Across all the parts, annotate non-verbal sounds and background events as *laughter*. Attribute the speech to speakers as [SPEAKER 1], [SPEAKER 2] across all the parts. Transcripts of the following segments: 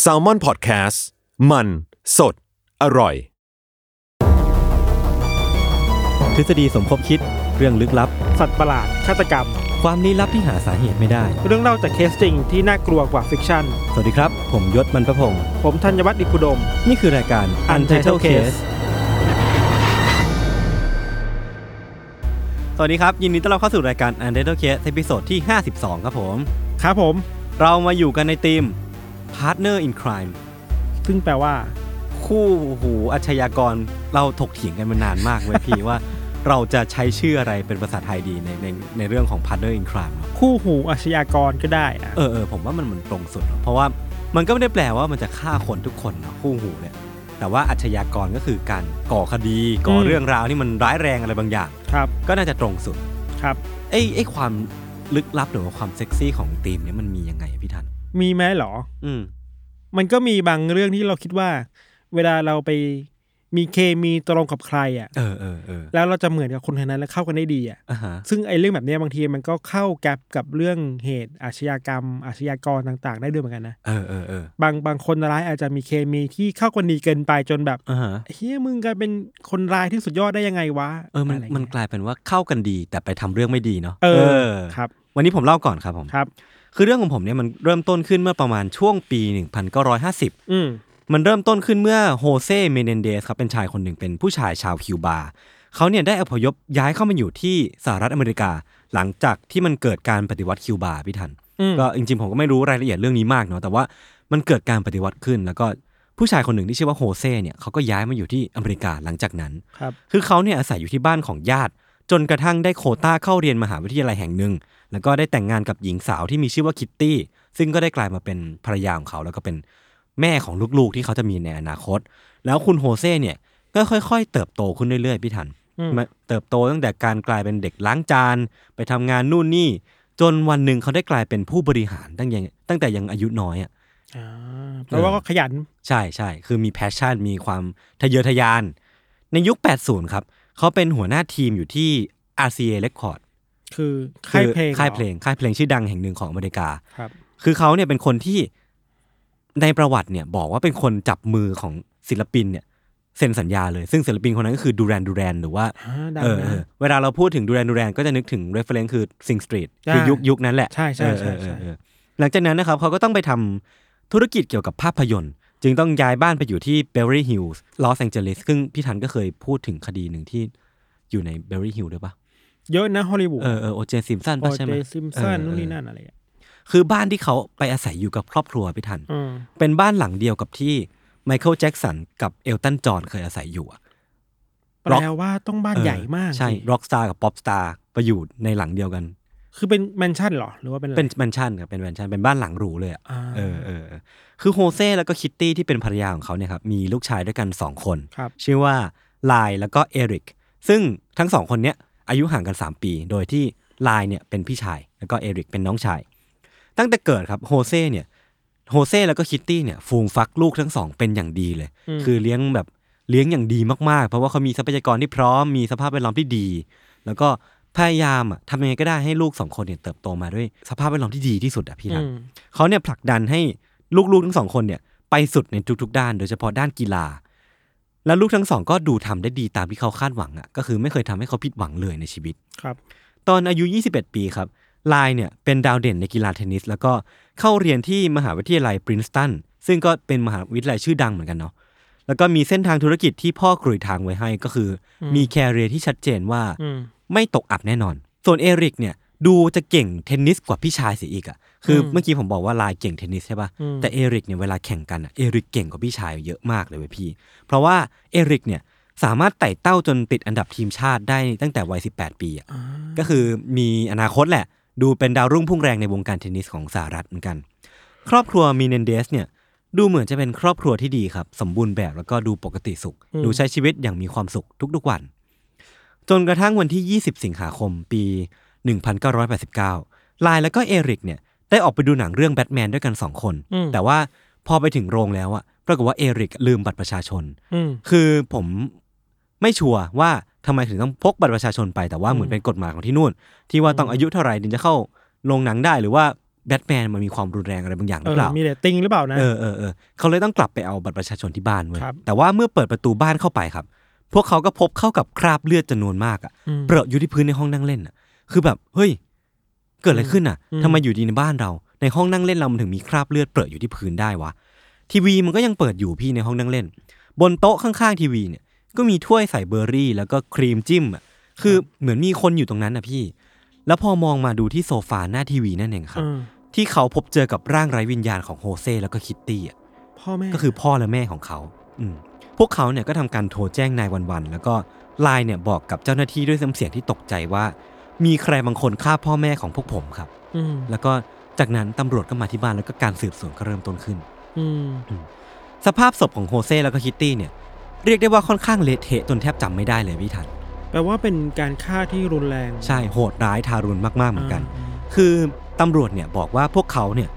[SPEAKER 1] แซลมอนพอดแคสต์มันสดอร่อย
[SPEAKER 2] ทฤษฎีสมคบคิด เรื่องลึกลับ
[SPEAKER 3] สัตว์ประหลาดฆาตกรรม
[SPEAKER 2] ความลี้ลับที่หาสาเหตุไม่ได้
[SPEAKER 3] เรื่องเล่าจากเคสจริงที่น่ากลัวกว่าฟิกชั่น
[SPEAKER 2] สวัสดีครับ ผมยศมันประพงศ์
[SPEAKER 3] ผมธัญวัฒน์อิพุดม
[SPEAKER 2] นี่คือรายการ Untitled Case สวัสดีครับ ยินดีต้อนรับเข้าสู่รายการ Untitled Case ตอนที่ 52 ครับผม
[SPEAKER 3] ครับผม
[SPEAKER 2] เรามาอยู่กันในทีม Partner in Crime
[SPEAKER 3] ซึ่งแปลว่า
[SPEAKER 2] คู่หูอาชญากรเราถกเถียงกันมานานมากเลยพี่ *laughs* ว่าเราจะใช้ชื่ออะไรเป็นภาษาไทยดีในในในเรื่องของ Partner in Crime เนอะ
[SPEAKER 3] คู่หูอาชญากรก็ได้อะ
[SPEAKER 2] เออเออผมว่ามันเหมันตรงสุดเนอะเพราะว่ามันก็ไม่ได้แปลว่ามันจะฆ่าคนทุกคนเนอะคู่หูเนี่ยแต่ว่าอาชญากรก็คือการก่อคดีก่อเรื่องราวที่มันร้ายแรงอะไรบางอย่าง
[SPEAKER 3] ครับ
[SPEAKER 2] ก็น่าจะตรงสุด
[SPEAKER 3] ครับ
[SPEAKER 2] ไอ้ไอ้ความลึกลับหรือว่าความเซ็กซี่ของธีมเนี่ยมันมียังไงอะพี่ทัน
[SPEAKER 3] มีไหมเหรอ
[SPEAKER 2] อืม
[SPEAKER 3] มันก็มีบางเรื่องที่เราคิดว่า เวลาเราไปมีเคมีตรงกับใครอ่ะ
[SPEAKER 2] เออเออเออ
[SPEAKER 3] แล้วเราจะเหมือนกับคนคนนั้นและเข้ากันได้ดีอ่ะ
[SPEAKER 2] อ่ะฮะ
[SPEAKER 3] ซึ่งไอ้เรื่องแบบเนี้ยบางทีมันก็เข้าแกับกับเรื่องเหตุอาชญากรรม อาชญากรต่าง ๆ ได้ด้วยเหมือนกันนะ
[SPEAKER 2] เออเออเออบ
[SPEAKER 3] างบางคนร้ายอาจจะมีเคมีที่เข้ากันดีเกินไปจนแบบ
[SPEAKER 2] อ่าฮะ
[SPEAKER 3] เฮ้ยมึงกลายเป็นคนร้ายที่สุดยอดได้ยังไงวะ
[SPEAKER 2] เออมัน
[SPEAKER 3] อะไรย่าง
[SPEAKER 2] มัน
[SPEAKER 3] เงี้ย
[SPEAKER 2] กลายเป็นว่าเข้ากันดีแต่ไปทำเรื่องไม่ดีเนาะ
[SPEAKER 3] เออ
[SPEAKER 2] ค
[SPEAKER 3] ครับ รับ
[SPEAKER 2] วันนี้ผมเล่าก่อนครับผม
[SPEAKER 3] ครับ
[SPEAKER 2] คือเรื่องของผมเนี่ยมันเริ่มต้นขึ้นเมื่อประมาณช่วงปี 1950
[SPEAKER 3] อืม
[SPEAKER 2] มันเริ่มต้นขึ้นเมื่อโฮเซเมเนนเดสครับเป็นชายคนหนึ่งเป็นผู้ชายชาวคิวบา เขาเนี่ยได้อพยพย้ายเข้ามาอยู่ที่สหรัฐอเมริกา หลังจากที่มันเกิดการปฏิวัติคิวบาพี่ทัน
[SPEAKER 3] อืม
[SPEAKER 2] ก็จริงๆผมก็ไม่รู้รายละเอียดเรื่องนี้มากเนาะแต่ว่ามันเกิดการปฏิวัติขึ้น แล้วก็ผู้ชายคนหนึ่งที่ชื่อว่าโฮเซเนี่ยเขาก็ย้ายมาอยู่ที่อเมริกาหลังจากนั้น
[SPEAKER 3] ครับ
[SPEAKER 2] คือเขาเนี่ยอาศัยอยู่ที่บ้านของญาติ จนกระทั่งได้โควต้าเข้าเรียนมหาวิทยาลัยแห่งหนึ่ง แล้วก็ได้แต่งงานกับหญิงสาวที่มีชื่อว่าคิตตี้ ซึ่งก็ได้กลายมาเป็นภรรยาของเขา แล้วก็เป็นแม่ของลูกๆที่เขาจะมีในอนาคต แล้วคุณโฮเซ่เนี่ยก็ค่อย ๆ เติบโตขึ้นเรื่อยๆพี่ทัน
[SPEAKER 3] อืม
[SPEAKER 2] มาเติบโตตั้งแต่การกลายเป็นเด็กล้างจาน ไปทำงานนู่นนี่ จนวันหนึ่งเขาได้กลายเป็นผู้บริหารตั้งยังตั้งแต่ยังอายุน้อยอ่ะ
[SPEAKER 3] อ่าแปลว่าก็ขยัน
[SPEAKER 2] ใช่ใช่ คือมีแพชชั่น มีความทะเยอทะยาน ในยุค 80 ครับ เขาเป็นหัวหน้าทีมอยู่ที่ RCA Record
[SPEAKER 3] คือค่ายเพลง
[SPEAKER 2] ค่ายเพล
[SPEAKER 3] หรง
[SPEAKER 2] ค่ายเพลงชื่อดังแห่งหนึ่งของอเมริกา
[SPEAKER 3] อครับ
[SPEAKER 2] คือเขาเนี่ยเป็นคนที่ในประวัติเนี่ยบอกว่าเป็นคนจับมือของศิลปินเนี่ยเซ็นสัญญาเลย ซึ่งศิลปินคนนั้นก็คือดูแรนดูแรนหรือว่า
[SPEAKER 3] อ่าดังนะ
[SPEAKER 2] เออเออเวลาเราพูดถึงดูแรนดูแรนก็จะนึกถึง reference คือ Sing Street คือ
[SPEAKER 3] ใช่
[SPEAKER 2] ยุคยุคนั้นแหละ
[SPEAKER 3] ใช่ใช่ใช่
[SPEAKER 2] เออเออเออ
[SPEAKER 3] ใช่
[SPEAKER 2] เออหลังจากนั้นนะครับเขาก็ต้องไปทำธุรกิจเกี่ยวกับภาพยนตร์ จึงต้องย้ายบ้านไปอยู่ที่ Beverly Hills Los Angeles ซึ่งพี่ทันก็เคยพูดถึงคดีหนึ่งที่อยู่ใน Beverly Hills ด้วยปะ
[SPEAKER 3] เยอะนะฮอลลีวูด
[SPEAKER 2] เออเออโอเจซิมสัน
[SPEAKER 3] โอ
[SPEAKER 2] ปะใช่ไห
[SPEAKER 3] เจ
[SPEAKER 2] ม
[SPEAKER 3] ซิมสัน
[SPEAKER 2] เออ
[SPEAKER 3] นู่นนี่
[SPEAKER 2] เออ
[SPEAKER 3] นั่นอะไรอย่างเงี้ย
[SPEAKER 2] คือบ้านที่เขาไปอาศัยอยู่กับครอบครัวพี่ทัน
[SPEAKER 3] อืม
[SPEAKER 2] เป็นบ้านหลังเดียวกับที่ไมเคิลแจ็กสันกับเอลตันจอห์นเคยอาศัยอยู่อะ
[SPEAKER 3] แปลว่าต้องบ้าน
[SPEAKER 2] เออ
[SPEAKER 3] ใหญ่มาก
[SPEAKER 2] ใช่
[SPEAKER 3] สิ
[SPEAKER 2] ร็อกสตาร์กับป๊อปสตาร์ไปอยู่ในหลังเดียวกัน
[SPEAKER 3] คือเป็นแมนชั่นเหรอ หรือว่าเป็นอะไร
[SPEAKER 2] เป็นแมนชั่นครับเป็นแมนชั่นเป็นบ้านหลังหรูเลยอะ
[SPEAKER 3] อ่า
[SPEAKER 2] เออเออเออคือโฮเซ่แล้วก็คิตตี้ที่เป็นภรรยาของเขาเนี่ยครับมีลูกชายด้วยกัน 2 คน
[SPEAKER 3] ครับ
[SPEAKER 2] ชื่อว่าไลน์แล้วก็เอริกซึ่งทั้งสองคนเนี้ยอายุห่างกัน 3 ปี โดยที่ไลน์เนี่ยเป็นพี่ชาย แล้วก็เอริกเป็นน้องชาย ตั้งแต่เกิดครับโฮเซ่เนี่ยโฮเซ่แล้วก็คิตตี้เนี่ยฟูงฟักลูกทั้งสองเป็นอย่างดีเลย คือเลี้ยงแบบเลี้ยงอย่างดีมากๆ เพราะว่าเขามีทรัพยากรที่พร้อมมีสภาพแวดล้อมที่ดี แล้วก็พยายามอะทำยังไงก็ได้ให้ลูกสองคนเนี่ยเติบโตมาด้วยสภาพแวดล้อมที่ดีที่สุดอะพี่รัก
[SPEAKER 3] อืม
[SPEAKER 2] เขาเนี่ยผลักดันให้ลูกๆทั้งสองคนเนี่ยไปสุดในทุกๆ ด้าน โดยเฉพาะด้านกีฬา แล้วลูกทั้งสองก็ดูทำได้ดีตามที่เขาคาดหวังอะ่ะก็คือไม่เคยทำให้เขาผิดหวังเลยในชีวิต
[SPEAKER 3] ครับ
[SPEAKER 2] ตอนอายุ 21 ปีครับไลน์เนี่ยเป็นดาวเด่นในกีฬาเทนนิส แล้วก็เข้าเรียนที่มหาวิทยาลัยปรินสตันซึ่งก็เป็นมหาวิทยาลัยชื่อดังเหมือนกันเนาะแล้วก็มีเส้นทางธุรกิจที่พ่อกรุยทางไว้ให้ก็คืออมีแคเรียที่ชัดเจนว่า
[SPEAKER 3] อืม
[SPEAKER 2] ไม่ตกอับแน่นอน ส่วนเอริกเนี่ยดูจะเก่งเทนนิสกว่าพี่ชายเสียอีกอะ่ะ คืออ
[SPEAKER 3] ม
[SPEAKER 2] เมื่อกี้ผมบอกว่าลายเก่งเทนนิสใช่ปะ
[SPEAKER 3] อืม
[SPEAKER 2] ่ะ แต่เอริกเนี่ยเวลาแข่งกันอะ่ะ เอริกเก่งกว่าพี่ชายเยอะมากเลยเว้ยพี่ เพราะว่าเอริกเนี่ยสามารถไต่เต้าจนติดอันดับทีมชาติได้ตั้งแต่วัย 18 ปีอะ
[SPEAKER 3] อ่า
[SPEAKER 2] ก็คือมีอนาคตแหละ ดูเป็นดาวรุ่งพุ่งแรงในวงการเทนนิสของสหรัฐเหมือนกัน ครอบครัวมีเนนเดสเนี่ยดูเหมือนจะเป็นครอบครัวที่ดีครับ สมบูรณ์แบบแล้วก็ดูปกติสุข
[SPEAKER 3] อืม
[SPEAKER 2] ดูใช้ชีวิตอย่างมีความสุขทุกๆวัน จนกระทั่งวันที่ 20 สิงหาคมปี 1989 ลายแล้วก็เอริกเนี่ยได้ออกไปดูหนังเรื่องแบทแมนด้วยกัน 2 คน
[SPEAKER 3] อืม
[SPEAKER 2] แต่ว่าพอไปถึงโรงแล้วอะปรากฏว่าเอริกลืมบัตรประชาชน
[SPEAKER 3] อืม
[SPEAKER 2] คือผมไม่ชัวร์ว่าทำไมถึงต้องพกบัตรประชาชนไปแต่ว่าเหมือนเป็นกฎหมายของที่นู่น ที่ว่าต้องอายุเท่าไหร่ถึงจะเข้าโรงหนังได้ หรือว่าแบทแมนมันมีความรุนแรงอะไรบางอย่างห
[SPEAKER 3] เอ
[SPEAKER 2] รือ
[SPEAKER 3] อ
[SPEAKER 2] เปล่า
[SPEAKER 3] มีเรตติ้งหรือเปล่านะ
[SPEAKER 2] เออเออเออเขาเลยต้องกลับไปเอาบัตรประชาชนที่บ้านเว้ย
[SPEAKER 3] ครับ
[SPEAKER 2] แต่ว่าเมื่อเปิดประตูบ้านเข้าไปครับ พวกเขาก็พบเข้ากับคราบเลือดจำนวนมากอะ
[SPEAKER 3] ม
[SPEAKER 2] เปรอะอยู่ที่พื้นในห้องนั่งเล่นอะคือแบบเฮ้ย เกิดอะไรขึ้นอ่ะ
[SPEAKER 3] อืม
[SPEAKER 2] ทำไมอยู่ดีในบ้านเรา ในห้องนั่งเล่นเรามันถึงมีคราบเลือดเปรอะอยู่ที่พื้นได้วะทีวีมันก็ยังเปิดอยู่พี่ในห้องนั่งเล่น บนโต๊ะข้างๆทีวีเนี่ยก็มีถ้วยใส่เบอร์รี่ แล้วก็ครีมจิ้มอ่ะคือเหมือนมีคนอยู่ตรงนั้นอ่ะพี่ แล้วพอมองมาดูที่โซฟาหน้าทีวีนั่นเองครับ
[SPEAKER 3] เออ
[SPEAKER 2] ที่เขาพบเจอกับร่างไร้วิญญาณของโฮเซ่แล้วก็คิตตี้อ่ะ
[SPEAKER 3] พ่อแม่
[SPEAKER 2] ก็คือพ่อและแม่ของเขาอืมพวกเขาเนี่ยก็ทำการโทรแจ้งนายวันๆแล้วก็ไลน์เนี่ยบอกกับเจ้าหน้าที่ด้วยน้ำเสียงที่ตกใจว่า มีใครบางคนฆ่าพ่อแม่ของพวกผมครับ
[SPEAKER 3] ม
[SPEAKER 2] แล้วก็จากนั้นตำรวจก็มาที่บ้านแล้วก็การสืบสวนก็เริ่มต้นขึ้น
[SPEAKER 3] อืม
[SPEAKER 2] สภาพศพของโฮเซ่แล้วก็คิตตี้เนี่ยเรียกได้ว่าค่อนข้างเละเทะจนแทบจำไม่ได้เลยพี่ทัน
[SPEAKER 3] แปลว่าเป็นการฆ่าที่รุนแรง
[SPEAKER 2] ใช่โหดร้ายทารุณมากๆเหมือนกัน
[SPEAKER 3] า
[SPEAKER 2] คือตำรวจเนี่ยบอกว่าพวกเขาเนี่ย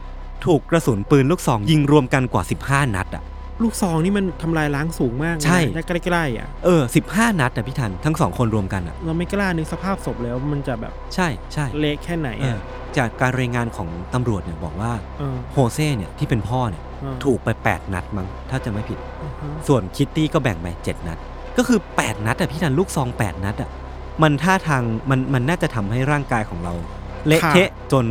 [SPEAKER 2] ถูกกระสุนปืนลูกซองยิงรวมกันกว่า 15 นัดอ่ะ
[SPEAKER 3] ลูกซองนี่มันทำลายล้างสูงมากเลยนะ
[SPEAKER 2] ใช่
[SPEAKER 3] และใกล้ๆอ่ะ
[SPEAKER 2] เออ 15 นัดนะพี่ทัน ทั้งสองคนรวมกันอ่ะ
[SPEAKER 3] เราไม่กล้านึกสภาพศพแล้วมันจะแบบ
[SPEAKER 2] ใช่ใช่
[SPEAKER 3] เละแค่ไหน
[SPEAKER 2] เออ
[SPEAKER 3] อ่ะ
[SPEAKER 2] จากการรายงานของตำรวจเนี่ยบอกว่า
[SPEAKER 3] เออ
[SPEAKER 2] โฮเซ่เนี่ยที่เป็นพ่อเนี่ย
[SPEAKER 3] เออ
[SPEAKER 2] ถูกไป 8 นัดมั้งถ้าจะไม่ผิด
[SPEAKER 3] อือฮะ
[SPEAKER 2] ส่วนคิตตี้ก็แบ่งไปเจ็ดนัด ก็คือ 8 นัดอะพี่ทันลูกซอง 8 นัดอะมันท่าทางมันมันน่าจะทำให้ร่างกายของเรา เละเทะจน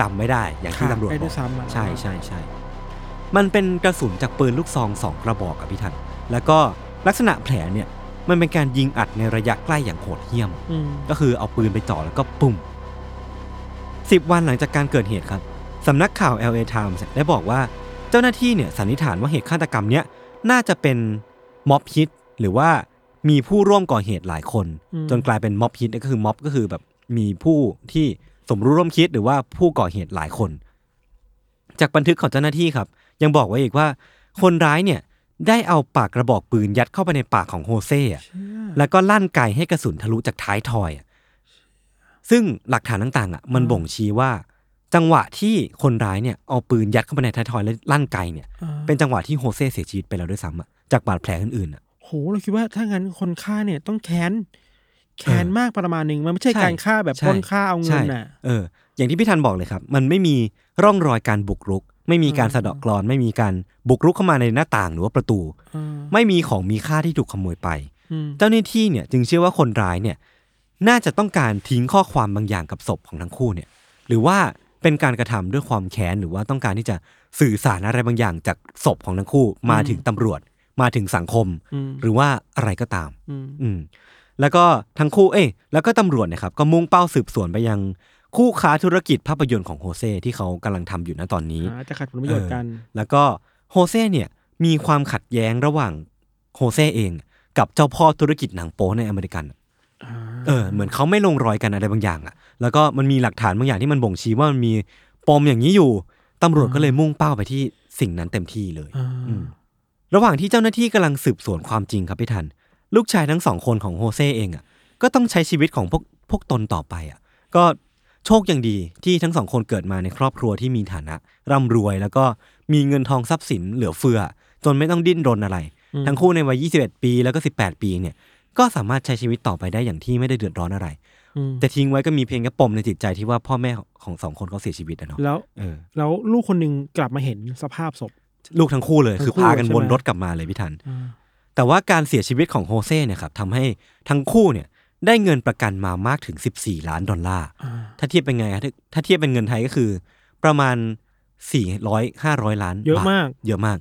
[SPEAKER 2] จำไม่ได้ อย่างที่
[SPEAKER 3] ขาด
[SPEAKER 2] ตำรวจ
[SPEAKER 3] ได้
[SPEAKER 2] บอ
[SPEAKER 3] ด้วย
[SPEAKER 2] ก
[SPEAKER 3] ซ้ำอ่ะ
[SPEAKER 2] ใช่ใช่ใช่ มันเป็นกระสุนจากปืนลูกซองสองกระบอกอะพี่ทัน แล้วก็ลักษณะแผลเนี่ย มันเป็นการยิงอัดในระยะใกล้อย่างโหดเหี้ยม
[SPEAKER 3] อืม
[SPEAKER 2] ก็คือเอาปืนไปจ่อแล้วก็ปุ่มสิบวันหลังจากการเกิดเหตุครับ สำนักข่าว LA Times ได้บอกว่าเจ้าหน้าที่เนี่ยสันนิษฐานว่าเหตุฆาตกรรมเนี้ยน่าจะเป็นม็อบฮิตหรือว่ามีผู้ร่วมก่อเหตุหลายคน จนกลายเป็นม็อบฮิตก็คือม็อบก็คือแบบมีผู้ที่สมรู้ร่วมคิดหรือว่าผู้ก่อเหตุหลายคน จากบันทึกของเจ้าหน้าที่ครับ ยังบอกไว้อีกว่า คนร้ายเนี่ยได้เอาปากกระบอกปืนยัดเข้าไปในปากของโฮเซ่อะ
[SPEAKER 3] เชี่ย
[SPEAKER 2] แล้วก็ลั่นไกให้กระสุนทะลุจากท้ายทอยอะซึ่งหลักฐานต่างๆอ่ะมัน
[SPEAKER 3] อืม
[SPEAKER 2] บ่งชี้ว่า จังหวะที่คนร้ายเนี่ยเอาปืนยัดเข้าไปในท้ายทอยแล้วลั่นไกเนี่ย
[SPEAKER 3] ออ
[SPEAKER 2] เป็นจังหวะที่โฮเซ่เสียชีวิตไปแล้วด้วยซ้ำอะจากบาดแผลอื่นๆอะ
[SPEAKER 3] โหเราคิดว่าถ้างั้นคนฆ่าเนี่ยต้องแค้นแค้น
[SPEAKER 2] เออ
[SPEAKER 3] มากประมาณหนึ่งมันไม่ใช่
[SPEAKER 2] ใช่
[SPEAKER 3] การฆ่าแบบ
[SPEAKER 2] ใช่
[SPEAKER 3] ปล้นฆ่าเอาเงิ
[SPEAKER 2] ใช่
[SPEAKER 3] นน่ะ
[SPEAKER 2] เออ อย่างที่พี่ธันบอกเลยครับ มันไม่มีร่องรอยการบุกรุก ไม่มีการ
[SPEAKER 3] อืม
[SPEAKER 2] สะเดาะกรอน ไม่มีการบุกรุกเข้ามาในหน้าต่างหรือว่าประตู
[SPEAKER 3] เออ
[SPEAKER 2] ไม่มีของมีค่าที่ถูกขโมยไป
[SPEAKER 3] อืม
[SPEAKER 2] เจ้าหน้าที่เนี่ยจึงเชื่อว่าคนร้ายเนี่ยน่าจะต้องการทิ้งข้อความบางอย่างกับศพของทั้งคู่เนี่ยหรือว่าเป็นการกระทำด้วยความแค้นหรือว่าต้องการที่จะสื่อสารอะไรบางอย่างจากศพของทั้งคู่ มาถึงตำรวจ มาถึงสังคม
[SPEAKER 3] อืม
[SPEAKER 2] หรือว่าอะไรก็ตาม
[SPEAKER 3] อืม
[SPEAKER 2] อืมแล้วก็ทั้งคู่เอ้ยแล้วก็ตำรวจเนะครับก็มุ่งเป้าสืบสวนไปยังคู่ค้าธุรกิจภาพยนตร์ของโฮเซ่ที่เขากำลังทำอยู่ณตอนนี้
[SPEAKER 3] หาจะขัดผลประโยชน์กัน
[SPEAKER 2] แล้วก็โฮเซ่เนี่ยมีความขัดแย้งระหว่างโฮเซ่เอง กับเจ้าพ่อธุรกิจหนังโป๊ในอเมริกันอะเออเหมือนเขาไม่ลงรอยกันอะไรบางอย่างอะแล้วก็มันมีหลักฐานบางอย่างที่มันบ่งชี้ว่ามันมีปมอย่างนี้อยู่ตำรวจก็เลยมุ่งเป้าไปที่สิ่งนั้นเต็มที่เลย
[SPEAKER 3] อ่า
[SPEAKER 2] อืมระหว่างที่เจ้าหน้าที่กำลังสืบสวนความจริงครับพี่ทัน ลูกชายทั้งสองคนของโฮเซ่เองอ่ะก็ต้องใช้ชีวิตของพวกพวกตนต่อไปอ่ะก็โชคยังดีที่ทั้งสองคนเกิดมาในครอบครัวที่มีฐานะ ร่ำรวยแล้วก็มีเงินทองทรัพย์สินเหลือเฟือ จนไม่ต้องดิ้นรนอะไร ทั้งคู่ในวัย 21 ปีแล้วก็ 18 ปีเนี่ยก็สามารถใช้ชีวิตต่อไปได้อย่างที่ไม่ได้เดือดร้อนอะไร
[SPEAKER 3] อืม
[SPEAKER 2] แต่ทิ้งไว้ก็มีเพียงแค่ปมในจิตใจที่ว่าพ่อแม่ของสองคนเขาเสียชีวิตนะเนาะ
[SPEAKER 3] แล้ว
[SPEAKER 2] เออ
[SPEAKER 3] แล้วลูกคนหนึ่งกลับมาเห็นสภาพศพ
[SPEAKER 2] ลูกทั้งคู่เลยคือ
[SPEAKER 3] ทั้งคู่
[SPEAKER 2] พากันวน
[SPEAKER 3] ใช่ไหม
[SPEAKER 2] รถกลับมาเลยพี่ทัน
[SPEAKER 3] อ่า
[SPEAKER 2] แต่ว่าการเสียชีวิตของโฮเซ่เนี่ยครับทำให้ทั้งคู่เนี่ยได้เงินประกันมามากถึง 14 ล้านดอลลาร์
[SPEAKER 3] อ่า
[SPEAKER 2] ถ้าเทียบเป็นไงครับถ้าถ้าเทียบเป็นเงินไทยก็คือ ประมาณ 400 500 ล้าน
[SPEAKER 3] เยอะ
[SPEAKER 2] บท
[SPEAKER 3] มาก
[SPEAKER 2] เยอะมาก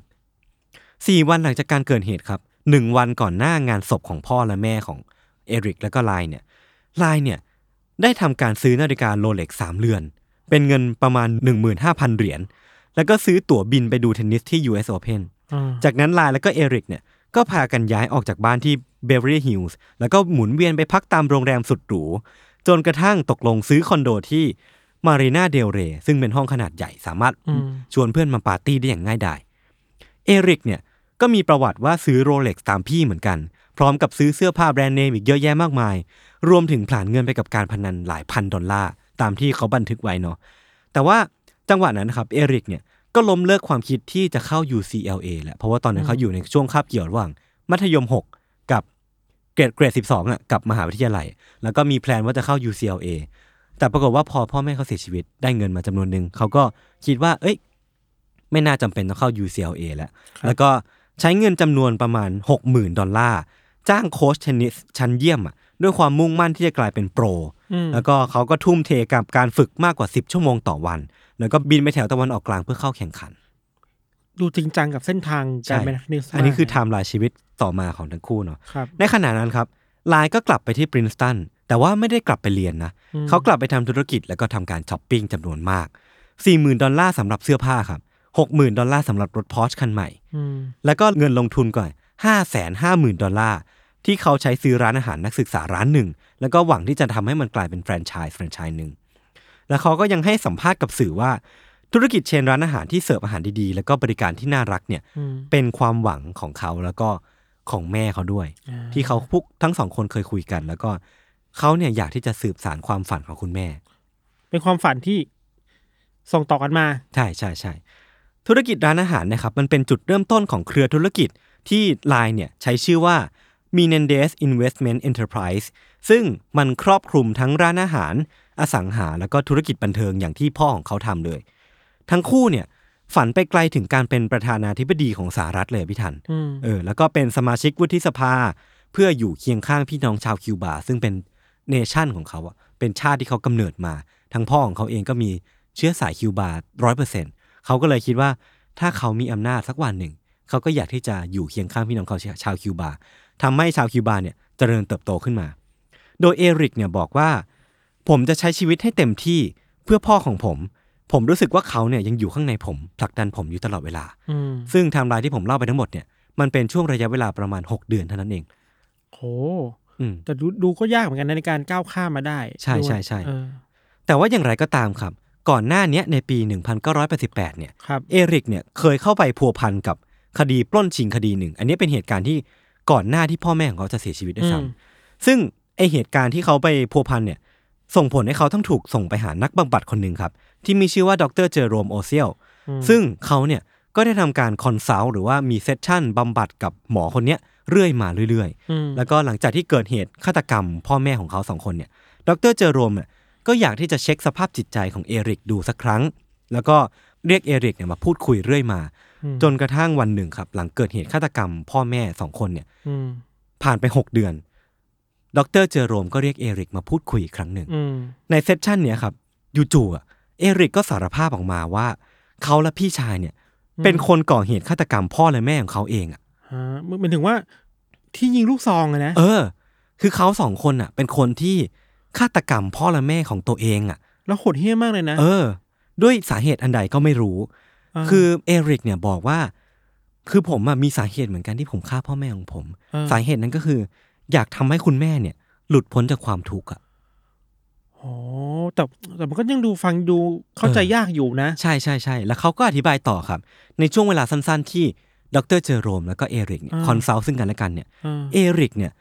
[SPEAKER 2] 4 วันหลังจากการเกิดเหตุครับ 1 วันก่อนหน้างานศพของพ่อและแม่ของเอริกและก็ไลน์เนี่ยไลน์เนี่ยได้ทำการซื้อนาฬิกาโรเล็กซ์สามเรือน เป็นเงินประมาณ 15,000 เหรียญแล้วก็ซื้อตั๋วบินไปดูเทนนิสที่ US Open
[SPEAKER 3] อ่า
[SPEAKER 2] จากนั้นลายแล้วก็เอริกเนี่ยก็พากันย้ายออกจากบ้านที่เบเวอรี่ฮิลส์แล้วก็หมุนเวียนไปพักตามโรงแรมสุดหรู จนกระทั่งตกลงซื้อคอนโดที่ มารีนาเดลเรซึ่งเป็นห้องขนาดใหญ่สามารถ
[SPEAKER 3] อืม
[SPEAKER 2] ชวนเพื่อนมาปาร์ตี้ได้อย่างง่ายดายเอริกเนี่ยก็มีประวัติว่าซื้อโรเล็กตามพี่เหมือนกัน พร้อมกับซื้อเสื้อผ้าแบรนด์เนมอีกเยอะแยะมากมาย รวมถึงผลานเงินไปกับการพนันหลายพันดอลลาร์ตามที่เขาบันทึกไว้เนาะแต่ว่าจังหวะนั้นนะครับเอริกเนี่ยก็ล้มเลิกความคิดที่จะเข้า UCLA แหละเพราะว่าตอนนั้นเขาอยู่ในช่วงคาบเกี่ยวระหว่าง มัธยม 6 กับเกรดเกรดสิบสองอ่ะกับมหาวิทยาลัย แล้วก็มีแพลนว่าจะเข้า UCLA แต่ปรากฏว่าพอพ่อแม่เขาเสียชีวิตได้เงินมาจำนวนหนึ่งเขาก็คิดว่า เอ้ย ไม่น่าจำเป็นต้องเข้า UCLA แล้ว แล้วก็ใช้เงินจำนวนประมาณ 60,000 ดอลลาร์ จ้างโค้ชเทนนิสชั้นเยี่ยมอ่ะด้วยความมุ่งมั่นที่จะกลายเป็นโปร
[SPEAKER 3] อืม
[SPEAKER 2] แล้วก็เขาก็ทุ่มเทกับการฝึกมากกว่า 10 ชั่วโมงต่อวัน แล้วก็บินไปแถวตะวันออกกลางเพื่อเข้าแข่งขัน
[SPEAKER 3] ดูจริงจังกับเส้นทาง
[SPEAKER 2] ใช่
[SPEAKER 3] การเป็นนักนิวส์
[SPEAKER 2] อันนี้คือไทม์ไลน์ชีวิตต่อมาของทั้งคู่เนาะ
[SPEAKER 3] ครับ
[SPEAKER 2] ในขณะนั้นครับลายก็กลับไปที่ปรินสตันแต่ว่าไม่ได้กลับไปเรียนนะ
[SPEAKER 3] อืม
[SPEAKER 2] เขากลับไปทำธุรกิจแล้วก็ทำการช้อปปิ้งจำนวนมาก 40,000 ดอลลาร์สำหรับเสื้อผ้าครับ 60,000 ดอลลาร์สำหรับรถพอร์ชคันใหม่
[SPEAKER 3] อืม
[SPEAKER 2] แล้วก็เงินลงทุนกว่า550,000 ดอลลาร์ ที่เขาใช้ซื้อร้านอาหารนักศึกษาร้านหนึ่ง แล้วก็หวังที่จะทำให้มันกลายเป็นแฟรนไชส์แฟรนไชส์หนึ่ง แล้วเขาก็ยังให้สัมภาษณ์กับสื่อว่า ธุรกิจเชนร้านอาหารที่เสิร์ฟอาหารดีๆ แล้วก็บริการที่น่ารักเนี่ย
[SPEAKER 3] อืม
[SPEAKER 2] เป็นความหวังของเขาแล้วก็ของแม่เขาด้วย
[SPEAKER 3] อ่า
[SPEAKER 2] ที่เขาพวกทั้งสองคนเคยคุยกัน แล้วก็เขาเนี่ยอยากที่จะสืบสารความฝันของคุณแม่
[SPEAKER 3] เป็นความฝันที่ส่งต่อกันมา
[SPEAKER 2] ใช่ใช่ใช่ธุรกิจร้านอาหารนะครับมันเป็นจุดเริ่มต้นของเครือธุรกิจที่ Line เนี่ยใช้ชื่อว่า m e n e n d e z Investment Enterprise ซึ่งมันครอบคลุมทั้งร้านอาหาร อสังหา แล้วก็ธุรกิจบันเทิงอย่างที่พ่อของเขาทำเลย ทั้งคู่เนี่ยฝันไปไกลถึงการเป็นประธานาธิบดีของสหรัฐเลยพี่ทัน
[SPEAKER 3] อืม
[SPEAKER 2] เออแล้วก็เป็นสมาชิกวุฒิสภา เพื่ออยู่เคียงข้างพี่น้องชาวคิวบา ซึ่งเป็นเนชั่นของเขาอะเป็นชาติที่เขากำเนิดมา ทั้งพ่อของเขาเองก็มีเชื้อสายคิวบาร้อยเปอร์เซ็นเขาก็เลยคิดว่าถ้าเขามีอำนาจสักวันหนึ่ง เขาก็อยากที่จะอยู่เคียงข้างพี่น้องเขาชาวคิวบาทำให้ชาวคิวบาเนี่ยเจริญเติบโตขึ้นมา โดยเอริกเนี่ยบอกว่า ผมจะใช้ชีวิตให้เต็มที่เพื่อพ่อของผม ผมรู้สึกว่าเขาเนี่ยยังอยู่ข้างในผมผลักดันผมอยู่ตลอดเวลา
[SPEAKER 3] อืม
[SPEAKER 2] ซึ่งไทม์ไลน์ที่ผมเล่าไปทั้งหมดเนี่ยมันเป็นช่วงระยะเวลาประมาณ 6 เดือนเท่านั้นเอง
[SPEAKER 3] โห
[SPEAKER 2] อืม
[SPEAKER 3] แต่ดูดูก็ยากเหมือนกันนะในการก้าวข้ามมาได้
[SPEAKER 2] ใช่ใช่ใช่
[SPEAKER 3] เออ
[SPEAKER 2] แต่ว่าอย่างไรก็ตามครับ ก่อนหน้าเนี้ยในปี 1988 เนี่ย
[SPEAKER 3] ครับ
[SPEAKER 2] เอริกเนี่ยเคยเข้าไปพัวพันกับคดีปล้นชิงคดีหนึ่ง อันนี้เป็นเหตุการณ์ที่ก่อนหน้าที่พ่อแม่ของเขาจะเสียชีวิตด้วยซ้
[SPEAKER 3] อืม
[SPEAKER 2] ำซึ่งไอเหตุการณ์ที่เขาไปพัวพันเนี่ยส่งผลให้เขาต้องถูกส่งไปหานักบำบัดคนหนึ่งครับ ที่มีชื่อว่าดรเจอโรมโอเซียล
[SPEAKER 3] อืม
[SPEAKER 2] ซึ่งเขาเนี่ยก็ได้ทำการคอนซัลท์หรือว่ามีเซสชั่นบำบัดกับหมอคนเนี้ยเรื่อยมาเรื่อยๆ
[SPEAKER 3] อืม
[SPEAKER 2] แล้วก็หลังจากที่เกิดเหตุฆาตกรรม พ่อแม่ของเขาสองคนเนี่ย ดรเจอโรมเนี่ยก็อยากที่จะเช็คสภาพจิตใจของเอริกดูสักครั้ง แล้วก็เรียกเอริกเนี่ยมาพูดคุยเรื่อยมา
[SPEAKER 3] อืม
[SPEAKER 2] จนกระทั่งวันหนึ่งครับ หลังเกิดเหตุฆาตกรรม พ่อแม่สองคนเนี่ย
[SPEAKER 3] อืม
[SPEAKER 2] ผ่านไป 6 เดือน ดรเจอโรมก็เรียกเอริกมาพูดคุยอีกครั้งหนึ่ง
[SPEAKER 3] อืม
[SPEAKER 2] ในเซสชันเนี่ยครับจู่ๆอะเอริกก็สารภาพออกมาว่า เขาและพี่ชายเนี่ย เป็นคนก่อเหตุฆาตกรรมพ่อและแม่ของเขาเองอะ
[SPEAKER 3] ฮะมันเป็นถึงว่าที่ยิงลูกซองอะนะ
[SPEAKER 2] เออ คือเขาสองคนอ่ะ เป็นคนที่ฆาตกรรมพ่อและแม่ของตัวเองอ่ะ
[SPEAKER 3] แล้วโหดเหี้ยมมากเลยนะ
[SPEAKER 2] เออ ด้วยสาเหตุอันใดก็ไม่รู้
[SPEAKER 3] า
[SPEAKER 2] คือเอริกเนี่ยบอกว่า คือผมอะมีสาเหตุเหมือนกันที่ผมฆ่าพ่อแม่ของผม
[SPEAKER 3] เออ
[SPEAKER 2] สาเหตุนั้นก็คือ อยากทำให้คุณแม่เนี่ย หลุดพ้นจากความทุกข์อ่ะ
[SPEAKER 3] โหแต่แต่มันก็ยังดูฟังดูเข้าใจ
[SPEAKER 2] เออ
[SPEAKER 3] ยากอยู่นะ
[SPEAKER 2] ใช่ใช่ใช่แล้วเขาก็อธิบายต่อครับ ในช่วงเวลาสั้นๆ ที่ดรเจอโรมแล้วก็เอริกเนี่ย
[SPEAKER 3] อ่า
[SPEAKER 2] คอนซัลท์ซึ่งกันและกันเนี่ย
[SPEAKER 3] เออ
[SPEAKER 2] เอริกเนี่ย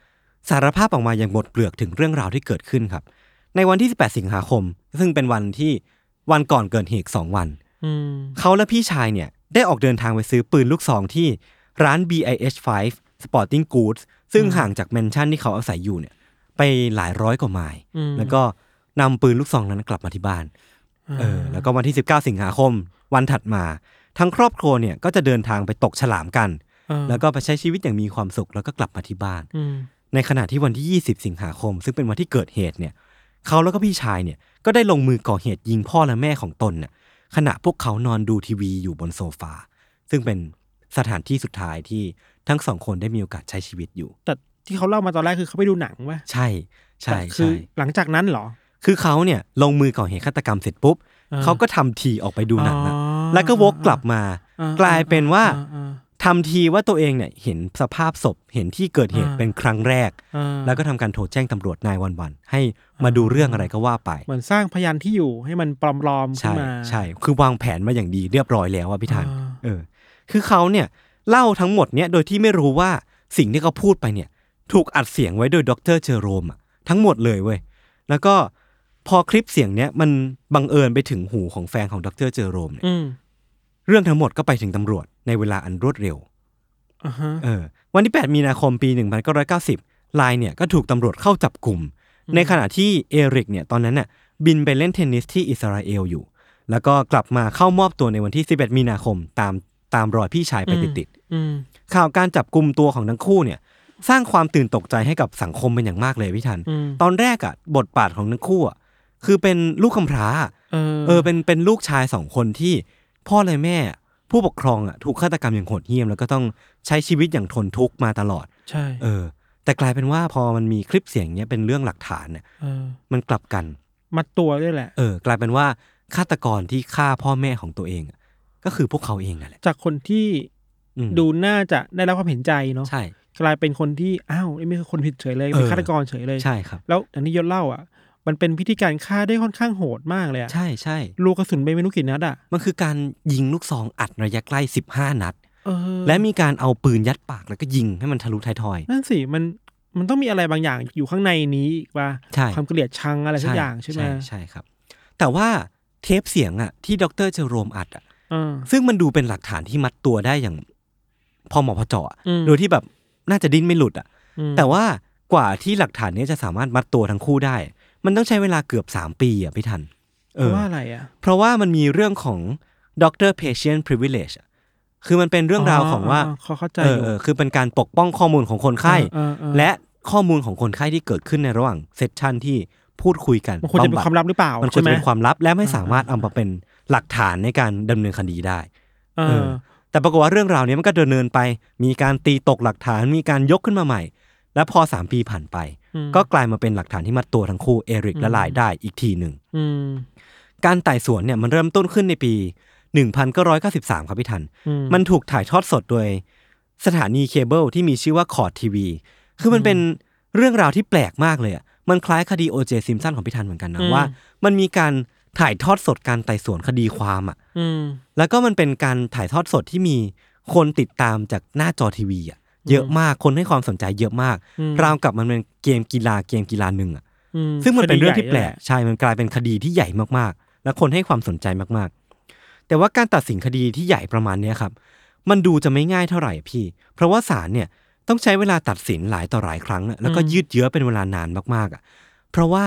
[SPEAKER 2] สารภาพออกมาอย่างหมดเปลือกถึงเรื่องราวที่เกิดขึ้นครับ ในวันที่ 18 สิงหาคม ซึ่งเป็นวันที่วันก่อนเกิดเหตุ2วัน
[SPEAKER 3] อืม
[SPEAKER 2] เขาและพี่ชายเนี่ย ได้ออกเดินทางไปซื้อปืนลูกซองที่ร้าน BIH5 Sporting Goods ซึ่งห่างจากแมนชั่นที่เขาอาศัยอยู่เนี่ย ไปหลายร้อยกว่าไมล์
[SPEAKER 3] อืม
[SPEAKER 2] แล้วก็นำปืนลูกซองนั้นกลับมาที่บ้าน เออแล้วก็วันที่ 19 สิงหาคม วันถัดมา ทั้งครอบครัวเนี่ยก็จะเดินทางไปตกฉลามกัน
[SPEAKER 3] เออ
[SPEAKER 2] แล้วก็ไปใช้ชีวิตอย่างมีความสุขแล้วก็กลับมาที่บ้าน
[SPEAKER 3] อืม
[SPEAKER 2] ในขณะที่วันที่ 20 สิงหาคม ซึ่งเป็นวันที่เกิดเหตุเนี่ย เขาแล้วก็พี่ชายเนี่ยก็ได้ลงมือก่อเหตุยิงพ่อและแม่ของตนน่ะขณะพวกเขานอนดูทีวีอยู่บนโซฟา ซึ่งเป็นสถานที่สุดท้ายที่ทั้งสองคนได้มีโอกาสใช้ชีวิตอยู่
[SPEAKER 3] แต่ที่เขาเล่ามาตอนแรกคือเขาไปดูหนังว่ะ
[SPEAKER 2] ใช่ใช่
[SPEAKER 3] แต่คื
[SPEAKER 2] ใช่
[SPEAKER 3] อหลังจากนั้นเหรอ
[SPEAKER 2] คือเขาเนี่ยลงมือก่อเหตุฆาตกรรมเสร็จปุ๊บ
[SPEAKER 3] เออ
[SPEAKER 2] เขาก็ทำทีออกไปดูหนังนะ
[SPEAKER 3] อ๋อ
[SPEAKER 2] แล้วก็วกกลับมา
[SPEAKER 3] อ่อ่
[SPEAKER 2] กลายเป็นว่า
[SPEAKER 3] อ่อ่
[SPEAKER 2] ไท ทำทีว่าตัวเองเนี่ยเห็นสภาพศพเห็นที่เกิดเหตุ
[SPEAKER 3] อ่า
[SPEAKER 2] เป็นครั้งแรก
[SPEAKER 3] อ่า
[SPEAKER 2] แล้วก็ทำการโทรแจ้งตำรวจนายวันวันๆให้มาดูเรื่องอะไรก็ว่าไป
[SPEAKER 3] เหมือนสร้างพยานที่อยู่ให้มันปลอมๆขึ้
[SPEAKER 2] ใช่
[SPEAKER 3] นมา
[SPEAKER 2] ใช่คือวางแผนมาอย่างดีเรียบร้อยแล้วอะพี่ทัน
[SPEAKER 3] อ่า
[SPEAKER 2] เออคือเขาเนี่ยเล่าทั้งหมดเนี่ยโดยที่ไม่รู้ว่าสิ่งที่เขาพูดไปเนี่ยถูกอัดเสียงไว้โดยดรเชอโรมอะทั้งหมดเลยเว้ยแล้วก็พอคลิปเสียงเนี้ยมันบังเอิญไปถึงหูของแฟนของดรเจอโรมเนี่ย
[SPEAKER 3] อืม
[SPEAKER 2] เรื่องทั้งหมดก็ไปถึงตำรวจในเวลาอันรวดเร็ว
[SPEAKER 3] อ่าฮะ
[SPEAKER 2] เออวันที่ 8 มีนาคมปี 1990 ลายเนี่ยก็ถูกตำรวจเข้าจับกลุ่ม ในขณะที่เอริกเนี่ยตอนนั้นน่ะบินไปเล่นเทนนิสที่อิสราเอลอยู่ แล้วก็กลับมาเข้ามอบตัวในวันที่ 11 มีนาคมตามตามรอยพี่ชายไปติดติดๆ
[SPEAKER 3] อืม
[SPEAKER 2] ข่าวการจับกลุ่มตัวของทั้งคู่เนี่ยสร้างความตื่นตกใจให้กับสังคมเป็นอย่างมากเลยพี่ทัน
[SPEAKER 3] อืม
[SPEAKER 2] ตอนแรกอะบทบาทของทั้งคู่อะคือเป็นลูกคำพร้า
[SPEAKER 3] เออ
[SPEAKER 2] เออเป็นเป็นลูกชายสองคนที่ พ่อและแม่ผู้ปกครองอะถูกฆาตกรรมอย่างโหดเหี้ยม แล้วก็ต้องใช้ชีวิตอย่างทนทุกข์มาตลอด
[SPEAKER 3] ใช่
[SPEAKER 2] เออ แต่กลายเป็นว่าพอมันมีคลิปเสียงเนี้ยเป็นเรื่องหลักฐานเนี่ย
[SPEAKER 3] เออ
[SPEAKER 2] มันกลับกัน
[SPEAKER 3] มัดตัวด้วยแหละ
[SPEAKER 2] เออกลายเป็นว่าฆาตกรที่ฆ่าพ่อแม่ของตัวเองอะก็คือพวกเขาเองนั่นแหละ
[SPEAKER 3] จากคนที่
[SPEAKER 2] อืม
[SPEAKER 3] ดูน่าจะได้รับความเห็นใจเนาะ
[SPEAKER 2] ใช่
[SPEAKER 3] กลายเป็นคนที่อ้าวนี่ไม่คือคนผิดเฉยเลยเป็น
[SPEAKER 2] เออ
[SPEAKER 3] ฆาตกรเฉยเลย
[SPEAKER 2] ใช่ครับ
[SPEAKER 3] แล้วอย่างที่ยศเล่าอ่ะ มันเป็นพิธีการฆ่าได้ค่อนข้างโหดมากเลยอะ
[SPEAKER 2] ใช่ใช่
[SPEAKER 3] ลูกกระสุนไปไม่รู้กี่นัดอ่ะ
[SPEAKER 2] มันคือการยิงลูกซองอัดระยะใกล้ 15 นัด
[SPEAKER 3] เออ
[SPEAKER 2] และมีการเอาปืนยัดปากแล้วก็ยิงให้มันทะลุท้ายทอย
[SPEAKER 3] นั่นสิมันมันต้องมีอะไรบางอย่างอยู่ข้างในนี้อีกว่า
[SPEAKER 2] ใช่
[SPEAKER 3] ความเกลียดชังอะไรสักอย่างใช่ไหม
[SPEAKER 2] ใช่ครับ แต่ว่าเทปเสียงอ่ะที่ดรเจอโรมอัดอ่ะ
[SPEAKER 3] เออ
[SPEAKER 2] ซึ่งมันดูเป็นหลักฐานที่มัดตัวได้อย่าง พอเหมาะพอเจาะอะ
[SPEAKER 3] อืม
[SPEAKER 2] โดยที่แบบน่าจะดิ้นไม่หลุดอ่ะ
[SPEAKER 3] อืม
[SPEAKER 2] แต่ว่ากว่าที่หลักฐานเนี้ยจะสามารถมัดตัวทั้งคู่ได้ มันต้องใช้เวลาเกือบ 3 ปีอ่ะพี่ทัน
[SPEAKER 3] เพราะว่าอะไรอ่ะ
[SPEAKER 2] เพราะว่ามันมีเรื่องของ doctor patient privilege อะคือมันเป็นเรื่องราวของว่า
[SPEAKER 3] อ๋ออ๋อเข้าใจ
[SPEAKER 2] เอ
[SPEAKER 3] อยู่
[SPEAKER 2] อเออคือเป็นการปกป้องข้อมูลของคนไข้
[SPEAKER 3] เออเออเออ
[SPEAKER 2] และข้อมูลของคนไข้ที่เกิดขึ้นในระหว่างเซสชันที่พูดคุยกัน
[SPEAKER 3] มันควรจะเป็น
[SPEAKER 2] บำด
[SPEAKER 3] ความลับหรือเปล่า
[SPEAKER 2] มันควร
[SPEAKER 3] ใช่ไห
[SPEAKER 2] จะ
[SPEAKER 3] ม
[SPEAKER 2] เป็นความลับและไม่สามารถเอามาเป็นหลักฐานในการดำเนินคดีได้
[SPEAKER 3] เอ
[SPEAKER 2] เอ
[SPEAKER 3] อ
[SPEAKER 2] อ แต่ปรากฏว่าเรื่องราวเนี้ยมันก็ดำเนินไป มีการตีตกหลักฐานมีการยกขึ้นมาใหม่ และพอสามปีผ่านไป
[SPEAKER 3] อืม
[SPEAKER 2] ก็กลายมาเป็นหลักฐานที่มัดตัวทั้งคู่เอริกและลายได้อีกทีหนึ่ง
[SPEAKER 3] อืม
[SPEAKER 2] การไต่สวนเนี่ยมันเริ่มต้นขึ้นในปี 1993 ครับพี่ทัน
[SPEAKER 3] อื
[SPEAKER 2] มันถูกถ่ายทอดสดโดยสถานีเคเบิลที่มีชื่อว่าคอร์ดทีวี คือมันเป็นเรื่องราวที่แปลกมากเลยอ่ะ มันคล้ายคดีโอเจซิมสันของพี่ทันเหมือนกันนะว่า มันมีการถ่ายทอดสดการไต่สวนคดีความอ่ะ
[SPEAKER 3] อืม
[SPEAKER 2] แล้วก็มันเป็นการถ่ายทอดสดที่มีคนติดตามจากหน้าจอทีวีอ่ะเยอะมาก คนให้ความสนใจเยอะมาก
[SPEAKER 3] อืม
[SPEAKER 2] ราวกับมันเป็นเกมกีฬาเกมกีฬาหนึ่งอ่ะ
[SPEAKER 3] อื
[SPEAKER 2] ซึ่งมันเป็นเรื่อง
[SPEAKER 3] คดี
[SPEAKER 2] ที่
[SPEAKER 3] ใหญ่
[SPEAKER 2] แปลกใช่ มันกลายเป็นคดีที่ใหญ่มากๆ และคนให้ความสนใจมากๆ แต่ว่าการตัดสินคดีที่ใหญ่ประมาณเนี้ยครับ มันดูจะไม่ง่ายเท่าไหร่พี่ เพราะว่าศาลเนี่ยต้องใช้เวลาตัดสินหลายต่อหลายครั้งอะแล้วก็ยืดเยื้อเป็นเวลานานมากๆอ่ะ เพราะว่า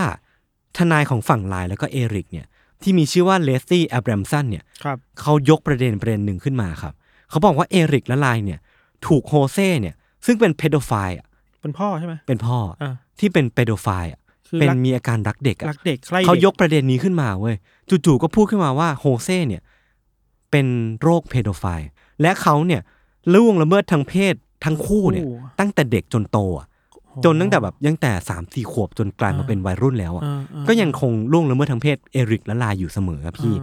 [SPEAKER 2] ทนายของฝั่งลายแล้วก็เอริกเนี่ยที่มีชื่อว่าเลสตี้แอบรมสันเนี่ย
[SPEAKER 3] ครับ
[SPEAKER 2] เขายกประเด็นประเด็นหนึ่งขึ้นมาครับ เขาบอกว่าเอริกและลายเนี่ยถูกโฮเซ่เนี่ยซึ่งเป็นเพโดไฟล์อะ
[SPEAKER 3] เป็นพ่อใช่ไหม
[SPEAKER 2] เป็นพ่ออะ
[SPEAKER 3] อ่า
[SPEAKER 2] ที่เป็นเพโดไฟล์อะ
[SPEAKER 3] คือ
[SPEAKER 2] เป็น
[SPEAKER 3] รัก
[SPEAKER 2] มีอาการรักเด็กอะ
[SPEAKER 3] รักเด็กใคร
[SPEAKER 2] เขายกประเด็นนี้ขึ้นมาเว้ยจู่ๆก็พูดขึ้นมาว่าโฮเซ่เนี่ยเป็นโรคเพโดไฟล์และเขาเนี่ยล่วงละเมิดทางเพศทั้งคู่เนี่ยตั้งแต่เด็กจนโตอะจนตั้งแต่แบบยังแต่สามสี่ขวบจนกลายมาเป็นวัยรุ่นแล้วอะก็ยังคงล่วงละเมิดทางเพศเอริกและลายอยู่เสมอครับพี่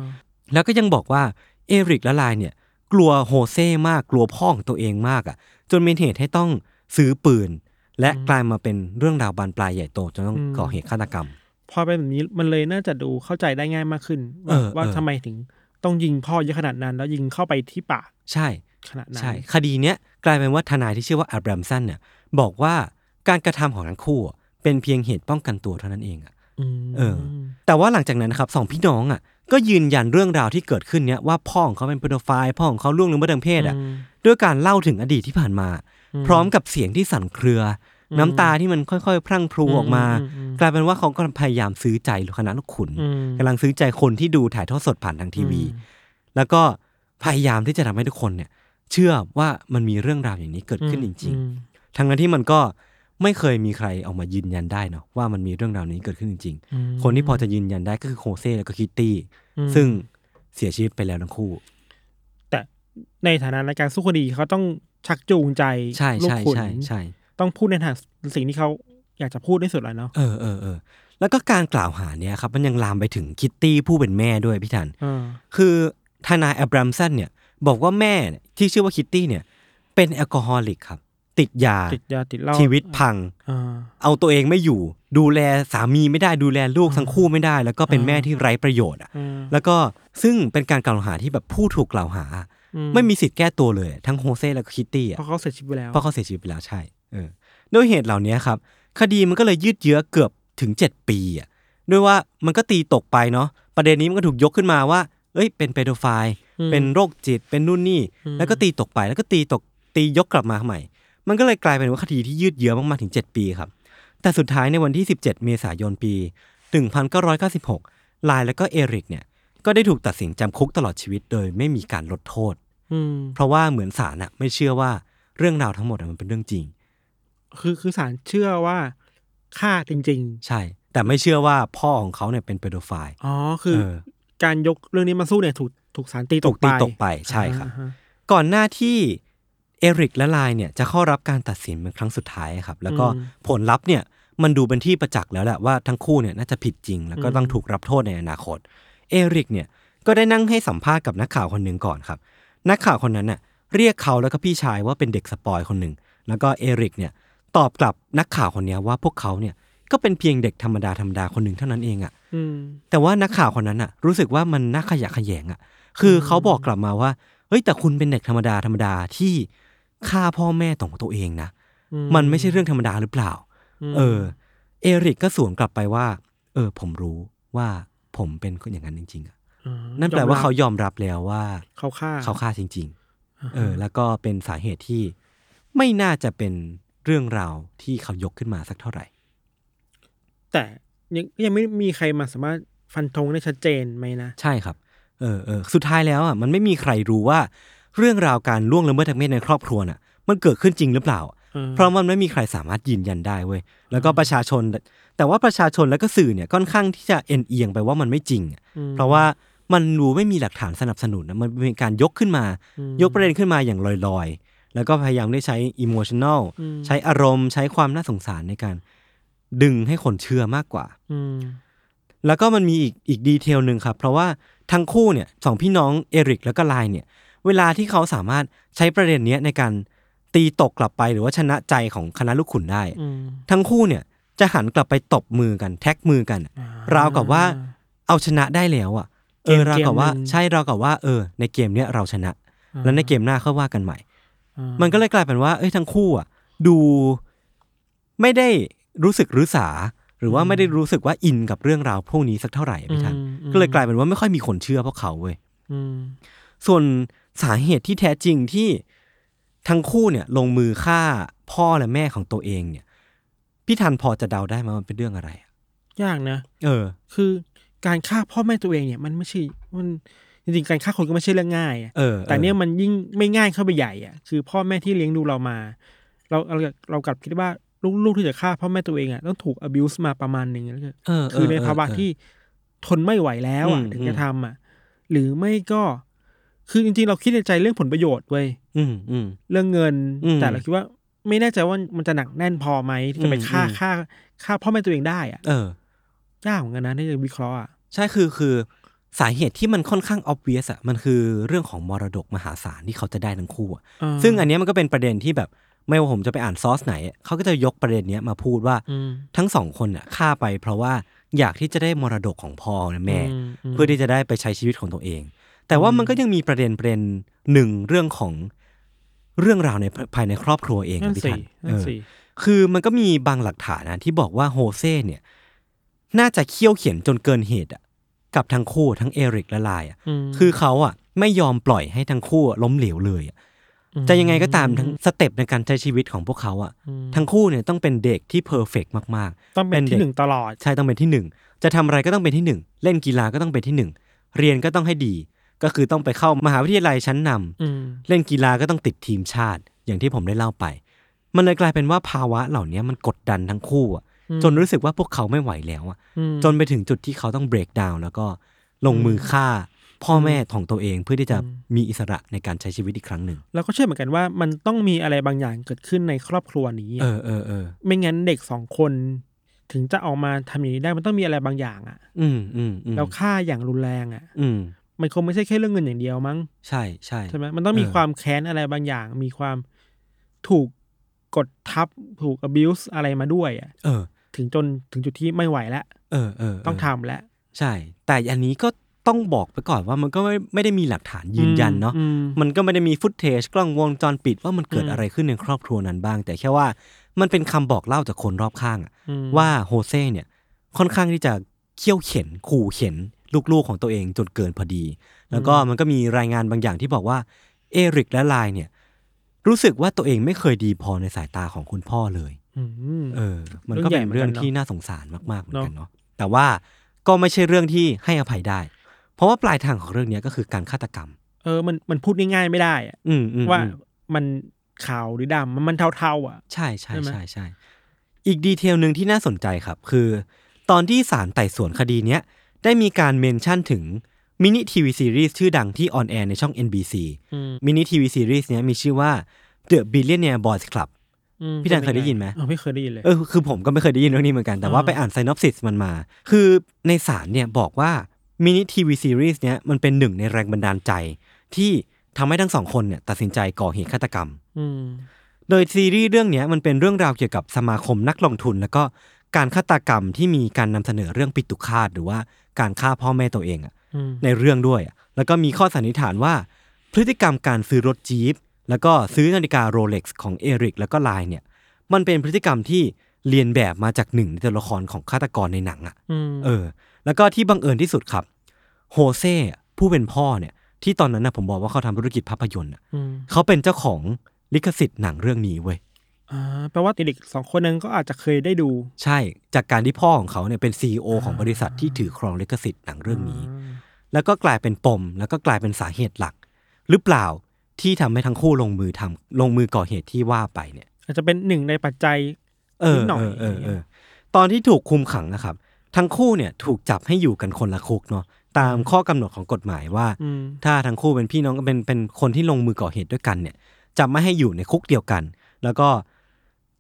[SPEAKER 2] แล้วก็ยังบอกว่าเอริกและลายเนี่ยกลัวโฮเซ่มากกลัวพ่อของตัวเองมากอะ่ะ จนเป็นเหตุให้ต้องซื้อปืน และกลายมาเป็นเรื่องราวบานปลายใหญ่โตจนต้องก่อเหตุฆาตกรรม
[SPEAKER 3] พอเป็นแบบนี้มันเลยน่าจะดูเข้าใจได้ง่ายมากขึ้น
[SPEAKER 2] เอ
[SPEAKER 3] ว่า
[SPEAKER 2] อ
[SPEAKER 3] ว่า
[SPEAKER 2] เออ
[SPEAKER 3] ทำไมถึงต้องยิงพ่อเยอะขนาดนั้น แล้วยิงเข้าไปที่ปาก
[SPEAKER 2] ใช่
[SPEAKER 3] ขนาดนั้น
[SPEAKER 2] ใช่ คดีเนี้ยกลายเป็นว่าทนายที่ชื่อว่าอับรามสันเนี่ยบอกว่าการกระทำของทั้งคู่อะเป็นเพียงเหตุป้องกันตัวเท่านั้นเองอะ
[SPEAKER 3] อืม
[SPEAKER 2] เออ แต่ว่าหลังจากนั้นนะครับสองพี่น้องอ่ะก็ยืนยันเรื่องราวที่เกิดขึ้นเนี้ยว่าพ่อของเขาเป็นโปรไฟล์พ่อของเขาล่วงละเมิดทางเพศอ่ะ
[SPEAKER 3] ม
[SPEAKER 2] ด้วยการเล่าถึงอดีตที่ผ่านมา พร้อมกับเสียงที่สั่นเครืออน้ำตาที่มันค่อยๆ พรั่งพรูออกมา
[SPEAKER 3] อืมอืมอืม
[SPEAKER 2] กลายเป็นว่าเขาก็พยายามซื้อใจคณะลูกขุน
[SPEAKER 3] อืม
[SPEAKER 2] กำลังซื้อใจคนที่ดูถ่ายทอดสดผ่านทางทีวี แล้วก็พยายามที่จะทำให้ทุกคนเนี่ยเชื่อว่ามันมีเรื่องราวอย่างนี้เกิดขึ้นจริง ๆ ทั้งนั้นที่มันก็ไม่เคยมีใครออกมายืนยันได้เนาะว่ามันมีเรื่องราวนี้เกิดขึ้นจริง
[SPEAKER 3] อืม
[SPEAKER 2] ๆ คนที่พอจะยืนยันได้ก็คือโคเซ่แล้วก็คิตตี้
[SPEAKER 3] อืม
[SPEAKER 2] ซึ่งเสียชีวิตไปแล้วทั้งคู่
[SPEAKER 3] แต่ในฐานะในการสู้คดีเขาต้องชักจูงใจ
[SPEAKER 2] ใช่
[SPEAKER 3] ลูก
[SPEAKER 2] ใช่
[SPEAKER 3] ขุน
[SPEAKER 2] ใช่ใช่
[SPEAKER 3] ต้องพูดในทางสิ่งที่เขาอยากจะพูดที่สุดแล้วเนาะ
[SPEAKER 2] เออเออเออแล้วก็การกล่าวหาเนี่ยครับมันยังลามไปถึงคิตตี้ผู้เป็นแม่ด้วยพี่ทัน
[SPEAKER 3] เออ
[SPEAKER 2] คือทนายอับรามสันเนี่ยบอกว่าแม่เนี่ยที่ชื่อว่าคิตตี้เนี่ย เป็นแอลกอฮอลิกครับ ติดยา
[SPEAKER 3] ติดยาติดเหล้า
[SPEAKER 2] ชีวิตพัง
[SPEAKER 3] อ่า
[SPEAKER 2] เอาตัวเองไม่อยู่ ดูแลสามีไม่ได้ดูแลลูกทั้งคู่ไม่ได้ แล้วก็เป็น
[SPEAKER 3] อ่า
[SPEAKER 2] แม่ที่ไร้ประโยชน์อะ
[SPEAKER 3] อืม
[SPEAKER 2] แล้วก็ซึ่งเป็นการกล่าวหาที่แบบผู้ถูกกล่าวหา
[SPEAKER 3] อื
[SPEAKER 2] ไม่มีสิทธิ์แก้ตัวเลยทั้งโฮเซ่และก็คิตตี้อะ
[SPEAKER 3] เพราะเขาเสียชีวิตไปแล้ว
[SPEAKER 2] เพราะเขาเสียชีวิตไปแล้วใช่เออด้วยเหตุเหล่านี้ครับ คดีมันก็เลยยืดเยื้อเกือบถึง 7 ปีอ่ะด้วยว่ามันก็ตีตกไปเนาะประเด็นนี้มันก็ถูกยกขึ้นมาว่า เอ้ย เป็นเปโดไฟล์
[SPEAKER 3] อืม
[SPEAKER 2] เป็นโรคจิตเป็นนู่นนี่
[SPEAKER 3] อืม
[SPEAKER 2] แล้วก็ตีตกไปแล้วก็ตีตกตียกกลับมาใหม่ มันก็เลยกลายเป็นว่าคดีที่ยืดเยื้อมากๆถึง 7 ปีครับ แต่สุดท้ายในวันที่ 17 เมษายนปี 1996 ลายแล้วก็เอริกเนี่ยก็ได้ถูกตัดสินจำคุกตลอดชีวิต โดยไม่มีการลดโทษ
[SPEAKER 3] อืม
[SPEAKER 2] เพราะว่าเหมือนศาลน่ะไม่เชื่อว่าเรื่องราวทั้งหมดอะมันเป็นเรื่องจริง
[SPEAKER 3] คือคือสารเชื่อว่าฆ่าจริง
[SPEAKER 2] ใช่ แต่ไม่เชื่อว่าพ่อของเขาเนี่ยเป็นเปโดไฟล์
[SPEAKER 3] ๆ อ๋อ คือ
[SPEAKER 2] เออ
[SPEAKER 3] การยกเรื่องนี้มาสู้เนี่ยถูกถูกสารตีตกไป
[SPEAKER 2] ถูกตีตกไปใช่ครับ
[SPEAKER 3] อ่าฮะ
[SPEAKER 2] ก่อนหน้าที่เอริกและลายเนี่ยจะเข้ารับการตัดสินเป็นครั้งสุดท้ายครับ แล้วก็
[SPEAKER 3] อืม
[SPEAKER 2] ผลลัพธ์เนี่ยมันดูเป็นที่ประจักษ์แล้วแหละว่าทั้งคู่เนี่ยน่าจะผิดจริง แล้วก็
[SPEAKER 3] อืม
[SPEAKER 2] ต้องถูกรับโทษในอนาคต เอริกเนี่ยก็ได้นั่งให้สัมภาษณ์กับนักข่าวคนหนึ่งก่อนครับ นักข่าวคนนั้นน่ะเรียกเขาแล้วก็พี่ชายว่าเป็นเด็กสปอยคนหนึ่งแล้วก็เอริกเนี่ยตอบกลับนักข่าวคนเนี้ยว่าพวกเขาเนี่ยก็เป็นเพียงเด็กธรรมดาธรรมดาคนหนึ่งเท่านั้นเองอ่ะ
[SPEAKER 3] อืม
[SPEAKER 2] แต่ว่านักข่าวคนนั้นน่ะรู้สึกว่ามันน่าขยะแขยงอ่ะ คือ
[SPEAKER 3] อืม
[SPEAKER 2] เขาบอกกลับมาว่าเฮ้ยแต่คุณเป็นเด็กธรรมดาธรรมดาที่ฆ่าพ่อแม่ของตัวเองนะ
[SPEAKER 3] อื
[SPEAKER 2] มันไม่ใช่เรื่องธรรมดาหรือเปล่า
[SPEAKER 3] ม
[SPEAKER 2] เออ เอริกก็สวนกลับไปว่า เออ ผมรู้ว่าผมเป็นคนอย่างนั้นจริงๆอะ
[SPEAKER 3] อ่า
[SPEAKER 2] นั่นแปลว่าย
[SPEAKER 3] อมรับ
[SPEAKER 2] เขายอมรับแล้วว่า
[SPEAKER 3] เขาฆ่า
[SPEAKER 2] เขาฆ่าจริง
[SPEAKER 3] า
[SPEAKER 2] ๆ เออ แล้วก็เป็นสาเหตุที่ไม่น่าจะเป็นเรื่องราวที่เขายกขึ้นมาสักเท่าไหร่
[SPEAKER 3] แต่ยังยังไม่มีใครมาสามารถฟันธงได้ชัดเจนไหมนะ
[SPEAKER 2] ใช่ครับ เออเออสุดท้ายแล้วอ่ะมันไม่มีใครรู้ว่า เรื่องราวการล่วงละเมิดทางเพศในครอบครัวน่ะ มันเกิดขึ้นจริงหรือเปล่า
[SPEAKER 3] เออ
[SPEAKER 2] เพราะมันไม่มีใครสามารถยืนยันได้เว้ย แล้วก็ประชาชน แต่ว่าประชาชนแล้วก็สื่อเนี่ยค่อนข้างที่จะเอ็นเอียงไปว่ามันไม่จริงอะ
[SPEAKER 3] อืม
[SPEAKER 2] เพราะว่ามันรู้ไม่มีหลักฐานสนับสนุนนะมันเป็นการยกขึ้นมา
[SPEAKER 3] อืม
[SPEAKER 2] ยกประเด็นขึ้นมาอย่างลอยๆ แล้วก็พยายามได้ใช้อิโมชันแนล
[SPEAKER 3] อืม
[SPEAKER 2] ใช้อารมณ์ใช้ความน่าสงสารในการ ดึงให้คนเชื่อมากกว่า
[SPEAKER 3] อืม
[SPEAKER 2] แล้วก็มันมีอีกอีกดีเทลหนึ่งครับ เพราะว่าทั้งคู่เนี่ยสองพี่น้องเอริกแล้วก็ไลน์เนี่ย เวลาที่เขาสามารถใช้ประเด็นเนี้ยในการตีตกกลับไปหรือว่าชนะใจของคณะลูกขุนได้
[SPEAKER 3] อืม
[SPEAKER 2] ทั้งคู่เนี่ยจะหันกลับไปตบมือกันแท็กมือกัน ราวกับว่าเอาชนะได้แล้วอ่ะเออ
[SPEAKER 3] เกม
[SPEAKER 2] ราวกับว่า
[SPEAKER 3] เกมหนึ่ง
[SPEAKER 2] ใช่ราวกับว่าเออ ในเกมเนี้ยเราชนะ
[SPEAKER 3] อ่า
[SPEAKER 2] แล้วในเกมหน้าค่อยว่ากันใหม่
[SPEAKER 3] อ่า
[SPEAKER 2] มันก็เลยกลายเป็นว่าเอ้ยทั้งคู่อ่ะดูไม่ได้รู้สึกรู้สา หรือว่าไม่ได้รู้สึกว่าอินกับเรื่องราวพวกนี้สักเท่าไหร่อะพี่ทัน
[SPEAKER 3] อืมอืม
[SPEAKER 2] ก็เลยกลายเป็นว่าไม่ค่อยมีคนเชื่อพวกเขาเว้ย
[SPEAKER 3] อืม
[SPEAKER 2] ส่วนสาเหตุที่แท้จริงที่ทั้งคู่เนี่ยลงมือฆ่าพ่อและแม่ของตัวเองเนี่ยพี่ทันพอจะเดาได้ไหมว่ามันเป็นเรื่องอะไรอะ
[SPEAKER 3] ยากนะ
[SPEAKER 2] เออ
[SPEAKER 3] คือการฆ่าพ่อแม่ตัวเองเนี่ย มันไม่ใช่มันจริงๆการฆ่าคนก็ไม่ใช่เรื่องง่ายอะ
[SPEAKER 2] เออออ
[SPEAKER 3] แต่เนี่ยมันยิ่งไม่ง่ายเข้าไปใหญ่อ่ะคือพ่อแม่ที่เลี้ยงดูเรามา เราเราเรากลับคิดว่าลูกๆที่จะฆ่าพ่อแม่ตัวเองอ่ะต้องถูก abuse มาประมาณหนึ่งแล้วก็
[SPEAKER 2] เเ
[SPEAKER 3] คือในภาวะ
[SPEAKER 2] เออ
[SPEAKER 3] ที่ทนไม่ไหวแล้วอ่ะ
[SPEAKER 2] อืม
[SPEAKER 3] ถึงจะทำอ่ะ หรือไม่ก็คือจริงๆเราคิดในใจเรื่องผลประโยชน์เว้ย
[SPEAKER 2] อืมอืม
[SPEAKER 3] เรื่องเงิน
[SPEAKER 2] อืม
[SPEAKER 3] แต่เราคิดว่าไม่แน่ใจว่ามันจะหนักแน่นพอไหมที่จะไป
[SPEAKER 2] อืม
[SPEAKER 3] ฆ่า
[SPEAKER 2] อืม
[SPEAKER 3] ฆ่าฆ่าพ่อแม่ตัวเองได้อ่ะ
[SPEAKER 2] เออ
[SPEAKER 3] ยากเหมือนกันนะที่จะวิเคราะห์อ่ะ
[SPEAKER 2] ใช่คือคือสาเหตุที่มันค่อนข้าง obvious อะมันคือเรื่องของมรดกมหาศาลที่เขาจะได้ทั้งคู่อะ
[SPEAKER 3] อ่า
[SPEAKER 2] ซึ่งอันเนี้ยมันก็เป็นประเด็นที่แบบไม่ว่าผมจะไปอ่านซอสไหนอะเขาก็จะยกประเด็นเนี้ยมาพูดว่า
[SPEAKER 3] อืม
[SPEAKER 2] ทั้งสองคนอะฆ่าไป เพราะว่าอยากที่จะได้มรดกของพ่อและแม่ เพื่อที่จะได้ไปใช้ชีวิตของตัวเอง แต่ว่ามันก็ยังมีประเด็นประเด็นหนึ่งเรื่องของเรื่องราวในภายในครอบครัวเอง
[SPEAKER 3] นั่
[SPEAKER 2] อะ
[SPEAKER 3] น
[SPEAKER 2] พี่
[SPEAKER 3] สิ
[SPEAKER 2] ทัน
[SPEAKER 3] นั่น
[SPEAKER 2] เออ
[SPEAKER 3] สิ
[SPEAKER 2] คือมันก็มีบางหลักฐานนะที่บอกว่าโฮเซ่เนี่ย น่าจะเคี่ยวเขียนจนเกินเหตุอะกับทั้งคู่ทั้งเอริกและลายอะ
[SPEAKER 3] ม
[SPEAKER 2] คือเขาอะไม่ยอมปล่อยให้ทั้งคู่ล้มเหลวเลยอะ
[SPEAKER 3] ม
[SPEAKER 2] จะยังไงก็ตามทั้งสเต็ปในการใช้ชีวิตของพวกเขาอะ
[SPEAKER 3] อืม
[SPEAKER 2] ทั้งคู่เนี่ยต้องเป็นเด็กที่เพอร์เฟกมาก
[SPEAKER 3] ต้องเป็น
[SPEAKER 2] เป็นเด็
[SPEAKER 3] ที่
[SPEAKER 2] ก
[SPEAKER 3] หนึ่งตลอด
[SPEAKER 2] ๆ ใช่ต้องเป็นที่หนึ่งจะทำอะไรก็ต้องเป็นที่หนึ่งเล่นกีฬาก็ต้องเป็นที่หนึ่งเรียนก็ต้องให้ดี ก็คือต้องไปเข้ามหาวิทยาลัยชั้นนำ
[SPEAKER 3] อืม
[SPEAKER 2] เล่นกีฬาก็ต้องติดทีมชาติ อย่างที่ผมได้เล่าไป มันเลยกลายเป็นว่าภาวะเหล่านี้มันกดดันทั้งคู่อะ
[SPEAKER 3] อืม
[SPEAKER 2] จนรู้สึกว่าพวกเขาไม่ไหวแล้วอะ
[SPEAKER 3] อืม
[SPEAKER 2] จนไปถึงจุดที่เขาต้องเบรกดาวน์แล้วก็ลงมือฆ่าพ่อแม่ของตัวเอง เพื่อที่จะ
[SPEAKER 3] อืม
[SPEAKER 2] มีอิสระในการใช้ชีวิตอีกครั้งหนึ่ง
[SPEAKER 3] เราก็เชื่อเหมือนกันว่ามันต้องมีอะไรบางอย่างเกิดขึ้นในครอบครัวนี้
[SPEAKER 2] เออเออเออ
[SPEAKER 3] ไม่งั้นเด็กสองคนถึงจะออกมาทำอย่างนี้ได้มันต้องมีอะไรบางอย่างอ่ะ
[SPEAKER 2] อืมอืมอืม
[SPEAKER 3] แล้วฆ่าอย่างรุนแรงอ่ะ
[SPEAKER 2] อืม
[SPEAKER 3] มันคงไม่ใช่แค่เรื่องเงินอย่างเดียวมั้ง
[SPEAKER 2] ใช่ใช่
[SPEAKER 3] ใช่ไหมมันต้องมี
[SPEAKER 2] เออ
[SPEAKER 3] ความแค้นอะไรบางอย่าง มีความ ถูกกดทับถูก abuse อะไรมาด้วยอ่ะ
[SPEAKER 2] เออ
[SPEAKER 3] ถึงจนถึงจุดที่ไม่ไหวแล้ว
[SPEAKER 2] เออเออเ
[SPEAKER 3] ต้องทำแล้ว
[SPEAKER 2] ใช่ แต่อันนี้ก็ต้องบอกไปก่อนว่ามันก็ไม่ไม่ได้มีหลักฐานยืนยันเนาะ
[SPEAKER 3] อืม
[SPEAKER 2] มันก็ไม่ได้มีฟุตเทจกล้องวงจรปิดว่ามันเกิด
[SPEAKER 3] อืม
[SPEAKER 2] อะไรขึ้นในครอบครัวนั้นบ้าง แต่แค่ว่ามันเป็นคำบอกเล่าจากคนรอบข้างอะ
[SPEAKER 3] อืม
[SPEAKER 2] ว่าโฮเซ่เนี่ยค่อนข้างที่จะเขี่ยวเข็นขู่เข็นลูกๆของตัวเองจนเกินพอดี แล้วก็มันก็มีรายงานบางอย่างที่บอกว่าเอริกและไลน์เนี่ยรู้สึกว่าตัวเองไม่เคยดีพอในสายตาของคุณพ่อเลย
[SPEAKER 3] อืม
[SPEAKER 2] เออ มันก็เป็น
[SPEAKER 3] เรื่
[SPEAKER 2] เรื่อ
[SPEAKER 3] อง งใหญ่เหมือนกันเนอะ
[SPEAKER 2] ที่น่าสงสารมากๆเหมือนกันเนาะ แต่ว่าก็ไม่ใช่เรื่องที่ให้อภัยได้ เพราะว่าปลายทางของเรื่องเนี้ยก็คือการฆาตกรรม
[SPEAKER 3] เออมันมันพูดง่ายๆไม่ได้อะ
[SPEAKER 2] อืมอืม
[SPEAKER 3] ว่า
[SPEAKER 2] อืม
[SPEAKER 3] มันขาวหรือดำมันมันเทาๆอ่ะ
[SPEAKER 2] ใช่ใช่
[SPEAKER 3] ใช่ไหม
[SPEAKER 2] ใช่ใช่ อีกดีเทลหนึ่งที่น่าสนใจครับ คือ ตอนที่ศาลไต่สวนคดีเนี้ยได้มีการเมนชั่นถึงมินิทีวีซีรีส์ชื่อดังที่ออนแอร์ในช่อง NBC
[SPEAKER 3] อืม
[SPEAKER 2] มินิทีวีซีรีส์เนี้ยมีชื่อว่า The Billionaire Boys Club
[SPEAKER 3] อืม
[SPEAKER 2] พี่แดนเคยได้ยินไหม
[SPEAKER 3] เออไม่เคยได้ยินเลย
[SPEAKER 2] เออคือผมก็ไม่เคยได้ยินเรื่องนี้เหมือนกัน แต่ว่า
[SPEAKER 3] อ่า
[SPEAKER 2] ไปอ่านไซนอปซิสมันมา คือในสารเนี่ยบอกว่ามินิทีวีซีรีส์เนี้ยมันเป็นหนึ่งในแรงบันดาลใจ ที่ทำให้ทั้งสองคนเนี่ยตัดสินใจก่อเหตุฆาตกรรม
[SPEAKER 3] ม
[SPEAKER 2] โดยซีรีส์เรื่องเนี้ยมันเป็นเรื่องราวเกี่ยวกับสมาคมนักลงทุน แล้วก็การฆาตกรรมที่มีการนำเสนอเรื่องปิตุฆาตหรือว่าการฆ่าพ่อแม่ตัวเองอะ
[SPEAKER 3] อืม
[SPEAKER 2] ในเรื่องด้วยอะแล้วก็มีข้อสันนิษฐานว่า พฤติกรรมการซื้อรถจี๊ปแล้วก็ซื้อนาฬิกาโรเล็กซ์ของเอริกแล้วก็ไลน์เนี่ย มันเป็นพฤติกรรมที่เรียนแบบมาจากหนึ่งในตัวละครของฆาตกรในหนังอะ
[SPEAKER 3] อืม
[SPEAKER 2] เออ แล้วก็ที่บังเอิญที่สุดครับ โฮเซ่ผู้เป็นพ่อเนี่ย ที่ตอนนั้นนะผมบอกว่าเขาทำธุรกิจภาพยนตร์อะ
[SPEAKER 3] ม
[SPEAKER 2] เขาเป็นเจ้าของลิขสิทธิ์หนังเรื่องนี้เว้ย
[SPEAKER 3] อ่าแปลว่าเด็กๆสองคนนั้นก็อาจจะเคยได้ดู
[SPEAKER 2] ใช่ จากการที่พ่อของเขาเนี่ยเป็น CEO ของบริษัทที่ถือครองลิขสิทธิ์หนังเรื่องนี้
[SPEAKER 3] า
[SPEAKER 2] แล้วก็กลายเป็นปม แล้วก็กลายเป็นสาเหตุหลัก หรือเปล่าที่ทำให้ทั้งคู่ลงมือทำลงมือก่อเหตุที่ว่าไปเนี่ย
[SPEAKER 3] อาจจะเป็นหนึ่งในปัจจัย
[SPEAKER 2] เออ
[SPEAKER 3] นิดหน่อย
[SPEAKER 2] เออเออเออตอนที่ถูกคุมขังนะครับ ทั้งคู่เนี่ยถูกจับให้อยู่กันคนละคุกเนาะตามข้อกำหนดของกฎหมายว่า
[SPEAKER 3] อืม
[SPEAKER 2] ถ้าทั้งคู่เป็นพี่น้องกันเป็นเป็นคนที่ลงมือก่อเหตุด้วยกันเนี่ยจะไม่ให้อยู่ในคุกเดียวกัน แล้วก็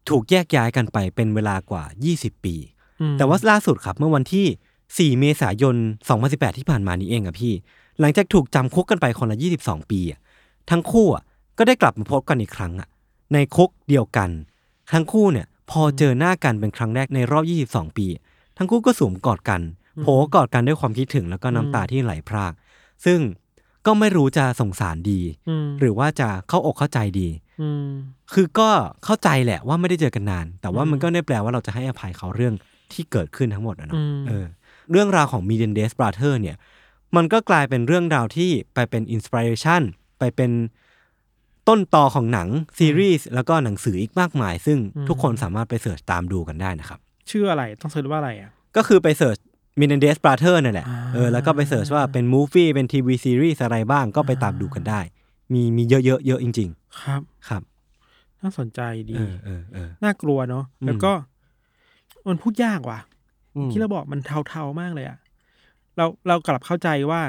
[SPEAKER 2] ถูกแยกย้ายกันไปเป็นเวลากว่า 20 ปี
[SPEAKER 3] อืม
[SPEAKER 2] แต่ว่าล่าสุดครับเมื่อวันที่ 4 เมษายน 2018 ที่ผ่านมานี้เองอะพี่ หลังจากถูกจำคุกกันไปคนละ 22 ปีอะทั้งคู่อะก็ได้กลับมาพบกันอีกครั้งอะในคุกเดียวกัน ทั้งคู่เนี่ยพอเจอหน้ากันเป็นครั้งแรกในรอบ 22 ปี ทั้งคู่ก็สวมกอดกันโผล่กอดกันด้วยความคิดถึงแล้วก็น้ำตาที่ไหลพราก ซึ่งก็ไม่รู้จะสงสารดี
[SPEAKER 3] อืม
[SPEAKER 2] หรือว่าจะเข้าอกเข้าใจดี
[SPEAKER 3] อืม
[SPEAKER 2] คือก็เข้าใจแหละว่าไม่ได้เจอกันนาน แต่ว่า
[SPEAKER 3] อืม
[SPEAKER 2] มันก็ไม่ได้แปลว่าเราจะให้อภัยเขาเรื่องที่เกิดขึ้นทั้งหมดนะ
[SPEAKER 3] อื
[SPEAKER 2] เนาะ
[SPEAKER 3] ม
[SPEAKER 2] เออเรื่องราวของ m e d i a n d a y s Brother เนี่ย มันก็กลายเป็นเรื่องราวที่ไปเป็นอินสปิเรชันไปเป็นต้นต่อของหนังซีรีส์แล้วก็หนังสืออีกมากมาย ซึ่งทุกคนสามารถไปเสิร์ชตามดูกันได้นะครับ
[SPEAKER 3] ชื่ออะไรต้องเสิร์ชว่าอะไรอ่ะ
[SPEAKER 2] ก็คือไปเสิร์ช m e d i a n d a y s Brother นั่นแหละ
[SPEAKER 3] อ่า
[SPEAKER 2] เออแล้วก็ไปเสิร์ชว่าเป็นมูฟี่เป็นทีวีซีรีส์อะไรบ้างก็ไปตามดูกันได้ มีมีเยอะเยอะเยอะจริง
[SPEAKER 3] ครับ
[SPEAKER 2] ๆ ครับ
[SPEAKER 3] น่าสนใจดี
[SPEAKER 2] เออเออเออ
[SPEAKER 3] น่ากลัวเนาะ
[SPEAKER 2] อืม
[SPEAKER 3] แล้วก็มันพูดยากว่ะ
[SPEAKER 2] อืม
[SPEAKER 3] ที่เราบอกมันเทาๆมากเลยอะเราเรากลับเข้าใจว่า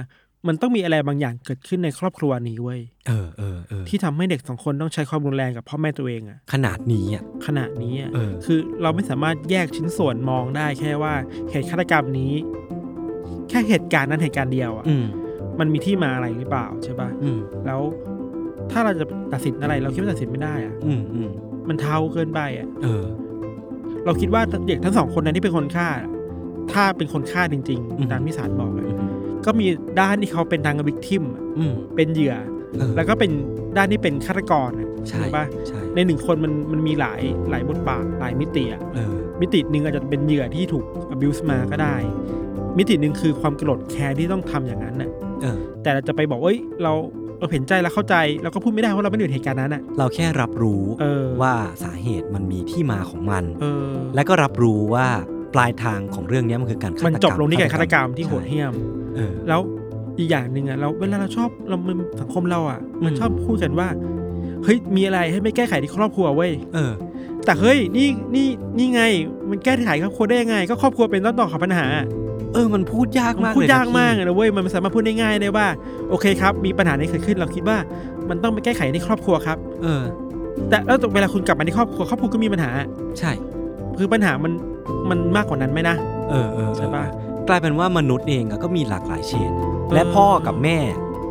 [SPEAKER 3] มันต้องมีอะไรบางอย่างเกิดขึ้นในครอบครัวนี้เว้ย
[SPEAKER 2] เออเออเออ
[SPEAKER 3] ที่ทำให้เด็กสองคนต้องใช้ความรุนแรงกับพ่อแม่ตัวเองอะ
[SPEAKER 2] ขนาดนี้อ่ะ
[SPEAKER 3] ขณะนี้อะ
[SPEAKER 2] เออ
[SPEAKER 3] คือเราไม่สามารถแยกชิ้นส่วนมองได้แค่ว่าเหตุฆาตกรรมนี้ แค่เหตุการณ์นั้นเหตุการณ์เดียวอะ
[SPEAKER 2] อืม
[SPEAKER 3] มันมีที่มาอะไรหรือเปล่าใช่ปะ่ะ
[SPEAKER 2] อืม
[SPEAKER 3] แล้วถ้าเราจะตัดสินอะไร เราคิดว่าตัดสินไม่ได้อะ
[SPEAKER 2] อืมอืม
[SPEAKER 3] มันเทาเกินไปอะ
[SPEAKER 2] เออ
[SPEAKER 3] เราคิดว่าเด็กทั้งสองคนนั้นที่เป็นคนฆ่า ถ้าเป็นคนฆ่าจริง
[SPEAKER 2] อืม
[SPEAKER 3] ๆ ตามที่ศาลบอกอะก็มีด้านที่เขาเป็นทางวิกทิม
[SPEAKER 2] อืม
[SPEAKER 3] เป็นเหยื่อ
[SPEAKER 2] เออ
[SPEAKER 3] แล้วก็เป็นด้านที่เป็นฆาตกรอะ
[SPEAKER 2] ใช่
[SPEAKER 3] ถูกปะ
[SPEAKER 2] ใช่
[SPEAKER 3] ในหนึ่งคนมันมันมีหลายหลายบทบาทหลายมิติอะ
[SPEAKER 2] เออ
[SPEAKER 3] มิติหนึ่งอาจจะเป็นเหยื่อที่ถูก abuse มาก็ได้ มิติหนึ่งคือความโกรธแค้นที่ต้องทำอย่างนั้นน่ะ
[SPEAKER 2] เออ
[SPEAKER 3] แต่เราจะไปบอกเอ้ยเราเราเห็นใจเราเข้าใจเราก็พูดไม่ได้เพราะเราไม่ได้อยู่ในเหตุการณ์นั้นอ่ะ
[SPEAKER 2] เราแค่รับรู้
[SPEAKER 3] เออ
[SPEAKER 2] ว่าสาเหตุมันมีที่มาของมัน
[SPEAKER 3] เออ
[SPEAKER 2] และก็รับรู้ว่าปลายทางของเรื่องเนี้ยมันคือการฆาตกรร
[SPEAKER 3] มัน
[SPEAKER 2] ม
[SPEAKER 3] จบลงที่การฆาตกรรมที่โหดเหี้ยม
[SPEAKER 2] ใช่เออ
[SPEAKER 3] แล้วอีกอย่างหนึ่งอ่ะเราเวลาเราชอบเรามันสังคมเราอ่ะ มัน
[SPEAKER 2] อืม
[SPEAKER 3] ชอบพูดกันว่าเฮ้ยมีอะไรให้ไม่แก้ไขที่ครอบครัวเว้ย
[SPEAKER 2] เออ
[SPEAKER 3] แต่เฮ้ยนี่นี่นี่ไง มันแก้ไขครอบครัวได้ยังไง ก็ครอบครัวเป็นต้นต่อของปัญหา
[SPEAKER 2] เออ มันพูดยาก
[SPEAKER 3] มั
[SPEAKER 2] มาน ก
[SPEAKER 3] พูด
[SPEAKER 2] เลยนะ
[SPEAKER 3] ยากมาก
[SPEAKER 2] พี่
[SPEAKER 3] เลยนะเว้ยมันไม่สามารถพูดได้ง่ายได้ว่า โอเคครับ มีปัญหานี้เกิดขึ้นเราคิดว่า มันต้องไปแก้ไขในครอบครัวครับ
[SPEAKER 2] เออ
[SPEAKER 3] แต่แล้วเวลาคุณกลับมาในครอบครัวครอบครัวก็มีปัญหา
[SPEAKER 2] ใช่
[SPEAKER 3] คือปัญหามันมันมากกว่านั้นไหมนะ
[SPEAKER 2] เออเออเออ
[SPEAKER 3] ใช่ปะ
[SPEAKER 2] กลายเป็นว่ามนุษย์เองอะก็มีหลากหลายเฉดและพ่อกับแม่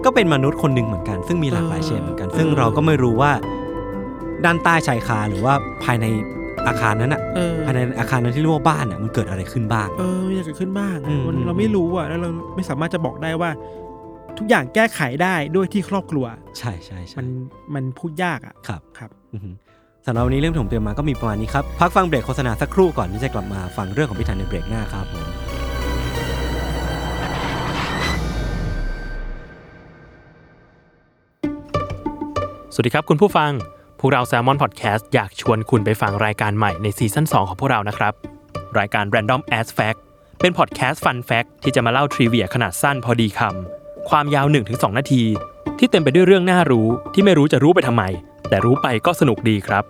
[SPEAKER 2] ก็เป็นมนุษย์คนหนึ่งเหมือนกัน ซึ่งมีหลากหลายเฉดเหมือนกัน ซึ่ง
[SPEAKER 3] เออ
[SPEAKER 2] เราก็ไม่รู้ว่า ด้านใต้ชายคาหรือว่าภายในอาคารนั้นอ่ะ
[SPEAKER 3] เออ
[SPEAKER 2] ภายในอาคารนั้นที่เรียกว่าบ้านอ่ะมันเกิดอะไรขึ้นบ้าง
[SPEAKER 3] เอออยากเกิดขึ้นบ้าง
[SPEAKER 2] อืม
[SPEAKER 3] มันเราไม่รู้อ่ะแล้วเราไม่สามารถจะบอกได้ว่า ทุกอย่างแก้ไขได้ด้วยที่ครอบครัว
[SPEAKER 2] ใช่ใช่ใช่
[SPEAKER 3] มันมันพูดยากอ่ะ
[SPEAKER 2] ครับ
[SPEAKER 3] ครับ
[SPEAKER 2] อือหือสำหรับวันนี้เรื่องที่ผมเตรียมมาก็มีประมาณนี้ครับ พักฟังเบรกโฆษณาสักครู่ก่อนที่จะกลับมาฟังเรื่องของพี่ธันในเบรกหน้าครับผม
[SPEAKER 4] สวัสดีครับคุณผู้ฟัง พวกเรา Salmon Podcast อยากชวนคุณไปฟังรายการใหม่ในซีซั่น2 ของพวกเรานะครับ รายการ Random As Fact เป็น Podcast Fun Fact ที่จะมาเล่าทริเวียขนาดสั้นพอดีคำ ความยาว 1-2 นาที ที่เต็มไปด้วยเรื่องน่ารู้ที่ไม่รู้จะรู้ไปทำไม แต่รู้ไปก็สนุกดีครับ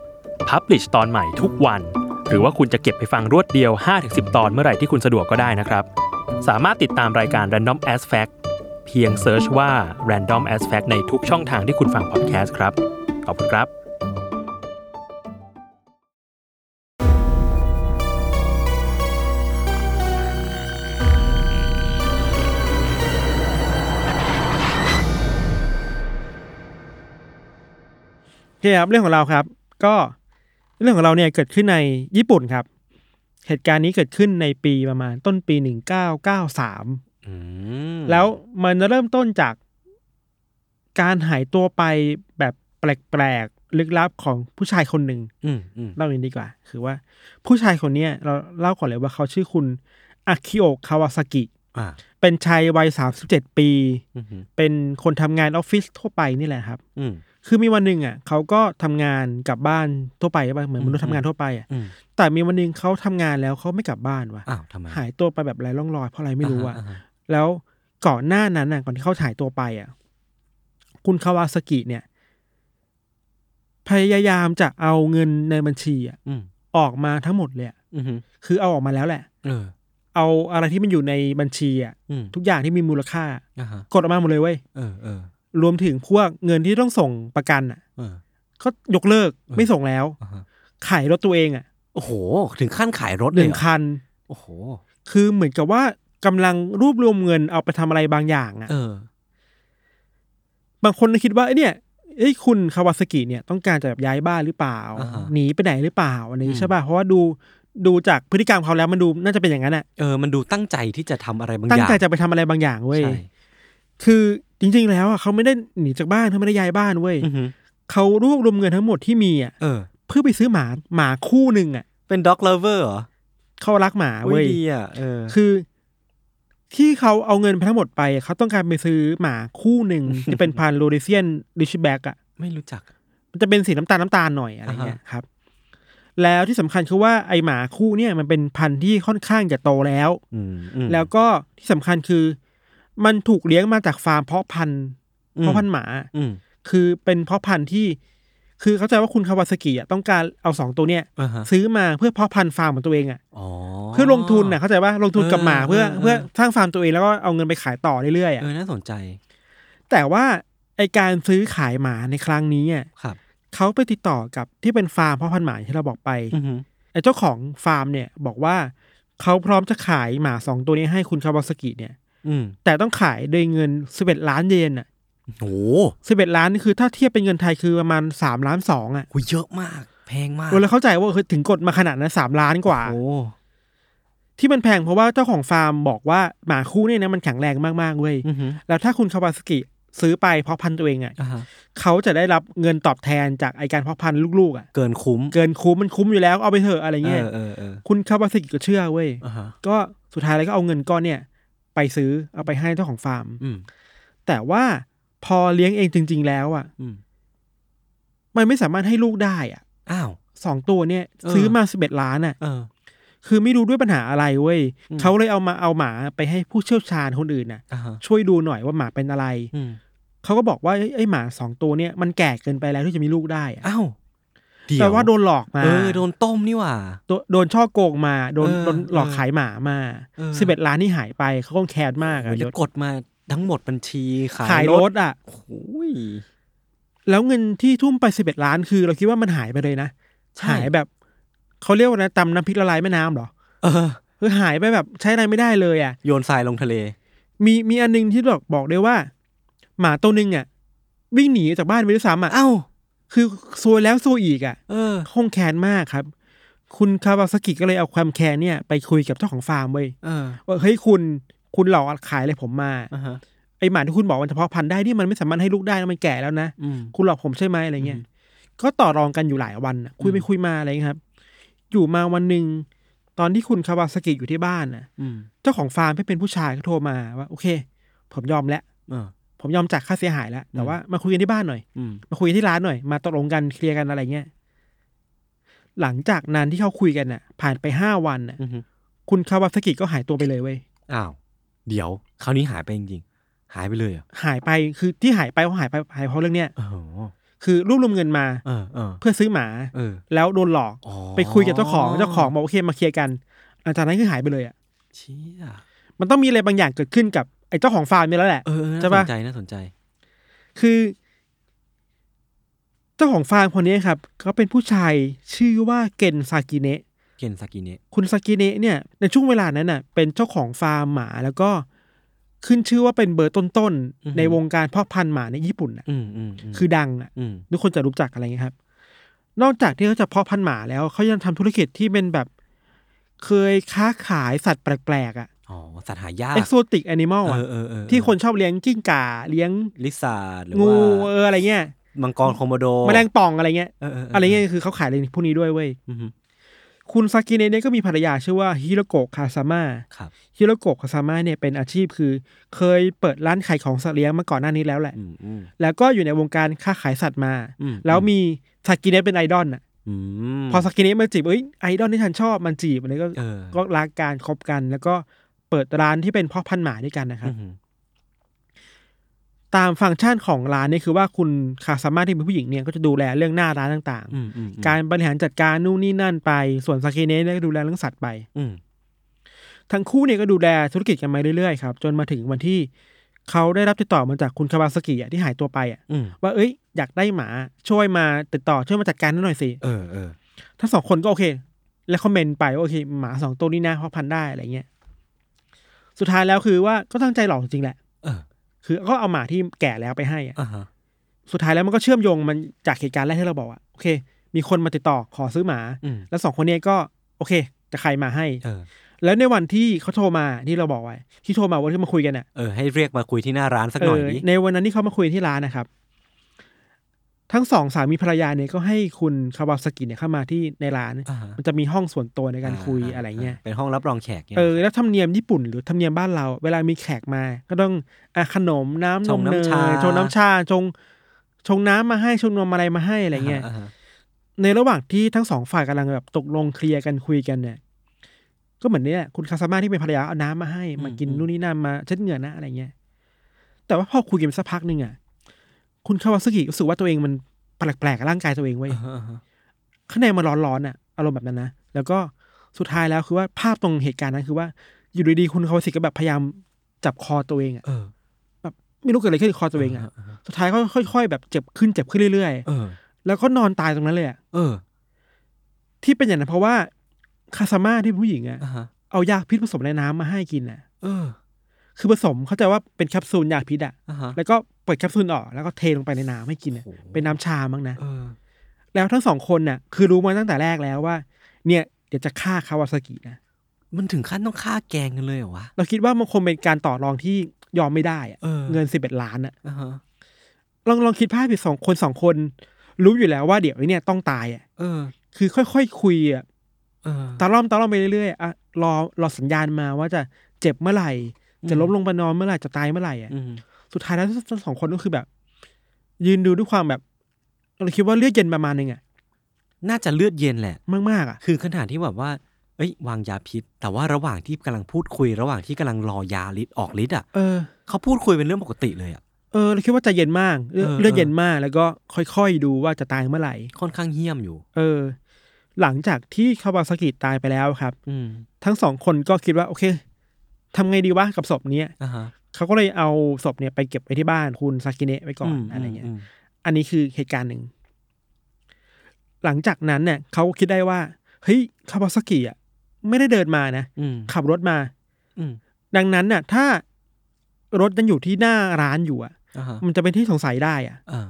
[SPEAKER 4] Publish ตอนใหม่ทุกวัน หรือว่าคุณจะเก็บไปฟังรวดเดียว 5-10 ตอนเมื่อไหร่ที่คุณสะดวกก็ได้นะครับ สามารถติดตามรายการ Random As Fact เพียงเซิร์ชว่า Random As Fact ในทุกช่องทางที่คุณฟัง podcast ครับ ขอบคุณครับ
[SPEAKER 3] โอเคครับเรื่องของเราครับ ก็เรื่องของเราเนี่ยเกิดขึ้นในญี่ปุ่นครับ เหตุการณ์นี้เกิดขึ้นในปีประมาณต้นปี 1993
[SPEAKER 2] อืม
[SPEAKER 3] แล้วมันเริ่มต้นจากการหายตัวไปแบบแปลกๆลึกลับของผู้ชายคนหนึ่ง
[SPEAKER 2] อืมอืม
[SPEAKER 3] เล่าอย่างนี้ดีกว่า คือว่าผู้ชายคนเนี้ยเราเล่าก่อนเลยว่าเขาชื่อคุณอากิโอะคาวาซากิ
[SPEAKER 2] อ่า
[SPEAKER 3] เป็นชายวัย 37 ปี
[SPEAKER 2] อือหือ
[SPEAKER 3] เป็นคนทำงานออฟฟิศทั่วไปนี่แหละครับ
[SPEAKER 2] อืม
[SPEAKER 3] คือมีวันหนึ่งอ่ะเขาก็ทำงานกลับบ้านทั่วไปป่ะเหมือนมนุษ
[SPEAKER 2] อื
[SPEAKER 3] ย์
[SPEAKER 2] ม
[SPEAKER 3] ทำงานทั่วไปอ่ะ
[SPEAKER 2] อืม
[SPEAKER 3] แต่มีวันหนึ่งเขาทำงานแล้วเขาไม่กลับบ้านว่ะ
[SPEAKER 2] อ้าวทำไม
[SPEAKER 3] หายตัวไปแบบไร้ร่องรอย เพราะอะไรไม่รู้อ่ะ
[SPEAKER 2] าฮาฮ
[SPEAKER 3] แล้วก่อนหน้านั้นอ่ะก่อนที่เขาหายตัวไปอ่ะคุณคาวาสกิเนี่ย พยายามจะเอาเงินในบัญชีอ่ะ
[SPEAKER 2] อืม
[SPEAKER 3] ออกมาทั้งหมดเลยอะ
[SPEAKER 2] อือหือ
[SPEAKER 3] คือเอาออกมาแล้วแหละ
[SPEAKER 2] เออ
[SPEAKER 3] เอาอะไรที่มันอยู่ในบัญชีอ่ะ
[SPEAKER 2] อืม
[SPEAKER 3] ทุกอย่างที่มีมูลค่า
[SPEAKER 2] อ่าฮะ
[SPEAKER 3] กดออกมาหมดเลยเว้ย
[SPEAKER 2] เออเออ
[SPEAKER 3] รวมถึงพวกเงินที่ต้องส่งประกันอ่ะ
[SPEAKER 2] เออ
[SPEAKER 3] ก็ยกเลิก
[SPEAKER 2] เออ
[SPEAKER 3] ไม่ส่งแล้ว
[SPEAKER 2] อ่าฮะ
[SPEAKER 3] ขายรถตัวเองอ่ะ
[SPEAKER 2] โอ้โห ถึงขั้นขายรถ
[SPEAKER 3] ห
[SPEAKER 2] เลย
[SPEAKER 3] นึ่ง
[SPEAKER 2] เรอ
[SPEAKER 3] คัน
[SPEAKER 2] โอ้โห
[SPEAKER 3] คือเหมือนกับว่ากำลังรวบรวมเงินเอาไปทำอะไรบางอย่างอ่ะ
[SPEAKER 2] เออ
[SPEAKER 3] บางคนคิดว่าเอ้ยเนี่ยเอ้ยคุณคาวาสกิเนี่ยต้องการจะแบบย้ายบ้านหรือเปล่า
[SPEAKER 2] อ่าฮะ
[SPEAKER 3] หนีไปไหนหรือเปล่าอะไรอย่าง
[SPEAKER 2] อื
[SPEAKER 3] นี้
[SPEAKER 2] ม
[SPEAKER 3] ใช่ป่ะเพราะว่าดูดูจากพฤติกรรมเขาแล้วมันดูน่าจะเป็นอย่างนั้นอ่ะ
[SPEAKER 2] เออ มันดูตั้งใจที่จะทำอะไรบางอย่าง
[SPEAKER 3] ตั้งใจจะไปทำอะไรบางอย่างเว้ย
[SPEAKER 2] ใช่
[SPEAKER 3] คือจริง ๆ แล้วอ่ะเขาไม่ได้หนีจากบ้านเขาไม่ได้ย้ายบ้านเว้ย
[SPEAKER 2] อือหือ
[SPEAKER 3] เขารวบรวมเงินทั้งหมดที่มีอ่ะ
[SPEAKER 2] เออ
[SPEAKER 3] เพื่อไปซื้อหมาหมาคู่หนึ่งอ่ะ
[SPEAKER 2] เป็นด็อกเลเวอร์เหรอ
[SPEAKER 3] เขารักหมา
[SPEAKER 2] อุ๊
[SPEAKER 3] เว้ย
[SPEAKER 2] ดีอ่ะเออ
[SPEAKER 3] คือที่เขาเอาเงินไปทั้งหมดไปเขาต้องการไปซื้อหมาคู่
[SPEAKER 2] *laughs*
[SPEAKER 3] หนึ่ง จะเป็นพันโรดิเซียนริชแบกอ่ะ
[SPEAKER 2] ไม่รู้จัก
[SPEAKER 3] มันจะเป็นสีน้ำตาลน้ำตาลหน่อยอะไรเงี้ยครับ แล้วที่สำคัญคือว่าไอหมาคู่เนี่ยมันเป็นพันธุ์ที่ค่อนข้างจะโตแล้ว
[SPEAKER 2] อืมอืม
[SPEAKER 3] แล้วก็ที่สำคัญคือ มันถูกเลี้ยงมาจากฟาร์มเพาะพันธุ์
[SPEAKER 2] อืม
[SPEAKER 3] เพาะพันธุ์หมา
[SPEAKER 2] อืม
[SPEAKER 3] คือเป็นเพาะพันธุ์ที่ คือเข้าใจว่าคุณคาวาสกิอ่ะต้องการเอาสองตัวเนี่ย
[SPEAKER 2] อ่าฮะ
[SPEAKER 3] ซื้อมาเพื่อเพาะพันธุ์ฟาร์มของตัวเองอ่ะ
[SPEAKER 2] อ๋อ
[SPEAKER 3] เพื่อลงทุนนะเข้าใจว่าลงทุนกับหมา
[SPEAKER 2] เออ
[SPEAKER 3] เพื่อ
[SPEAKER 2] เออ
[SPEAKER 3] เพื่อสร้างฟาร์มตัวเองแล้วก็เอาเงินไปขายต่อเรื่อยๆอะ
[SPEAKER 2] เออน่าสนใจ
[SPEAKER 3] แต่ว่าไอการซื้อขายหมาในครั้งนี้อะ
[SPEAKER 2] ครับ
[SPEAKER 3] เขาไปติดต่อกับที่เป็นฟาร์มพ่อพันธุ์หมาที่เราบอกไป
[SPEAKER 2] อือหือ
[SPEAKER 3] ไอเจ้าของฟาร์มเนี่ยบอกว่าเขาพร้อมจะขายหมาสองตัวนี้ให้คุณคาบาสกิเนี่ย
[SPEAKER 2] อืม
[SPEAKER 3] แต่ต้องขายด้วยเงินสิบเอ็ดล้านเยนอ่ะ
[SPEAKER 2] โอ้
[SPEAKER 3] สิบเอ็ดล้านนี่คือถ้าเทียบเป็นเงินไทยคือประมาณสามล้านสองอ่ะ
[SPEAKER 2] โหเยอะมาก แพงมาก
[SPEAKER 3] โดยเราเข้าใจว่าคือถึงกดมาขนาดนั้นสามล้านกว่า
[SPEAKER 2] โอ้
[SPEAKER 3] ที่มันแพงเพราะว่าเจ้าของฟาร์มบอกว่าหมาคู่เนี่ยนะมันแข็งแรงมากๆเว้ย
[SPEAKER 2] อือหือ
[SPEAKER 3] แล้วถ้าคุณคาวาสกิซื้อไปเพาะพันธุ์ตัวเองอะ่ะ
[SPEAKER 2] อ่าฮะ
[SPEAKER 3] เขาจะได้รับเงินตอบแทนจากไอการเพาะพันธุ์ลูกๆอะ่ะ
[SPEAKER 2] เกินคุ้ม
[SPEAKER 3] เกินคุ้มมันคุ้มอยู่แล้วเอาไปเถอะอะไรเงี้ย
[SPEAKER 2] เออเออ
[SPEAKER 3] คุณคาวาสกิก็เชื่อเว้ย
[SPEAKER 2] เอออ่าฮะ
[SPEAKER 3] ก็สุดท้ายแล้วก็เอาเงินก้อนเนี่ย ไปซื้อเอาไปให้เจ้าของฟาร์ม
[SPEAKER 2] อืม
[SPEAKER 3] แต่ว่าพอเลี้ยงเองจริง ๆ แล้วอะ่ะ
[SPEAKER 2] อืม
[SPEAKER 3] มันไม่สามารถให้ลูกได้อะ่ะ
[SPEAKER 2] อ้าว
[SPEAKER 3] สองตัวเนี่ย
[SPEAKER 2] เออ
[SPEAKER 3] ซื้อมาสิบเอ็ดล้านอ่ะ
[SPEAKER 2] เออ
[SPEAKER 3] คือไม่รู้ด้วยปัญหาอะไรเว้ย
[SPEAKER 2] อืม
[SPEAKER 3] เขาเลยเอามาเอาหมาไปให้ผู้เชี่ยวชาญคนอื่นน่ะ
[SPEAKER 2] อ่าฮะ
[SPEAKER 3] ช่วยดูหน่อยว่าหมาเป็นอะไร
[SPEAKER 2] อืม
[SPEAKER 3] เขาก็บอกว่าเอ้ยไอ้หมาสองตัวเนี่ยมันแก่เกินไปแล้วที่จะมีลูกได้อะ
[SPEAKER 2] อ้าวเดี๋ย
[SPEAKER 3] แปลว่าโดนหลอกมา
[SPEAKER 2] เออโดนต้มนี่หว่า
[SPEAKER 3] โดนโดนช่อโกงมา โดน
[SPEAKER 2] เออ
[SPEAKER 3] โดนหลอก
[SPEAKER 2] เออ
[SPEAKER 3] ขายหมามา
[SPEAKER 2] เออ
[SPEAKER 3] สิบเอ็ดล้านที่หายไปเขาคงแค้นมาก
[SPEAKER 2] โอ้
[SPEAKER 3] อะ
[SPEAKER 2] ย
[SPEAKER 3] ย
[SPEAKER 2] แล้ว
[SPEAKER 3] ศ
[SPEAKER 2] กดมาทั้งหมดบัญชีขาย
[SPEAKER 3] ขายรถอ่ะ
[SPEAKER 2] โอ้ย
[SPEAKER 3] แล้วเงินที่ทุ่มไปสิบเอ็ดล้านคือ เราคิดว่ามันหายไปเลยนะ
[SPEAKER 2] ใช่
[SPEAKER 3] หายแบบเขาเรียกว่านะตำน้ำพริกละลายแม่น้ำเหรอ
[SPEAKER 2] เออ
[SPEAKER 3] คือหายไปแบบใช้อะไรไม่ได้เลยอ่ะ
[SPEAKER 2] โยนทรายลงทะเล
[SPEAKER 3] มีมีอันนึงที่บอกบอกได้ว่า หมาตัวหนึ่งอ่ะวิ่งหนีจากบ้านไปด้วยซ้ำอ่ะ
[SPEAKER 2] อ้าว
[SPEAKER 3] คือซวยแล้วซวยอีกอ่ะ
[SPEAKER 2] เออ
[SPEAKER 3] คงแค้นมากครับ คุณคาวาซากิก็เลยเอาความแค้นเนี่ย ไปคุยกับเจ้าของฟาร์มเว้ย
[SPEAKER 2] เออ
[SPEAKER 3] ว่าเฮ้ยคุณคุณหลอกขายอะไรผมมา
[SPEAKER 2] อ่าฮะ
[SPEAKER 3] ไอหมาที่คุณบอกมันเฉพาะพันธุ์ได้นี่มันไม่สามารถให้ลูกได้นะมันแก่แล้วนะ
[SPEAKER 2] อืม
[SPEAKER 3] คุณหลอกผมใช่ไหมอะไรเงี้ย ก็ต่อรองกันอยู่หลายวันน่ะคุยไปคุยมาอะไรเงี้ยครับ อยู่มาวันหนึ่งตอนที่คุณคาวาสกิอยู่ที่บ้านน่ะ
[SPEAKER 2] อืม
[SPEAKER 3] เจ้าของฟาร์มที่เป็นผู้ชายก็โทรมาว่าโอเค ผมยอมแล้ว
[SPEAKER 2] เออ
[SPEAKER 3] ผมยอมจ่ายค่าเสียหายแล้ว แต่
[SPEAKER 2] อืม
[SPEAKER 3] ว่ามาคุยกันที่บ้านหน่อย
[SPEAKER 2] อืม
[SPEAKER 3] มาคุยกันที่ร้านหน่อย มาตกลงกันเคลียร์กันอะไรเงี้ย หลังจากนั้นที่เขาคุยกันน่ะ ผ่านไปห้าวันน่ะ
[SPEAKER 2] อือฮึ
[SPEAKER 3] คุณคาวาสกิก็หายตัวไปเลยเว้ย
[SPEAKER 2] อ้าว เดี๋ยวคราวนี้หายไปจริงๆ หายไปเลยเหรอ่ะ
[SPEAKER 3] หายไป คือที่หายไปเพราะหายไปหายเพราะเรื่องเนี้ย
[SPEAKER 2] โอ้โห
[SPEAKER 3] คือรวบรวมเงินมา
[SPEAKER 2] เออเออ
[SPEAKER 3] เพื่อซื้อหมา
[SPEAKER 2] เออ
[SPEAKER 3] แล้วโดนหลอก
[SPEAKER 2] อ๋อ
[SPEAKER 3] ไปคุยกับเจ้าของเจ้าของบอกโอเคมาเคลียร์กันหลังจากนั้นคือหายไปเลยอ่ะ
[SPEAKER 2] เชี่ย
[SPEAKER 3] มันต้องมีอะไรบางอย่างเกิดขึ้นกับไอ้เจ้าของฟาร์มนี่แล้วแหละ
[SPEAKER 2] เออเออน่า
[SPEAKER 3] ใช่
[SPEAKER 2] ส
[SPEAKER 3] ปะ
[SPEAKER 2] นใจน่าสนใจ
[SPEAKER 3] คือ เจ้าของฟาร์มคนนี้ครับเขาเป็นผู้ชายชื่อว่าเกนซากิเนะ
[SPEAKER 2] เกนซากิเนะ
[SPEAKER 3] คุณซากิเนะเนี่ย ในช่วงเวลานั้นน่ะ เป็นเจ้าของฟาร์มหมา แล้วก็ขึ้นชื่อว่าเป็นเบอร์ต้นๆในวงการเพาะพันธุ์หมาในญี่ปุ่นน่ะ
[SPEAKER 2] อืมอืมม
[SPEAKER 3] คือดังอ่ะ
[SPEAKER 2] อืม
[SPEAKER 3] ทุกคนจะรู้จักอะไรเงี้ยครับ นอกจากที่เขาจะเพาะพันธุ์หมาแล้วเขายังทำธุรกิจที่เป็นแบบ เคยค้าขายสัตว์แปลกๆอ่ะ
[SPEAKER 2] อ๋อสัตว์หายาก
[SPEAKER 3] เอ็กโซติกแอนิมอล
[SPEAKER 2] เออ
[SPEAKER 3] อ่ะ
[SPEAKER 2] เออเออ
[SPEAKER 3] ที่คนชอบเลี้ยงกิ้งก่าเลี้ยง
[SPEAKER 2] ลิซ่าหรือ
[SPEAKER 3] งู
[SPEAKER 2] ว่า
[SPEAKER 3] เอออะไรเงี้ย
[SPEAKER 2] มังกรโคโมโด
[SPEAKER 3] แมลงป่องอะไรเงี้ย
[SPEAKER 2] เออเออเอ
[SPEAKER 3] อะ
[SPEAKER 2] อะไร
[SPEAKER 3] เงี้ยคือเขาขายอะไรพวกนี้ด้วยเว้ย คุณซากิเนะเนี่ยก็มีภรรยาชื่อว่าฮิโรโกะคาซาม่า
[SPEAKER 2] ครับ
[SPEAKER 3] ฮิโรโกะคาซาม่าเนี่ยเป็นอาชีพคือ เคยเปิดร้านขายของสัตว์เลี้ยงมาก่อนหน้านี้แล้วแหละ
[SPEAKER 2] อืมอืม
[SPEAKER 3] แล้วก็อยู่ในวงการค้าขายสัตว์มา
[SPEAKER 2] อืม
[SPEAKER 3] แล้วมีซากิเนะเป็นไอดอลอ่ะ
[SPEAKER 2] อืม
[SPEAKER 3] พอสกินนี้มาจีบเอ้ยไอดอลที่ฉันชอบมันจีบอะไรก็
[SPEAKER 2] เออ
[SPEAKER 3] ก็รักการคบกัน แล้วก็เปิดร้านที่เป็นพ่อพันธุ์หมาด้วยกันนะครับ
[SPEAKER 2] อืม
[SPEAKER 3] ตามฟังก์ชันของร้านเนี่ยคือว่าคุณคาสามารถที่เป็นผู้หญิงเนี่ยก็จะดูแลเรื่องหน้าร้านต่าง
[SPEAKER 2] อืมอืม
[SPEAKER 3] ๆ การบริหารจัดการนู่นนี่นั่นไป ส่วนสกินนี้เนี่ยก็ดูแลเรื่องสัตว์ไป
[SPEAKER 2] อืม
[SPEAKER 3] ทั้งคู่เนี่ยก็ดูแลธุรกิจกันมาเรื่อยๆครับจนมาถึงวันที่เขาได้รับติดต่อมาจากคุณคาบาสกิอะที่หายตัวไปอะ
[SPEAKER 2] อืม
[SPEAKER 3] ว่าเอ้ยอยากได้หมาช่วยมาติดต่อช่วยมาจัดการให้หน่อยสิ
[SPEAKER 2] เออเออ
[SPEAKER 3] ทั้งสองคนก็โอเค แล้วคอมเมนต์ไปว่าโอเค หมาสองตัวนี้นะเพราะพันธุ์ได้อะไรเงี้ย สุดท้ายแล้วคือว่าก็ตั้งใจหลอกจริงๆแหละ
[SPEAKER 2] เออ
[SPEAKER 3] คือก็เอาหมาที่แก่แล้วไปให้อะ
[SPEAKER 2] อ่าฮะ
[SPEAKER 3] สุดท้ายแล้วมันก็เชื่อมโยงมันจากเหตุการณ์แรกที่เราบอกอะโอเค มีคนมาติดต่อขอซื้อหมา
[SPEAKER 2] อืม
[SPEAKER 3] แล้วสองคนเนี้ยก็โอเค จะใครมาให้
[SPEAKER 2] เออ
[SPEAKER 3] แล้วในวันที่เขาโทรมาที่เราบอกไว้ ที่โทรมาว่าที่มาคุยกันอะ
[SPEAKER 2] เออ ให้เรียกมาคุยที่หน้าร้านสัก
[SPEAKER 3] เอ
[SPEAKER 2] หน่อย
[SPEAKER 3] อ
[SPEAKER 2] ดิ
[SPEAKER 3] ในวันนั้นที่เขามาคุยที่ร้านนะครับ ทั้งสองสามีภรรยาเนี่ยก็ให้คุณคาวาสกิเนี่ยเข้ามาที่ในร้าน
[SPEAKER 2] อ่าฮะ
[SPEAKER 3] มันจะมีห้องส่วนตัวในการคุยอะไรเงี้ย
[SPEAKER 2] เป็นห้องรับรองแขกนี่ย
[SPEAKER 3] เออแล้วธรรมเนียมญี่ปุ่นหรือธรรมเนียมบ้านเรา เวลามีแขกมา ก็ต้องอะขนมน้ำ
[SPEAKER 2] ช
[SPEAKER 3] น
[SPEAKER 2] ง
[SPEAKER 3] มเนย
[SPEAKER 2] น้ำชา
[SPEAKER 3] ชงน้ำชาชงชงน้ำมาให้ชงนมอะไรมาให้อะไรเงี้ย
[SPEAKER 2] าฮะ
[SPEAKER 3] ในระหว่างที่ทั้งสองฝ่ายกำลังแบบตกลงเคลียร์กันคุยกันเนี่ยก็เหมือนเนี่ยคุณคาซาม่าที่เป็นภรรยาเอาน้ำมาให้ มากินนู่นนี่นั่นมาเช็ดเหงื่อนะอะไรเงี้ยแต่ว่าพอคุยกันไปสักพักหนึ่งอ่ะคุณคาวาซากิรู้สึกว่าตัวเองมันแปลกๆกับร่างกายตัวเองเว้ย
[SPEAKER 2] อ่าฮะอ่าฮะ
[SPEAKER 3] ข้างในมันร้อนๆอ่ะอารมณ์แบบนั้นนะแล้วก็สุดท้ายแล้วคือว่าภาพตรงเหตุการณ์นั้นคือว่า อยู่ดีๆคุณคาวาสิก็แบบพยายามจับคอตัวเองอ่ะ
[SPEAKER 2] เออ
[SPEAKER 3] แบบไม่รู้เกิดอะไรขึ้นกับคอตัวเองอ่ะ
[SPEAKER 2] าฮะ
[SPEAKER 3] สุดท้ายก็ค่อย ๆ แบบเจ็บขึ้นเจ็บขึ้นเรื่อย
[SPEAKER 2] เออ
[SPEAKER 3] ๆ แล้วก็นอนตายตรงนั้นเลยอ่ะ
[SPEAKER 2] เออ
[SPEAKER 3] ที่เป็นอย่างนั้นเพราะว่าคาซาม่าที่เป็นผู้หญิงอ่ะ
[SPEAKER 2] อ่าฮะ
[SPEAKER 3] เอายาพิษผสมในน้ำมาให้กินอ่ะ
[SPEAKER 2] เออ
[SPEAKER 3] คือผสมเข้าใจว่าเป็นแคปซูลยาพิษอ่ะ
[SPEAKER 2] อ่าฮะ
[SPEAKER 3] แล้วก็เปิดแคปซูลออกแล้วก็เทลงไปในน้ำให้กินอ่ะ
[SPEAKER 2] โอ้โห
[SPEAKER 3] เป็นน้ำชามั้งนะ
[SPEAKER 2] เออ
[SPEAKER 3] แล้วทั้งสองคนน่ะคือรู้มาตั้งแต่แรกแล้วว่า เนี่ยเดี๋ยวจะฆ่าคาวาซากินะ
[SPEAKER 2] มันถึงขั้นต้องฆ่าแกงกันเลยเหรอวะ
[SPEAKER 3] เราคิดว่ามันคงเป็นการต่อรองที่ยอมไม่ได้อะ
[SPEAKER 2] เออ
[SPEAKER 3] เงินสิบเอ็ดล้านอะ
[SPEAKER 2] อ่าฮะ
[SPEAKER 3] ลองลองคิดภาพดิสองคนสองคน รู้อยู่แล้วว่าเดี๋ยวไอ้เนี่ยต้องตายอะ
[SPEAKER 2] เออ
[SPEAKER 3] คือค่อยๆคุยอะ
[SPEAKER 2] เออ
[SPEAKER 3] ตาล่อมตาล่อมไปเรื่อยๆอะรอรอสัญญาณมาว่าจะเจ็บเมื่อไหร่ จะล้มลงไปนอนเมื่อไหร่จะตายเมื่อไหร่อะ
[SPEAKER 2] อืม
[SPEAKER 3] สุดท้ายแล้วทั้งสองคนก็คือแบบ ยืนดูด้วยความแบบเราคิดว่าเลือดเย็นประมาณนึงอะ
[SPEAKER 2] น่าจะเลือดเย็นแหละ
[SPEAKER 3] มากๆอะ
[SPEAKER 2] คือขนาดที่แบบว่า เอ้ยวางยาพิษ แต่ว่าระหว่างที่กำลังพูดคุย ระหว่างที่กำลังรอยาฤทธิ์ออกฤทธิ์อ่ะ
[SPEAKER 3] เออ
[SPEAKER 2] เขาพูดคุยเป็นเรื่องปกติเลยอ่ะ
[SPEAKER 3] เออเราคิดว่าใจะเย็นมากเลือด
[SPEAKER 2] เออ
[SPEAKER 3] เลือดเย็นมากแล้วก็ค่อยๆดูว่าจะตายเมื่อไหร่
[SPEAKER 2] ค่อนข้างเหี้ยมอยู่
[SPEAKER 3] เออ หลังจากที่คาวาซากิตายไปแล้วครับ
[SPEAKER 2] อืม
[SPEAKER 3] ทั้งสองคนก็คิดว่า โอเคทำไงดีวะกับศพเนี้ย
[SPEAKER 2] อ่าฮะ
[SPEAKER 3] เขาก็เลยเอาศพเนี่ยไปเก็บไว้ที่บ้านคุณซากิเนะไว้ก่อน
[SPEAKER 2] ม
[SPEAKER 3] อะไรเงี้ย
[SPEAKER 2] มม
[SPEAKER 3] อันนี้คือเหตุการณ์หนึ่ง หลังจากนั้นเนี่ยเขาคิดได้ว่าเฮ้ยคาวาซากิอ่ะไม่ได้เดินมานะ
[SPEAKER 2] อืม
[SPEAKER 3] ขับรถมา
[SPEAKER 2] อืม
[SPEAKER 3] ดังนั้นน่ะ ถ้ารถยังอยู่ที่หน้าร้านอยู่อ่ะ
[SPEAKER 2] อ่าฮะ
[SPEAKER 3] มันจะเป็นที่สงสัยได้อ่ะ
[SPEAKER 2] อ่า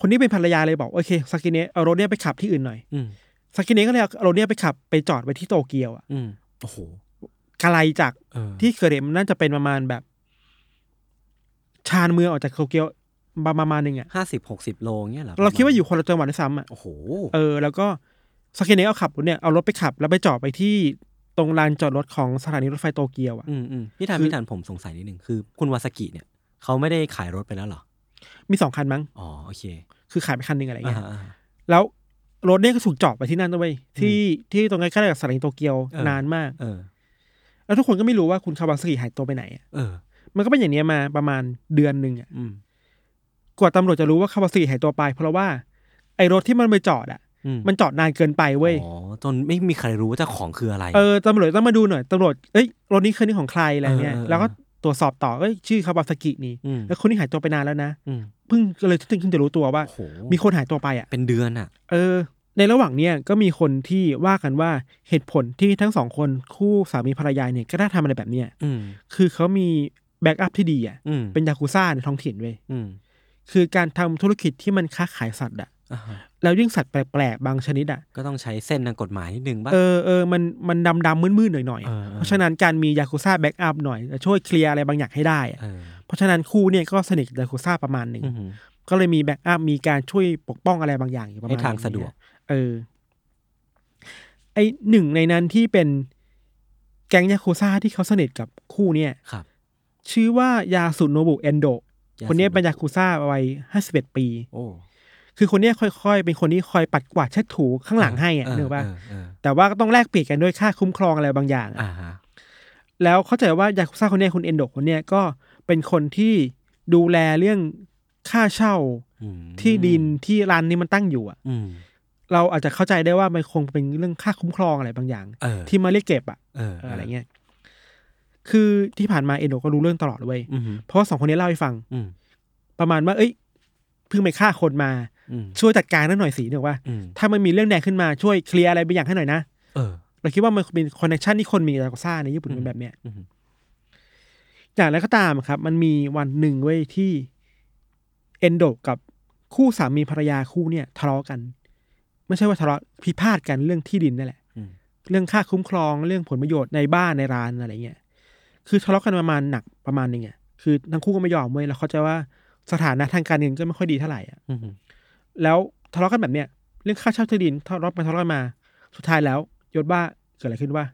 [SPEAKER 3] คนที่เป็นภรรยาเลยบอกโอเคสกิเนะเอารถเนี่ยไปขับที่อื่นหน่อย
[SPEAKER 2] อืม
[SPEAKER 3] สกิเนะก็เลยเอารถเนี่ยไปขับไปจอดไว้ที่โตเกียวอะ
[SPEAKER 2] อืมโอ้โห
[SPEAKER 3] ไกลจาก
[SPEAKER 2] เออ
[SPEAKER 3] ที่เกิดเหตุมันน่าจะเป็นประมาณแบบ ชานเมืองออกจากโตเกียวประมาณหนึ่งอะ
[SPEAKER 2] ห้าสิบหกสิบโลเงี้ยเหรอ
[SPEAKER 3] เราคิดว่าอยู่คนละจังหวัดด้วยซ้ำอะ
[SPEAKER 2] โอ้โห
[SPEAKER 3] เออแล้วก็สกินเนเอาขับรถเนี่ยเอารถไปขับ แล้วไปจอดไปที่ตรงลานจอดรถของสถานีรถไฟโตเกียวอะ่ะ
[SPEAKER 2] อืมอืมพี่ทัน
[SPEAKER 3] คือ
[SPEAKER 2] พี่ทันผมสงสัยนิดนึงคือคุณวาสกิเนี่ยเขาไม่ได้ขายรถไปแล้วเหรอ
[SPEAKER 3] มีสองคันมั้ง
[SPEAKER 2] อ๋อโอเค
[SPEAKER 3] คือขายไปคันหนึ่งอะไร
[SPEAKER 2] อ่า
[SPEAKER 3] เงี้ย
[SPEAKER 2] ฮะอ่าฮะ
[SPEAKER 3] แล้วรถเนี่ยก็ถูกจอดไปที่นั่นด้วยที่ที่ตรงใกล้ๆกับสถานีโตเกียว
[SPEAKER 2] เออ
[SPEAKER 3] นานมาก
[SPEAKER 2] เออ
[SPEAKER 3] แล้วทุกคนก็ไม่รู้ว่าคุณคาวาซากิหายตัวไปไหนอะ
[SPEAKER 2] เออ
[SPEAKER 3] มันก็เป็นอย่างเนี้ยมาประมาณเดือนหนึ่งอะ
[SPEAKER 2] อืม
[SPEAKER 3] กว่าตำรวจจะรู้ว่าคาวาซากิหายตัวไป เพราะว่าไอ้รถที่มันไปจอดอะ
[SPEAKER 2] อืม
[SPEAKER 3] มันจอดนานเกินไปเว้ย
[SPEAKER 2] อ๋อจนไม่มีใครรู้ว่าเจ้าของคืออะไร
[SPEAKER 3] เออตำรวจต้องมาดูหน่อยตำรวจเอ้ยรถนี้คือนี่ของใครอะไรเงี้ย
[SPEAKER 2] เออเออเออ
[SPEAKER 3] แล้วก็ตรวจสอบต่อเอ้ยชื่อคาวาซากินี่
[SPEAKER 2] อืม
[SPEAKER 3] แล้วคนที่หายตัวไปนานแล้วนะ
[SPEAKER 2] อืม
[SPEAKER 3] เพิ่งก็เลยเพิ่งจะรู้ตัวว่า
[SPEAKER 2] โอ้โห
[SPEAKER 3] มีคนหายตัวไปอ่ะ
[SPEAKER 2] เป็นเดือนอ่ะ
[SPEAKER 3] เออ ในระหว่างเนี้ยก็มีคนที่ว่ากันว่าเหตุผลที่ทั้งสองคนคู่สามีภรรยาเนี่ยก็ได้ทำอะไรแบบเนี้ย
[SPEAKER 2] อืม
[SPEAKER 3] คือเขามีแบ็กอัพที่ดีอ่ะ
[SPEAKER 2] อืม
[SPEAKER 3] เป็นยากูซ่าในท้องถิ่นเว้ย
[SPEAKER 2] อืม
[SPEAKER 3] คือการทำธุรกิจที่มันค้าขายสัตว์อ่ะ
[SPEAKER 2] อ่าฮะ
[SPEAKER 3] แล้วยิ่งสัตว์แปลกๆบางชนิดอ่ะ
[SPEAKER 2] ก็ต้องใช้เส้นทางกฎหมายนิดนึงบ้าง
[SPEAKER 3] เออเออมันมันดำดำๆมืดๆหน่อย
[SPEAKER 2] เออเออ
[SPEAKER 3] ๆเพราะฉะนั้นการมียากูซ่าแบ็กอัพหน่อยจะช่วยเคลียร์อะไรบางอย่างให้ได้อะ
[SPEAKER 2] เออ
[SPEAKER 3] เพราะฉะนั้นคู่เนี่ยก็สนิทกับยากูซ่าประมาณหนึ่ง
[SPEAKER 2] อือหือ
[SPEAKER 3] ก็เลยมีแบ็กอัพมีการช่วยปกป้องอะไรบางอย่างอยู่ประมาณ
[SPEAKER 2] ให้ทางสะดวก
[SPEAKER 3] เออ ไอหนึ่งในนั้นที่เป็นแก๊งยาโคซ่าที่เขาสนิทกับคู่เนี่ย
[SPEAKER 2] ครับ
[SPEAKER 3] ชื่อว่ายาสุโนบุเอนโดคนเนี้ยเป็นยาโคูซ่าวัยห้าสิบเอ็ดปี
[SPEAKER 2] โอ้
[SPEAKER 3] คือคนเนี้ยค่อยๆ เป็นคนที่คอยปัดกวาดเช็ดถูข้างหลังให้อะ
[SPEAKER 2] เ
[SPEAKER 3] นึกว่า
[SPEAKER 2] เออเออ
[SPEAKER 3] แต่ว่าก็ต้องแลกเปลี่ยนกันด้วยค่าคุ้มครองอะไรบางอย่างอะ
[SPEAKER 2] อ่าฮะ
[SPEAKER 3] แล้วเข้าใจว่ายาโคูซ่าคนเนี้ยคุณเอนโดคนเนี้ยก็เป็นคนที่ดูแลเรื่องค่าเช่า
[SPEAKER 2] อืม
[SPEAKER 3] ที่ดินที่ร้านนี้มันตั้งอยู่อะ
[SPEAKER 2] อืม
[SPEAKER 3] เราอาจจะเข้าใจได้ว่ามันคงเป็นเรื่องค่าคุ้มครองอะไรบางอย่าง
[SPEAKER 2] เออ
[SPEAKER 3] ที่มาเรียกเก็บอะ
[SPEAKER 2] เออ
[SPEAKER 3] เอออะไรเงี้ยคือที่ผ่านมาเอนโดก็รู้เรื่องตลอดเว้ย
[SPEAKER 2] อืมอืม
[SPEAKER 3] เพราะว่าสองคนนี้เล่าให้ฟัง
[SPEAKER 2] อืม
[SPEAKER 3] ประมาณว่า เอ้ยเพิ่งไปฆ่าคนมา
[SPEAKER 2] อืม
[SPEAKER 3] ช่วยจัดการนั่นหน่อยสิเนี่ยว่า
[SPEAKER 2] อืม
[SPEAKER 3] ถ้ามันมีเรื่องแดงขึ้นมาช่วยเคลียร์อะไรบางอย่างให้หน่อยนะ
[SPEAKER 2] เออ
[SPEAKER 3] เราคิดว่ามันเป็นคอนเนคชันที่คนมีกับยากุซ่าในญี่ปุ่นเป็
[SPEAKER 2] อื
[SPEAKER 3] น
[SPEAKER 2] ม
[SPEAKER 3] แบบเนี้ย
[SPEAKER 2] อืม
[SPEAKER 3] อย่างไรก็ตามครับ มันมีวันหนึ่งเว้ยที่เอนโดกับคู่สามีภรรยาคู่เนี่ยทะเลาะกัน ไม่ใช่ว่าทะเลาะพิพาทกันเรื่องที่ดินนั่นแหละ
[SPEAKER 2] อืม
[SPEAKER 3] เรื่องค่าคุ้มครองเรื่องผลประโยชน์ในบ้านในร้านอะไรเงี้ย คือทะเลาะกันประมาณหนักประมาณหนึงอ่ะคือทั้งคู่ก็ไม่ยอมเว้ยแล้วเขาใจะว่าสถานะทางการเงินก็ไม่ค่อยดีเท่าไหร่อ่ะ
[SPEAKER 2] อืม
[SPEAKER 3] แล้วทะเลาะกันแบบเนี้ยเรื่องค่าเช่าที่ดินทะเลาะไปทะเลาะมา สุดท้ายแล้วยศว่าเกิดอะไรขึ้นว่า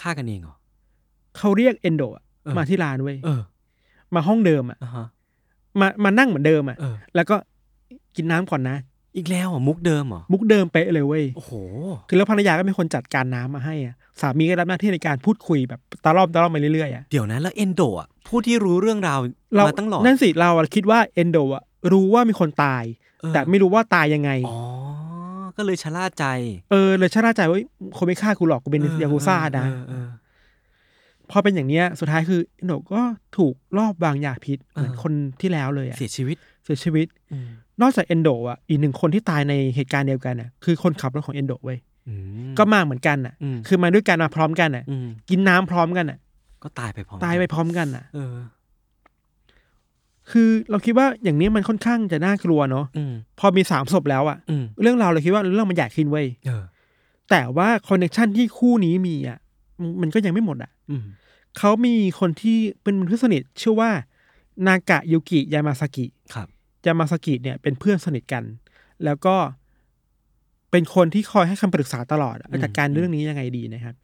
[SPEAKER 2] ฆ่ากันเองเหรอ
[SPEAKER 3] เขาเรียกเอนโดะ
[SPEAKER 2] เออ
[SPEAKER 3] มาที่ร้านเว้ย
[SPEAKER 2] เออ
[SPEAKER 3] มาห้องเดิมอ่ะ
[SPEAKER 2] อ่าฮะ
[SPEAKER 3] มามานั่งเหมือนเดิมอ่ะ
[SPEAKER 2] เออ
[SPEAKER 3] แล้วก็กินน้ำก่อนนะ
[SPEAKER 2] อีกแล้วเหรอ่ะมุกเดิมเหรอ
[SPEAKER 3] มุกเดิมเป๊ะเลยเว้ย
[SPEAKER 2] โอ้โห
[SPEAKER 3] คือแล้วภรรยาก็เป็นคนจัดการน้ำมาให้อ่ะสามีก็รับหน้าที่ในการพูดคุยแบบตะล่อมตะล่อมไปเรื่อยๆอ่ะ
[SPEAKER 2] เดี๋ยวนะแล้วเอนโดอ่ะผู้ที่รู้เรื่องราว
[SPEAKER 3] เรา
[SPEAKER 2] มาตั้งหลอด
[SPEAKER 3] นั่นสิ เราอะคิดว่าเอนโดอะรู้ว่ามีคนตาย
[SPEAKER 2] เออ
[SPEAKER 3] แต่ไม่รู้ว่าตายยังไง
[SPEAKER 2] อ๋อ ก็เลยชะล่าใจ
[SPEAKER 3] เออเลยชะล่าใจว่าคนไม่ฆ่ากูหรอกกูเป็น
[SPEAKER 2] เออย
[SPEAKER 3] ากูซ่านะ
[SPEAKER 2] เออเออ
[SPEAKER 3] พอเป็นอย่างเนี้ยสุดท้ายคือเอนโดก็ถูกลอบวางยาพิษ
[SPEAKER 2] เออ
[SPEAKER 3] เหมือนคนที่แล้วเลยอะ
[SPEAKER 2] เสียชีวิต
[SPEAKER 3] เสียชีวิต
[SPEAKER 2] อืม
[SPEAKER 3] นอกจากเอนโดอะอีกหนึ่งคนที่ตายในเหตุการณ์เดียวกันอะคือคนขับรถของเอนโดเว้ย
[SPEAKER 2] อืม
[SPEAKER 3] ก็มาเหมือนกันอะ
[SPEAKER 2] อืม
[SPEAKER 3] คือมาด้วยกันมาพร้อมกันอะ
[SPEAKER 2] อืม
[SPEAKER 3] กินน้ำพร้อมกันอะ
[SPEAKER 2] ก็ตายไปพร้อม
[SPEAKER 3] ตายไป
[SPEAKER 2] กัน
[SPEAKER 3] พร้อมกันอะ
[SPEAKER 2] เออ
[SPEAKER 3] คือเราคิดว่าอย่างเนี้ยมันค่อนข้างจะน่ากลัวเนาะ
[SPEAKER 2] อืม
[SPEAKER 3] พอมีสามศพแล้วอะ
[SPEAKER 2] อืม
[SPEAKER 3] เรื่องเราวเราคิดว่าเรื่องมันใหญ่ขึ้นเว้ย
[SPEAKER 2] เออ
[SPEAKER 3] แต่ว่าคอนเน t ชันที่คู่นี้มีอ่ะมันมันก็ยังไม่หมดอ่ะ
[SPEAKER 2] อืม
[SPEAKER 3] เขามีคนที่เป็นเพื่อนสนิทชื่อว่า นากะยูกิยามาสกิ
[SPEAKER 2] ครับ
[SPEAKER 3] ยามาสกิเนี่ยเป็นเพื่อนสนิทกัน แล้วก็เป็นคนที่คอยให้คำปรึกษาตลอดอะว่าจัดการเรื่องนี้ยังไงดีนะครับ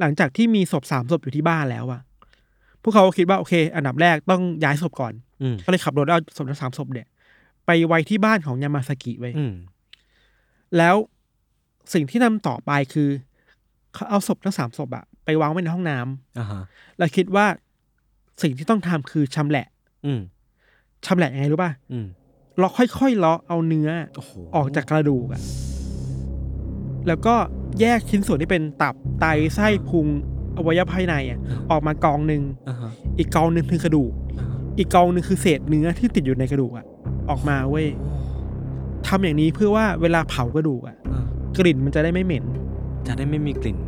[SPEAKER 3] หลังจากที่มีศพสามศพอยู่ที่บ้านแล้วอ่ะพวกเขาก็คิดว่าโอเค อันดับแรกต้องย้ายศพก่อน
[SPEAKER 2] อืม
[SPEAKER 3] ก็เลยขับรถเอาศพทั้งสามศพเนี่ย ไปไว้ที่บ้านของยามาสกิไว้ย
[SPEAKER 2] อืม
[SPEAKER 3] แล้วสิ่งที่นำต่อไปคือเขาเอาศพทั้งสามศพอะไปวางไว้ในห้องน้ำ
[SPEAKER 2] อ่าฮะ
[SPEAKER 3] แล้วคิดว่าสิ่งที่ต้องทำคือชำแหละ
[SPEAKER 2] อืม
[SPEAKER 3] ชำแหละยังไงรู้ป่ะ
[SPEAKER 2] อืม
[SPEAKER 3] เลาะค่อยๆเลาะเอาเนื้อ
[SPEAKER 2] โอ้โห
[SPEAKER 3] ออกจากกระดูกอะแล้วก็แยกชิ้นส่วนที่เป็นตับไตไส้พุงอวัยวะภายในอะออกมากองหนึ่ง
[SPEAKER 2] อ่าฮะ
[SPEAKER 3] อีกกองหนึ่งคือกระดูก
[SPEAKER 2] อ่าฮะ
[SPEAKER 3] อีกกองหนึ่งคือเศษเนื้อที่ติดอยู่ในกระดูกอะออกมาเว้ย
[SPEAKER 2] โอ้
[SPEAKER 3] ทำอย่างนี้เพื่อว่าเวลาเผากระดูกอะ
[SPEAKER 2] อ่าก
[SPEAKER 3] ลิ่นมันจะได้ไม่เหม็น
[SPEAKER 2] จะได้ไม่มีกลิ่น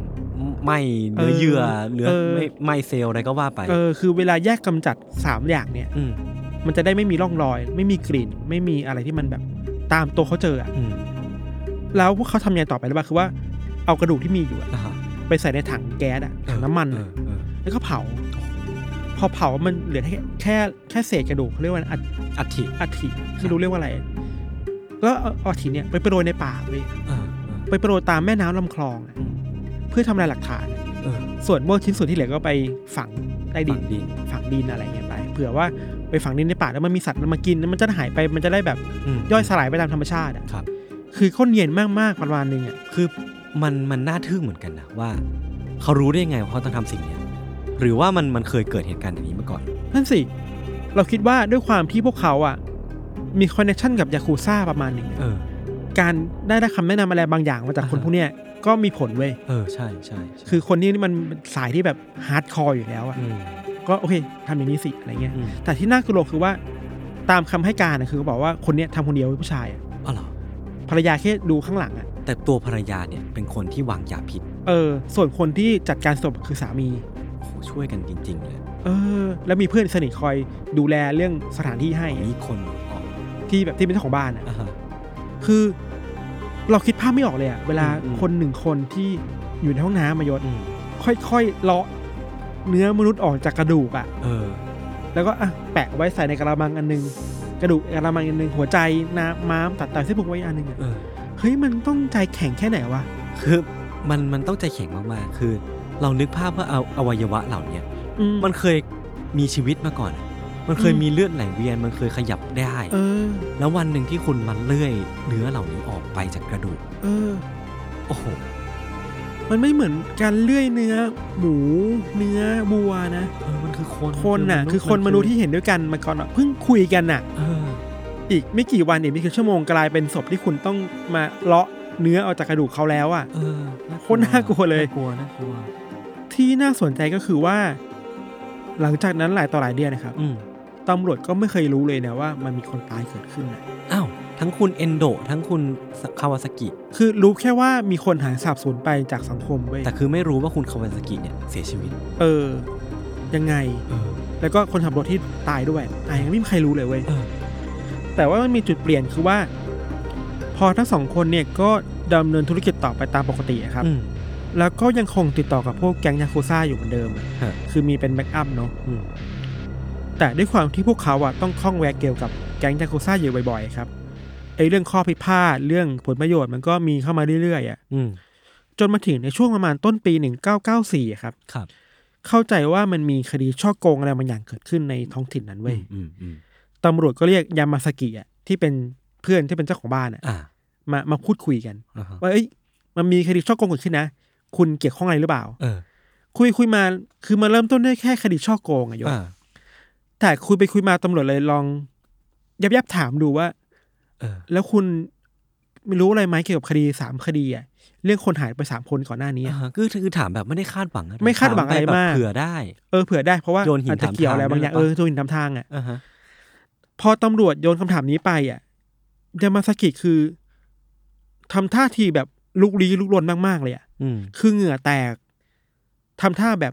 [SPEAKER 2] ไหมเนื้อเยื่อ
[SPEAKER 3] เออ
[SPEAKER 2] เนื้อ
[SPEAKER 3] เออ
[SPEAKER 2] ไม่ไหมเซลล์อะไรก็ว่าไป
[SPEAKER 3] เออคือเวลาแยกกำจัดสามอย่างเนี่ย
[SPEAKER 2] ม
[SPEAKER 3] มันจะได้ไม่มีร่องรอย ไม่มีกลิ่น ไม่มีอะไรที่มันแบบตามตัวเขาเจออะ
[SPEAKER 2] อืม
[SPEAKER 3] แล้วพวกเขาทำยังไงต่อไปรู้ป่ะคือว่าเอากระดูกที่มีอยู่อะ
[SPEAKER 2] อ่าฮะ
[SPEAKER 3] ไปใส่ในถังแก๊สอะถังน้ำมัน
[SPEAKER 2] เอ
[SPEAKER 3] อะ
[SPEAKER 2] อเออ
[SPEAKER 3] แล้วก็เผา พอเผามันเหลือแค่แค่แค่เศษกระดูกเขาเรียกว่าอัฐ
[SPEAKER 2] อัฐิ
[SPEAKER 3] อัฐิไม่รู้เรียกว่าอะไร แล้วเอาเอาอัฐิเนี่ยไปโปรยในป่าเว้ย
[SPEAKER 2] เออเออ
[SPEAKER 3] ไปโปรยตามแม่น้ำลำคลองอะ
[SPEAKER 2] อืม
[SPEAKER 3] เพื่อทำลายหลักฐาน
[SPEAKER 2] เออ
[SPEAKER 3] ส่วนพวกชิ้นส่วนที่เหลือก็ไปฝังใต้ดิ
[SPEAKER 2] ฝั
[SPEAKER 3] น
[SPEAKER 2] งดิน
[SPEAKER 3] ฝังดินอะไรเงี้ยไป เผื่อว่าไปฝังดินในป่าแล้วมันมีสัตว์มันมากินแล้วมันจะหายไปมันจะได้แบบ
[SPEAKER 2] ม
[SPEAKER 3] ย่อยสลายไปตามธรรมชาติอ่ะ
[SPEAKER 2] ครับ
[SPEAKER 3] คือข้นเนีย็นมากๆประมาณนึงอ่ะ
[SPEAKER 2] คือมันมันน่าทึ่งเหมือนกันนะว่า เขารู้ได้ไงว่าเขาต้องทำสิ่งเนี้ยหรือว่ามันมันเคยเกิดเหตุการณ์อย่างนี้มาก่อน
[SPEAKER 3] นั่นสิ เราคิดว่าด้วยความที่พวกเขาอ่ะมีคอนเนคชันกับยาคูซ่าประมาณหนึ่งอะ
[SPEAKER 2] เออ
[SPEAKER 3] การได้ได้คำแนะนำอะไรบางอย่างมาจากค
[SPEAKER 2] อ่า
[SPEAKER 3] น
[SPEAKER 2] ฮะ
[SPEAKER 3] พวกเนี้ยก็มีผลเว้ย
[SPEAKER 2] เออใช่ใช่ใช่
[SPEAKER 3] คือคนนี้นี่มันสายที่แบบฮาร์ดคอร์อยู่แล้วอ่ะ
[SPEAKER 2] ม
[SPEAKER 3] ก็โอเคทำอย่างนี้สิอะไรเงี้ย
[SPEAKER 2] อืม
[SPEAKER 3] แต่ที่น่ากลัวคือว่าตามคำให้การอะคือเขาบอกว่าคนเนี้ยทำคนเดียวเว้ยผู้ชายอะ
[SPEAKER 2] อ๋อเหรอ
[SPEAKER 3] ภรรยาแค่ดูข้างหลังอ่ะ
[SPEAKER 2] แต่ตัวภรรยาเนี่ยเป็นคนที่วางยาพิษ
[SPEAKER 3] เออ ส่วนคนที่จัดการศพคือสามี
[SPEAKER 2] โอ้โหช่วยกันจริง ๆ เลย
[SPEAKER 3] เออ แล้วมีเพื่อนสนิทคอยดูแลเรื่องสถานที่ให้อะ
[SPEAKER 2] มีคนออก
[SPEAKER 3] ที่แบบที่เป็นเจ้าของบ้านอ่ะ
[SPEAKER 2] อ่าฮะ
[SPEAKER 3] คือเราคิดภาพไม่ออกเลยอ่ะ เวลา
[SPEAKER 2] อืม
[SPEAKER 3] คนหนึ่งคนที่อยู่ในห้องน้ำมายศ
[SPEAKER 2] อืม
[SPEAKER 3] ค่อยๆเลาะเนื้อมนุษย์ออกจากกระดูกอ่ะ
[SPEAKER 2] เออ
[SPEAKER 3] แล้วก็อ่ะแปะไว้ใส่ในกระมังอันหนึง กระดูกกระมังอันหนึง หัวใจน้ำม้ามตัดไตเส้นพุงไว้อันหนึงอ่ะ
[SPEAKER 2] เออ
[SPEAKER 3] เฮ้ยมันต้องใจแข็งแค่ไหนวะ
[SPEAKER 2] คือมันมันต้องใจแข็งมากๆ คือ เรานึกภาพว่าเอาอวัยวะเหล่าเนี้ย
[SPEAKER 3] อืม
[SPEAKER 2] มันเคยมีชีวิตมาก่อนอะมันเคย
[SPEAKER 3] อืม
[SPEAKER 2] มีเลือดไหลเวียน มันเคยขยับได้
[SPEAKER 3] เออ
[SPEAKER 2] แล้ววันหนึ่งที่คุณมันเลื่อยเนื้อเหล่านี้ออกไปจากกระดูก
[SPEAKER 3] เออ
[SPEAKER 2] โอ้โห
[SPEAKER 3] มันไม่เหมือนการเลื่อยเนื้อ หมู เนื้อวัวนะ
[SPEAKER 2] เออ มันคือคน
[SPEAKER 3] คนน่ะ คือคนมนุษย์ที่เห็นด้วยกันมาก่อนอะเพิ่งคุยกันน่ะ
[SPEAKER 2] เออ
[SPEAKER 3] อีกไม่กี่วันเนี่ยไม่กี่ชั่วโมงกลายเป็นศพที่คุณต้องมาเลาะเนื้อออกจากกระดูกเขาแล้วอะ
[SPEAKER 2] เออ
[SPEAKER 3] โคตรน่ากลัวเลย
[SPEAKER 2] น่ากลัวน่ากลัว
[SPEAKER 3] ที่น่าสนใจก็คือว่า หลังจากนั้นหลายต่อหลายเดือนนะครับ
[SPEAKER 2] อืม
[SPEAKER 3] ตำรวจก็ไม่เคยรู้เลยนะว่ามันมีคนตายเกิดขึ้นนะ
[SPEAKER 2] อ้าว ทั้งคุณเอนโด ทั้งคุณคาวาซากิ
[SPEAKER 3] คือรู้แค่ว่ามีคนหายสาบสูญไปจากสังคมเว้ย
[SPEAKER 2] แต่คือไม่รู้ว่าคุณคาวาซากิเนี่ยเสียชีวิต
[SPEAKER 3] เออ ยังไง
[SPEAKER 2] เออ
[SPEAKER 3] แล้วก็คนขับรถที่ตายด้วยตายยังไม่มีใครรู้เลยเว้ย
[SPEAKER 2] เออ
[SPEAKER 3] แต่ว่ามันมีจุดเปลี่ยนคือว่า พอทั้งสองคนเนี่ยก็ดำเนินธุรกิจต่อไปตามปกติอะครับ
[SPEAKER 2] อืม
[SPEAKER 3] แล้วก็ยังคงติดต่อกับพวกแก๊งยาคูซ่าอยู่เหมือนเดิมอะ
[SPEAKER 2] ฮะ
[SPEAKER 3] คือมีเป็นแบ็กอัพเนาะ
[SPEAKER 2] อืม
[SPEAKER 3] แต่ด้วยความที่พวกเขาอะต้องคล่องแวะเกี่ยวกับแก๊งยาคูซ่าอยู่บ่อยๆครับ ไอ้เรื่องข้อพิพาทเรื่องผลประโยชน์มันก็มีเข้ามาเรื่อยๆอะ
[SPEAKER 2] อืม
[SPEAKER 3] จนมาถึงในช่วงประมาณต้นปี 1994อะครับ
[SPEAKER 2] ครับ
[SPEAKER 3] เข้าใจว่ามันมีคดีช่อโกงอะไรบางอย่างเกิดขึ้นในท้องถิ่นนั้นเว้ย
[SPEAKER 2] อืมอืม
[SPEAKER 3] ตำรวจก็เรียกยามาสกิอะที่เป็นเพื่อนที่เป็นเจ้าของบ้านอะ
[SPEAKER 2] อ่า
[SPEAKER 3] มามาพูดคุยกัน
[SPEAKER 2] อ่าฮะ
[SPEAKER 3] ว่าเอ้ยมันมีคดีช่อโกงเกิดขึ้นนะ คุณเกี่ยวข้องอะไรหรือเปล่า
[SPEAKER 2] เออ
[SPEAKER 3] คุยคุยมาคือมาเริ่มต้นได้แค่คดีช่อโกงอะโยม
[SPEAKER 2] อ่า
[SPEAKER 3] แต่คุยไปคุยมาตำรวจเลยลอง ยับยับถามดูว่า
[SPEAKER 2] เออ
[SPEAKER 3] แล้วคุณไม่รู้อะไรไหมเกี่ยวกับคดีสามคดีอะเรื่องคนหายไปสามคนก่อนหน้านี้
[SPEAKER 2] อ่า
[SPEAKER 3] อะ
[SPEAKER 2] ฮะคือคือถามแบบไม่ได้คาดหวังอะ
[SPEAKER 3] ไม่คาดหวัง
[SPEAKER 2] ถป
[SPEAKER 3] อะไร
[SPEAKER 2] แบบ
[SPEAKER 3] มาก
[SPEAKER 2] เผื่อได้
[SPEAKER 3] เออเผื่อได้เพราะว่า
[SPEAKER 2] โยนหิน
[SPEAKER 3] อาจจะเกี่ยวอะไรบางอย่าง
[SPEAKER 2] ถามทาง
[SPEAKER 3] เออโยนหินตามทางอะ
[SPEAKER 2] อ่าฮะ
[SPEAKER 3] พอตำรวจโยนคำถามนี้ไปอะยามาสกิคือทำท่าทีแบบลุกลี้ลุกลนมากๆเลยอะ
[SPEAKER 2] อืม
[SPEAKER 3] คือเหงื่อแตกทำท่าแบบ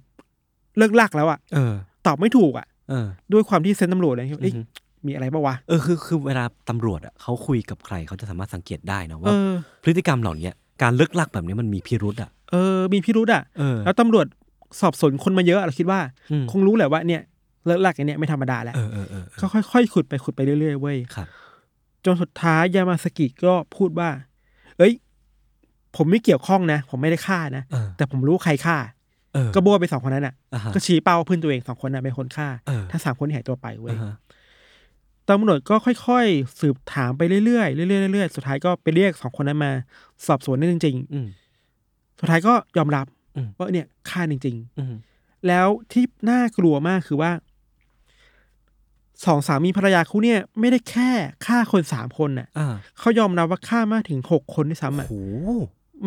[SPEAKER 3] เลิกลากแล้วอะ
[SPEAKER 2] เออ
[SPEAKER 3] ตอบไม่ถูกอะ
[SPEAKER 2] เออ
[SPEAKER 3] ด้วยความที่เซนต์ตำรวจเลยเอ้ย
[SPEAKER 2] อือฮึ
[SPEAKER 3] มีอะไรปะวะ
[SPEAKER 2] เออคือคือเวลาตำรวจอะเขาคุยกับใครเขาจะสามารถสังเกตได้นะ
[SPEAKER 3] เอ
[SPEAKER 2] ว่า
[SPEAKER 3] อ
[SPEAKER 2] พฤติกรรมเหล่าเนี้ยการเลิกลักแบบเนี้ยมันมีพิรุษอ่ะ
[SPEAKER 3] เออ มีพิรุธอ่ะ
[SPEAKER 2] เออ
[SPEAKER 3] แล้วตำรวจสอบสวนคนมาเยอะเราคิดว่า
[SPEAKER 2] อืม
[SPEAKER 3] คงรู้แหละว่าเนี่ยเลิกลักอันเนี่ยไม่ธรรมดาแล้ว
[SPEAKER 2] เออเออเออเอ
[SPEAKER 3] ก็
[SPEAKER 2] อ
[SPEAKER 3] ค่อยๆขุดไปขุดไปเรื่อยๆเว้ย
[SPEAKER 2] ครับ
[SPEAKER 3] จนสุดท้ายยามาสกิก็พูดว่า เอ้ย ผมไม่เกี่ยวข้องนะ ผมไม่ได้ฆ่านะ
[SPEAKER 2] เออ
[SPEAKER 3] แต่ผมรู้ใครฆ่า
[SPEAKER 2] เออ
[SPEAKER 3] ก็โบ้ไปสองคนนั้นอ่ะ
[SPEAKER 2] อ่าฮะ
[SPEAKER 3] ก็ชี้เป้าเพื่อนตัวเองสองคนน่ะเป็นคนฆ่า
[SPEAKER 2] เออ
[SPEAKER 3] ทั้งสามคนที่หายตัวไปเว้
[SPEAKER 2] อ่าย ฮะ
[SPEAKER 3] ตำรวจก็ค่อยๆ สืบถามไปเรื่อยๆเรื่อยๆเรื่อยๆสุดท้ายก็ไปเรียกสองคนนั้นมา สอบสวนได้จริง ๆ
[SPEAKER 2] อืม
[SPEAKER 3] สุดท้ายก็ยอมรับ
[SPEAKER 2] อืม
[SPEAKER 3] ว่าเนี่ยฆ่าจริง
[SPEAKER 2] อืม
[SPEAKER 3] ๆ แล้วที่น่ากลัวมากคือว่าสองสามีภรรยาคู่เนี่ยไม่ได้แค่ฆ่าคนสามคนน่ะ
[SPEAKER 2] อ่า
[SPEAKER 3] เขายอมรับว่าฆ่ามากถึงหกคนด้วยซ้ำอ่ะ
[SPEAKER 2] โห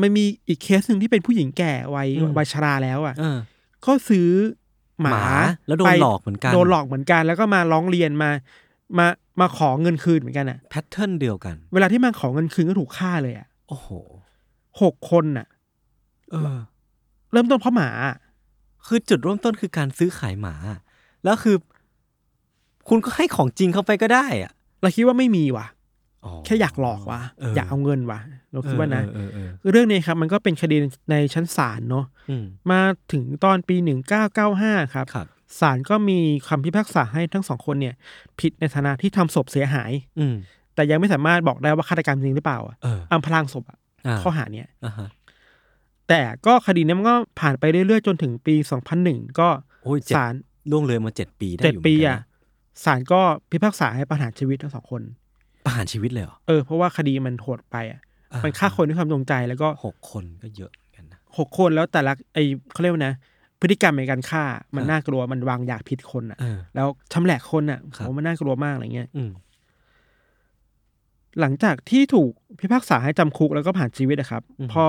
[SPEAKER 3] มันมีอีกเคสหนึ่งที่เป็นผู้หญิงแก่วัย
[SPEAKER 2] อืม
[SPEAKER 3] วัยชราแล้วอ่ะ
[SPEAKER 2] เออ
[SPEAKER 3] ก็ซื้อหมา
[SPEAKER 2] หมาแล้วโดน
[SPEAKER 3] ไป
[SPEAKER 2] หลอกเหมือนกัน
[SPEAKER 3] โดนหลอกเหมือนกันแล้วก็มาร้องเรียนมา มามาขอเงินคืนเหมือนกันอ่ะ
[SPEAKER 2] แพทเทิร์นเดียวกัน
[SPEAKER 3] เวลาที่มาขอเงินคืนก็ถูกฆ่าเลยอ่ะ
[SPEAKER 2] โอ้โห
[SPEAKER 3] หกคนน่ะ
[SPEAKER 2] เออ
[SPEAKER 3] เริ่มต้นเพราะหมาอะ
[SPEAKER 2] คือจุดเริ่มต้นคือการซื้อขายหมา แล้วคือ คุณก็ให้ของจริงเข้าไปก็ได้อะ
[SPEAKER 3] เราคิดว่าไม่มีว่ะ
[SPEAKER 2] อ๋
[SPEAKER 3] แค่อยากหลอกว่ะ
[SPEAKER 2] เอออ
[SPEAKER 3] อยากเอาเงินว่ะเราคิดว่านะ
[SPEAKER 2] เออเออเออ
[SPEAKER 3] คือเรื่องนี้ครับมันก็เป็นคดีในชั้นศาลเนาะ
[SPEAKER 2] อืม
[SPEAKER 3] มาถึงตอนปี 1995 ครับ
[SPEAKER 2] ครับ
[SPEAKER 3] ศาลก็มีคำพิพากษาให้ทั้งสองคนเนี่ย ผิดในฐานะที่ทำศพเสียหาย
[SPEAKER 2] อืม
[SPEAKER 3] แต่ยังไม่สามารถบอกได้ว่าฆาตกรรมจริงหรือเปล่าอะ
[SPEAKER 2] เออ
[SPEAKER 3] อำพรางศพอะ
[SPEAKER 2] อ่า
[SPEAKER 3] ข้อหาเนี่ย
[SPEAKER 2] อ่าฮะ
[SPEAKER 3] แต่ก็คดีเนี้มันก็ผ่านไปเรื่อยๆ จนถึงปี 2001 ก็
[SPEAKER 2] โอ้ยเจ็ด
[SPEAKER 3] ศาล
[SPEAKER 2] ล่วงเลยมาเจ็ดปีได้
[SPEAKER 3] เจ็ด
[SPEAKER 2] อยู่
[SPEAKER 3] ปี
[SPEAKER 2] เหมืนกัน
[SPEAKER 3] อะ
[SPEAKER 2] น
[SPEAKER 3] ศาลก็พิพากษาให้ประหารชีวิตทั้งสองคน
[SPEAKER 2] ประหารชีวิตเลยเหรอ
[SPEAKER 3] เออเพราะว่าคดีมันโหดไปอะ
[SPEAKER 2] อ่
[SPEAKER 3] มันฆ่าคนด้วยความจงใจแล้วก็
[SPEAKER 2] หกคนก็เยอะเหมือนกันนะ
[SPEAKER 3] หกคนแล้วแต่ละไอเขาเรียกว่านะ พฤติกรรมในการฆ่ามัน
[SPEAKER 2] ครับ
[SPEAKER 3] น่ากลัวมันวางยาพิษคนอ่ะ
[SPEAKER 2] เออ
[SPEAKER 3] แล้วชำแหละคนอ่ะ
[SPEAKER 2] ครับ
[SPEAKER 3] โอ้มันน่ากลัวมากอะไรเงี้ย
[SPEAKER 2] อืม
[SPEAKER 3] หลังจากที่ถูกพิพากษาให้จำคุกแล้วก็ผ่านชีวิตนะครับ พอ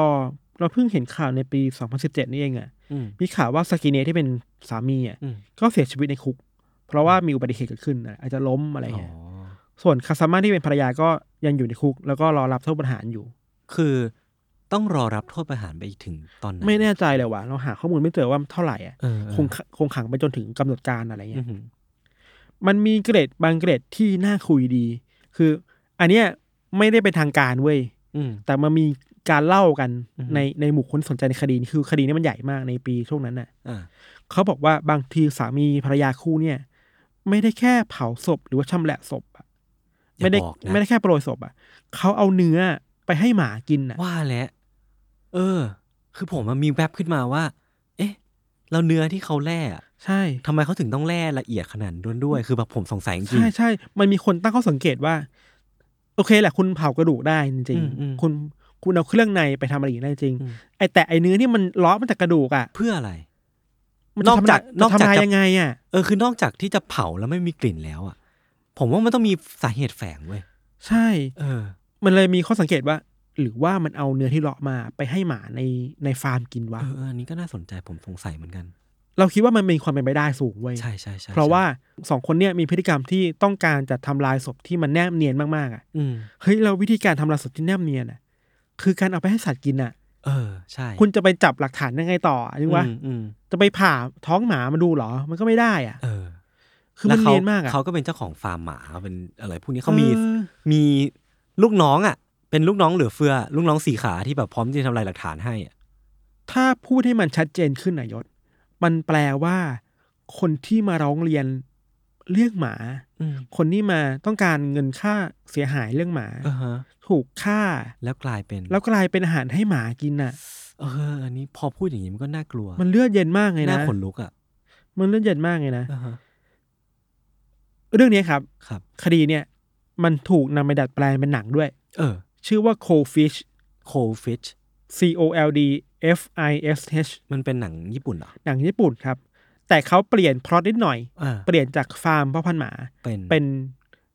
[SPEAKER 3] เราเพิ่งเห็นข่าวในปี 2017 นี่เองอ่ะ
[SPEAKER 2] อืม
[SPEAKER 3] มีข่าวว่าสกินเนที่เป็นสามีอ่ะ
[SPEAKER 2] อืม
[SPEAKER 3] ก็เสียชีวิตในคุก เพราะว่ามีอุบัติเหตุเกิดขึ้นอะอาจจะล้มอะไร
[SPEAKER 2] อ๋อ
[SPEAKER 3] เงี้ยส่วนคาซาม่าที่เป็นภรรยาก็ยังอยู่ในคุก แล้วก็รอรับโทษประหารอยู่
[SPEAKER 2] คือต้องรอรับโทษประหารไปถึงตอนไหน
[SPEAKER 3] ไม่แน่ใจเลยว่ะเราหาข้อมูลไม่เจอว่าเท่าไหร่อ่ะ
[SPEAKER 2] เออเออ
[SPEAKER 3] คงคงขังไปจนถึงกำหนดการอะไร
[SPEAKER 2] อื
[SPEAKER 3] เงี้ย
[SPEAKER 2] อหือ
[SPEAKER 3] มันมีเกรดบางเกรดที่น่าคุยดี คืออันเนี้ยไม่ได้เป็นทางการเว้ย
[SPEAKER 2] อืม
[SPEAKER 3] แต่มันมีการเล่ากัน
[SPEAKER 2] อือฮึ
[SPEAKER 3] ในในหมู่คนสนใจในคดีนี้คือคดีนี้มันใหญ่มากในปีช่วงนั้นน่ะ
[SPEAKER 2] อ่า
[SPEAKER 3] เขาบอกว่าบางทีสามีภรรยาคู่เนี่ย ไม่ได้แค่เผาศพหรือว่าชำแหละศพอะ
[SPEAKER 2] อย่า
[SPEAKER 3] ไม่ได้
[SPEAKER 2] บอกนะ
[SPEAKER 3] ไม่ได้แค่โปรยศพอะเขาเอาเนื้อไปให้หมากินอะ
[SPEAKER 2] ว่าแล้วเออ คือผมมันมีแวบขึ้นมาว่า เอ๊ะเราเนื้อที่เขาแล่อะ
[SPEAKER 3] ใช่
[SPEAKER 2] ทำไมเขาถึงต้องแล่ละเอียดขนาดนั้นด้วย คือแบบผมสงสัยจริง
[SPEAKER 3] ใช่ใช่ มันมีคนตั้งข้อสังเกตว่า โอเคแหละคุณเผากระดูกได้จริง
[SPEAKER 2] อืมอืม
[SPEAKER 3] ๆคุณคุณเอาเครื่องในไปทำอะไรอย่างนั้นได้จริง
[SPEAKER 2] อืม
[SPEAKER 3] ไอแต่ไอเนื้อที่มันล้อมาจากกระดูกอ่ะ
[SPEAKER 2] เพื่ออะไร
[SPEAKER 3] มันจะ
[SPEAKER 2] นอกจากน
[SPEAKER 3] ทำลาย
[SPEAKER 2] อกจาก
[SPEAKER 3] จะทำลาย
[SPEAKER 2] จะ
[SPEAKER 3] ยังไงอ่ะ
[SPEAKER 2] เออ คือนอกจากที่จะเผาแล้วไม่มีกลิ่นแล้วอ่ะ ผมว่ามันต้องมีสาเหตุแฝงเว้ย
[SPEAKER 3] ใช่
[SPEAKER 2] เออ
[SPEAKER 3] มันเลยมีข้อสังเกตว่า หรือว่ามันเอาเนื้อที่เลาะมาไปให้หมาในในฟาร์มกิน
[SPEAKER 2] เอ
[SPEAKER 3] วะ
[SPEAKER 2] อเอออันนี้ก็น่าสนใจผมสงสัยเหมือนกัน
[SPEAKER 3] เราคิดว่ามันมีความเป็นไปได้สูงเว้ย
[SPEAKER 2] ใช่ใช่ใช่
[SPEAKER 3] เพราะว่าสองคนเนี่ยมีพฤติกรรมที่ต้องการจะทำลายศพที่มันแนบเนียนมากๆอ่ะ
[SPEAKER 2] อืม
[SPEAKER 3] เฮ้ยเราวิธีการทำลายศพที่แนบเนียนอ่ะคือการเอาไปให้สัตว์กินอ่ะ
[SPEAKER 2] เออ ใช่
[SPEAKER 3] คุณจะไปจับหลักฐานยังไงต่ออ่ะนึกว่า
[SPEAKER 2] อืมอืม
[SPEAKER 3] จะไปผ่าท้องหมามาดูเหรอ มันก็ไม่ได้อ่ะ
[SPEAKER 2] เออ
[SPEAKER 3] คือมัน
[SPEAKER 2] แล้วข
[SPEAKER 3] เนียนมากอ่ะ
[SPEAKER 2] เขาก็เป็นเจ้าของฟาร์มหมาเป็นอะไรพวกนี้เขามี
[SPEAKER 3] ออ
[SPEAKER 2] มีลูกน้องอ่ะ เป็นลูกน้องเหลือเฟือ ลูกน้องสี่ขาที่แบบพร้อมที่จะทำลายหลักฐานให้อ่ะ
[SPEAKER 3] ถ้าพูดให้มันชัดเจนขึ้นนายศ มันแปลว่า คนที่มาร้องเรียนเรื่องหมา คนที่มาต้องการเงินค่าเสียหายเรื่องหมา
[SPEAKER 2] อ่าฮะ
[SPEAKER 3] ถูกฆ่า
[SPEAKER 2] แล้วกลายเป็น
[SPEAKER 3] แล้วกลายเป็นอาหารให้หมากินน่ะ
[SPEAKER 2] เออ อันนี้พอพูดอย่างนี้มันก็น่ากลัว
[SPEAKER 3] มันเลือดเย็นมากไง
[SPEAKER 2] น่า
[SPEAKER 3] นะ
[SPEAKER 2] ขนลุกอ่ะ
[SPEAKER 3] มันเลือดเย็นมากไงนะ
[SPEAKER 2] อ่าฮะ
[SPEAKER 3] เรื่องนี้ครับ
[SPEAKER 2] ครับ
[SPEAKER 3] คดีเนี่ย มันถูกนำไปดัดแปลงเป็นหนังด้วย
[SPEAKER 2] เออ
[SPEAKER 3] ชื่อว่า Cold Fish
[SPEAKER 2] โคฟิช
[SPEAKER 3] C O L D F I S H
[SPEAKER 2] มันเป็นหนังญี่ปุ่นเหรอ
[SPEAKER 3] หนังญี่ปุ่นครับ แต่เขาเปลี่ยนพล็อตนิดหน่อย
[SPEAKER 2] อ่า
[SPEAKER 3] เปลี่ยนจากฟาร์มพ่อพันธุ์หมา
[SPEAKER 2] เป็น
[SPEAKER 3] เป็น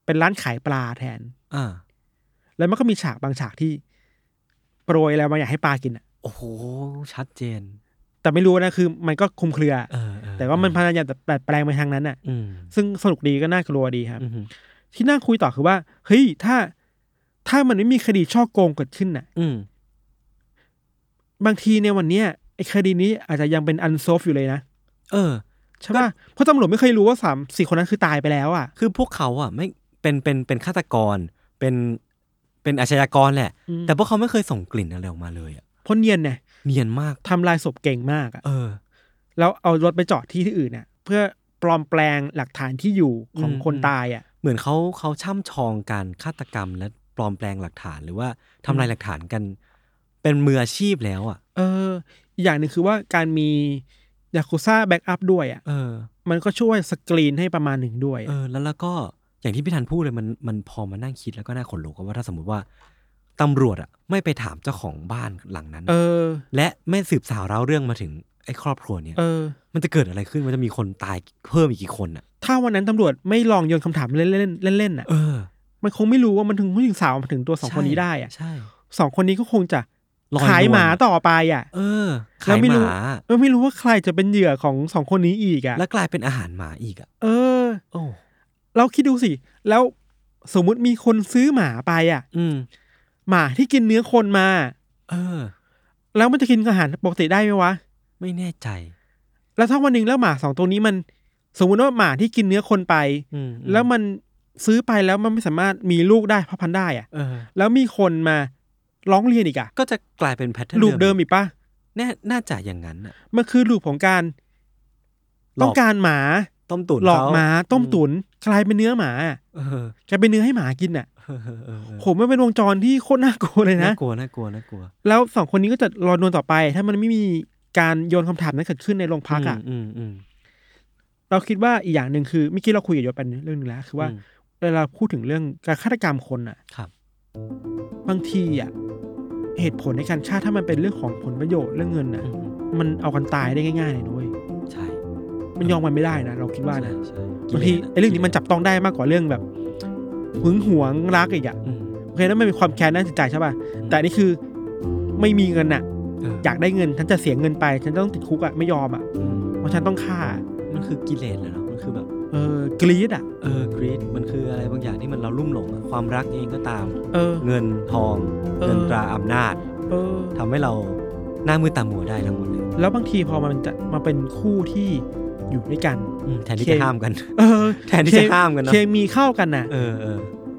[SPEAKER 3] เป็นร้านขายปลาแทน
[SPEAKER 2] อ่า
[SPEAKER 3] แล้วมันก็มีฉากบางฉากที่โปรยอะไรบางอย่างให้ปลากินอะ
[SPEAKER 2] โอ้โห ชัดเจน
[SPEAKER 3] แต่ไม่รู้นะคือ มันก็คลุมเครือ
[SPEAKER 2] เออเออ
[SPEAKER 3] แต่ว่ามัน
[SPEAKER 2] เออย
[SPEAKER 3] พายามจะแบบแปลงไปทางนั้นน่ะ
[SPEAKER 2] อืม
[SPEAKER 3] ซึ่งสนุกดีก็น่ากลัวดีครับ
[SPEAKER 2] อืม
[SPEAKER 3] ที่น่าคุยต่อคือว่า เฮ้ยถ้า ถ้ามันไม่มีคดีช่อโกงเกิดขึ้นน่ะ
[SPEAKER 2] อืม
[SPEAKER 3] บางทีในวันเนี้ยไอ้คดีนี้อาจจะยังเป็นอัน o l v ฟอยู่เลยนะ
[SPEAKER 2] เออ
[SPEAKER 3] ใช่ป่ะเพราะตำรวจไม่เคยรู้ว่าสามสี่คนนั้นคือตายไปแล้วอ่ะ
[SPEAKER 2] คือพวกเขาอ่ะไม่เป็นเป็นเป็นฆาตกร เป็นเป็นอาชญากรแหละ
[SPEAKER 3] อืม
[SPEAKER 2] แต่พวกเขาไม่เคยส่งกลิ่นอะไรออกมาเลยอ่ะ
[SPEAKER 3] เพราะเนียนเนี่ย
[SPEAKER 2] เนียนมาก
[SPEAKER 3] ทำลายศพเก่งมากอ่ะ
[SPEAKER 2] เออ
[SPEAKER 3] แล้วเอารถไปจอดที่ที่อื่นน่ะ เพื่อปลอมแปลงหลักฐานที่อยู่ของ
[SPEAKER 2] อืม
[SPEAKER 3] คนตายอ่ะ
[SPEAKER 2] เหมือนเขาเขาช่ำชองการฆาตกรรมและปลอมแปลงหลักฐานหรือว่าทำลายหลักฐานกัน เป็นมืออาชีพแล้วอ่ะ
[SPEAKER 3] เอออีกอย่างหนึ่งคือว่าการมียากุซ่าแบ็กอัพด้วยอ่ะ
[SPEAKER 2] เออ
[SPEAKER 3] มันก็ช่วยสกรีนให้ประมาณหนึ่งด้วย
[SPEAKER 2] เออ
[SPEAKER 3] อะ
[SPEAKER 2] แล้วแล้วก็อย่างที่พี่ธันพูดเลยมันมันพอมานั่งคิดแล้วก็น่าขนลุกว่าถ้าสมมติว่าตำรวจอ่ะไม่ไปถามเจ้าของบ้านหลังนั้น
[SPEAKER 3] เออ
[SPEAKER 2] และไม่สืบสาวเล่าเรื่องมาถึงไอ้ครอบครัวเนี่ย
[SPEAKER 3] เออ
[SPEAKER 2] มันจะเกิดอะไรขึ้นมันจะมีคนตายเพิ่มอีกกี่คนอ่ะ
[SPEAKER 3] ถ้าวันนั้นตำรวจไม่ลองโยนคำถามเล่นเล่นๆเล่นๆอ่ะ
[SPEAKER 2] เออ
[SPEAKER 3] มันคงไม่รู้ว่ามันถึงผู้หญิงสาวมาถึงตัวสองคนนี้ได้อ่ะ
[SPEAKER 2] ใช่
[SPEAKER 3] สองคนนี้ก็คงจะ
[SPEAKER 2] ลอนวล
[SPEAKER 3] ขายหมาต่อไปอ่ะ
[SPEAKER 2] เออขา
[SPEAKER 3] แล้
[SPEAKER 2] ยว
[SPEAKER 3] ไม่
[SPEAKER 2] ห
[SPEAKER 3] รู้
[SPEAKER 2] มา
[SPEAKER 3] เออไม่รู้ว่าใครจะเป็นเหยื่อของสองคนนี้อีกอ่ะ
[SPEAKER 2] แล้วกลายเป็นอาหารหมาอีกอ่ะ
[SPEAKER 3] เออ
[SPEAKER 2] โอ้
[SPEAKER 3] เราคิดดูสิ แล้วสมมุติมีคนซื้อหมาไปอ่ะ
[SPEAKER 2] อืม
[SPEAKER 3] หมาที่กินเนื้อคนมา
[SPEAKER 2] เออ
[SPEAKER 3] แล้วมันจะกินอาหารปกติได้ไหมวะ
[SPEAKER 2] ไม่แน่ใจ
[SPEAKER 3] แล้วถ้าวันหนึ่งแล้วหมาสองตัวนี้มัน สมมุติว่าหมาที่กินเนื้อคนไป
[SPEAKER 2] อืม
[SPEAKER 3] แล้วมันซื้อไปแล้วมันไม่สามารถมีลูกได้เพราะพันธุ์ได้อะ
[SPEAKER 2] เออ
[SPEAKER 3] แล้วมีคนมาร้องเรียนอีกอะ
[SPEAKER 2] ก็จะกลายเป็นแพทเทิร์น
[SPEAKER 3] ลูปเดิมอีกปะ
[SPEAKER 2] แน่น่าจะอย่างนั้นน่ะ
[SPEAKER 3] มันคือลูปของการ
[SPEAKER 2] หล
[SPEAKER 3] ต้องการหมา
[SPEAKER 2] ต้มตุ๋น
[SPEAKER 3] หลอก
[SPEAKER 2] เข
[SPEAKER 3] หมาต้มตุ๋นกลายเป็นเนื้อหมาอะ
[SPEAKER 2] เออ
[SPEAKER 3] กลายเป็นเนื้อให้หมากินอ่ะ
[SPEAKER 2] เออเออเออ
[SPEAKER 3] ผมมันเป็นวงจรที่โคตรน่ากลัวเลยนะ
[SPEAKER 2] น่ากลัวน่ากลัวน่ากลัว
[SPEAKER 3] แล้วสองคนนี้ก็จะรอนวนต่อไป ถ้ามันไม่มีการโยนคำถามนั้นเกิดขึ้นในโรงพักอ่ะ
[SPEAKER 2] อืมอืม
[SPEAKER 3] เราคิดว่าอีกอย่างหนึ่งคือเมื่อกี้เราคุยกับยศไปเรื่องหนึงแล้ว คือว่า
[SPEAKER 2] อืม
[SPEAKER 3] เวลาพูดถึงเรื่องการฆาตกรรมคนอ่ะ
[SPEAKER 2] ครับ
[SPEAKER 3] บางทีอ่ะเหตุผลในการฆ่าถ้ามันเป็นเรื่องของผลประโยชน์เรื่องเงินอ่ะ
[SPEAKER 2] อืมอืม
[SPEAKER 3] มันเอากันตายได้ง่ายๆเลยนุ้ย
[SPEAKER 2] ใช่
[SPEAKER 3] มันยอมมันไม่ได้นะเราคิดว่านะ
[SPEAKER 2] ใช่ใช่
[SPEAKER 3] บางที
[SPEAKER 2] กิลสะ
[SPEAKER 3] ไอ้เรื่องนี้มันจับต้องได้มากกว่าเรื่องแบบหึงหวงรักอีกอ่ะ
[SPEAKER 2] อืม
[SPEAKER 3] โอเคนั่นมันเป็นความแค้นด้านจิตใจใช่ป่ะ แต่อันนี่คือไม่มีเงินอ่ะ
[SPEAKER 2] เ
[SPEAKER 3] อยากได้เงิน ฉันจะเสียเงินไป ฉันต้องติดคุกอ่ะ ไม่ยอมอ่ะ
[SPEAKER 2] อืม
[SPEAKER 3] เพราะฉันต้องฆ่า
[SPEAKER 2] มันคือกิเลสเลยเนาะมันคือแบบ
[SPEAKER 3] เออกรีดอ่ะ
[SPEAKER 2] เออกรีดมันคืออะไรบางอย่างที่มันเราลุ่มหลงอะความรักเองก็ตาม
[SPEAKER 3] เออ
[SPEAKER 2] เงินทอง
[SPEAKER 3] เออ
[SPEAKER 2] เงินตราอำนาจ
[SPEAKER 3] เออ
[SPEAKER 2] ทำให้เราหน้ามือตามัวได้ทั้งหมดเลย
[SPEAKER 3] แล้วบางทีพอมันจะมาเป็นคู่ที่อยู่ด้วยกัน
[SPEAKER 2] อืมแทนที่
[SPEAKER 3] เค
[SPEAKER 2] จะห้ามกัน
[SPEAKER 3] เออ
[SPEAKER 2] *laughs* แทนที่จะห้ามกันเนอะ
[SPEAKER 3] เคมีเข้ากันน่ะ
[SPEAKER 2] เออเออ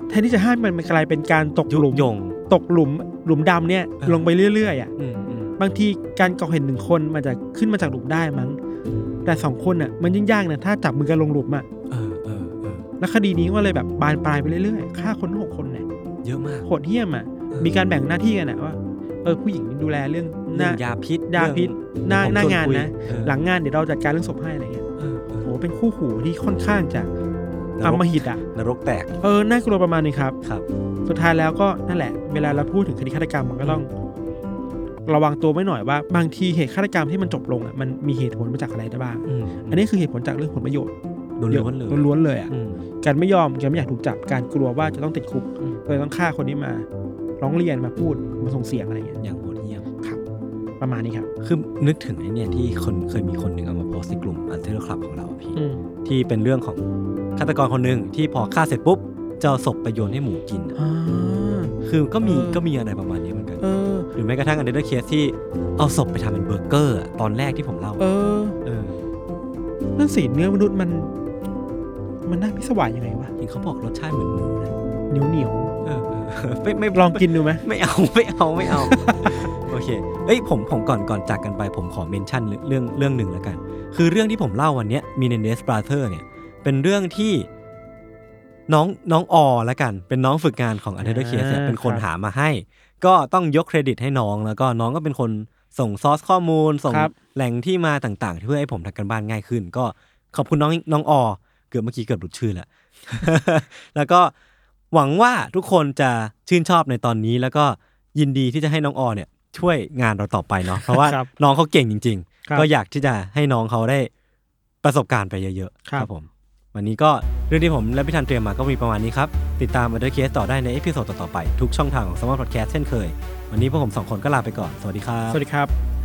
[SPEAKER 3] แทนที่จะห้ามมันมันกลายเป็นการตก
[SPEAKER 2] ยุ
[SPEAKER 3] หลุม
[SPEAKER 2] ยง
[SPEAKER 3] ตกหลุมหลุมดำเนี่ย
[SPEAKER 2] เออ
[SPEAKER 3] ลงไปเรื่อยๆอ่ะ
[SPEAKER 2] อืมอืม
[SPEAKER 3] บางทีการก่อเหตุหนึ่งคนมันจะขึ้นมาจากหลุมได้มั้ง แต่สองคนอ่ะมันยิ่งยากนะถ้าจับมือกันลงหลุมอ่ะ
[SPEAKER 2] เออเออเออ
[SPEAKER 3] แล้วคดีนี้ก็เลยแบบบานปลายไปเรื่อยๆ ฆ่าคนทั้งหกคนเนี่ย
[SPEAKER 2] เยอะมาก
[SPEAKER 3] โหดเหี้ยมอ่ะ มีการแบ่งหน้าที่กันนะว่า เออผู้หญิงดูแลเรื่องห
[SPEAKER 2] เรื่
[SPEAKER 3] น้า
[SPEAKER 2] องยาพิษ
[SPEAKER 3] ยาพิษหน้า
[SPEAKER 2] ผม
[SPEAKER 3] หน้า
[SPEAKER 2] ชว
[SPEAKER 3] งาน
[SPEAKER 2] คุย
[SPEAKER 3] นะ
[SPEAKER 2] เออ
[SPEAKER 3] หลังงานเดี๋ยวเราจัดการเรื่องศพให้อะไรเงี้ย
[SPEAKER 2] เออเออ
[SPEAKER 3] โหเป็นคู่หูที่ค่อนข้างจะ
[SPEAKER 2] น
[SPEAKER 3] อ
[SPEAKER 2] รก
[SPEAKER 3] มหิตอ่ะ
[SPEAKER 2] นรกแตก
[SPEAKER 3] เออ น่ากลัวประมาณนึงครับ
[SPEAKER 2] ครับ
[SPEAKER 3] สุดท้ายแล้วก็นั่นแหละ เวลาเราพูดถึงคดีฆาตกรรมมันก็ต้อง ระวังตัวไว้หน่อยว่า บางทีเหตุฆาตกรรมที่มันจบลงอ่ะมันมีเหตุผลมาจากอะไรได้บ้าง
[SPEAKER 2] อืม
[SPEAKER 3] อันนี้คือเหตุผลจากเรื่องผลประโยชน์
[SPEAKER 2] ล้วนๆเลย
[SPEAKER 3] ล้วนๆเลยอ่ะ
[SPEAKER 2] อืม
[SPEAKER 3] การไม่ยอมการไม่อยากถูกจับการกลัวว่าจะต้องติดคุก
[SPEAKER 2] อืม
[SPEAKER 3] เลยต้องฆ่าคนนี้มา ร้องเรียนมาพูดมาส่งเสียงอะไรเงี้ย
[SPEAKER 2] อย่างโหดเหี้ยม
[SPEAKER 3] ประมาณนี้ครับ
[SPEAKER 2] คือนึกถึงไอ้เนี่ยที่คนเคยมีคนหนึ่งเอามาโพสต์ในกลุ่มอันเทอร์คลับของเราอะพี่
[SPEAKER 3] อืม
[SPEAKER 2] ที่เป็นเรื่องของฆาตกรคนหนึ่งที่พอฆ่าเสร็จปุ๊บจะเอาศพไปโยนให้หมูกินอะ
[SPEAKER 3] อ่า
[SPEAKER 2] คือก็มี
[SPEAKER 3] เออ
[SPEAKER 2] ก็มีอะไรประมาณนี้เหมือนกัน
[SPEAKER 3] เออ
[SPEAKER 2] หรือแม้กระทั่งอันเดอร์เคสที่เอาศพไปทำเป็นเบอร์เกอร์อะตอนแรกที่ผมเล่า
[SPEAKER 3] เออ
[SPEAKER 2] เออ
[SPEAKER 3] นั่นสิเนื้อมนุษย์มัน มันน่าพิศวาสยังไงวะ
[SPEAKER 2] เห็นเขาบอกรสชาติเหมือนหมูนะ
[SPEAKER 3] เหนียวเหนียว
[SPEAKER 2] เออเอ *laughs* อไม่ไม่
[SPEAKER 3] ๆลองกินดูไหม
[SPEAKER 2] ไม่เอา *laughs* ไม่เอาไม่เอา โอเคเอ้ยผมผมก่อนก่อนจากกันไปผมขอเมนชั่นเรื่องเรื่องหนึ่งแล้วกัน คือเรื่องที่ผมเล่าวันเนี้ยมีในเนสบราเธอร์เนี่ย เป็นเรื่องที่น้องน้องออละกัน เป็นน้องฝึกงานของอันเดอร์เคสเป็นคนหามาให้ ก็ต้องยกเครดิตให้น้องแล้วก็น้องก็เป็นคนส่งซอสข้อมูล ส่งแหล่งที่มาต่างๆ เพื่อให้ผมทำกันบ้านง่ายขึ้น ก็ขอบคุณน้องน้องออเกือบเมื่อกี้เกือบหลุดชื่อแล้ว *laughs* แล้วก็หวังว่าทุกคนจะชื่นชอบในตอนนี้ แล้วก็ยินดีที่จะให้น้องออเนี่ยช่วยงานเราต่อไปเนาะเพราะว่า
[SPEAKER 3] ครับ
[SPEAKER 2] น้องเขาเก่งจริง
[SPEAKER 3] ครับ
[SPEAKER 2] ๆ ก็อยากที่จะให้น้องเขาได้ประสบการณ์ไปเยอะๆ
[SPEAKER 3] ครับ
[SPEAKER 2] ผม วันนี้ก็เรื่องที่ผมและพี่ธันเตรียมมาก็มีประมาณนี้ครับ ติดตามมาด้วยเคสต่อได้ในเอพิโซดต่อๆไป ทุกช่องทางของ s ม a r t Podcast เช่นเคย วันนี้พวกผมสองคนก็ลาไปก่อน สวัสดีครับ
[SPEAKER 3] สวัสดีครับ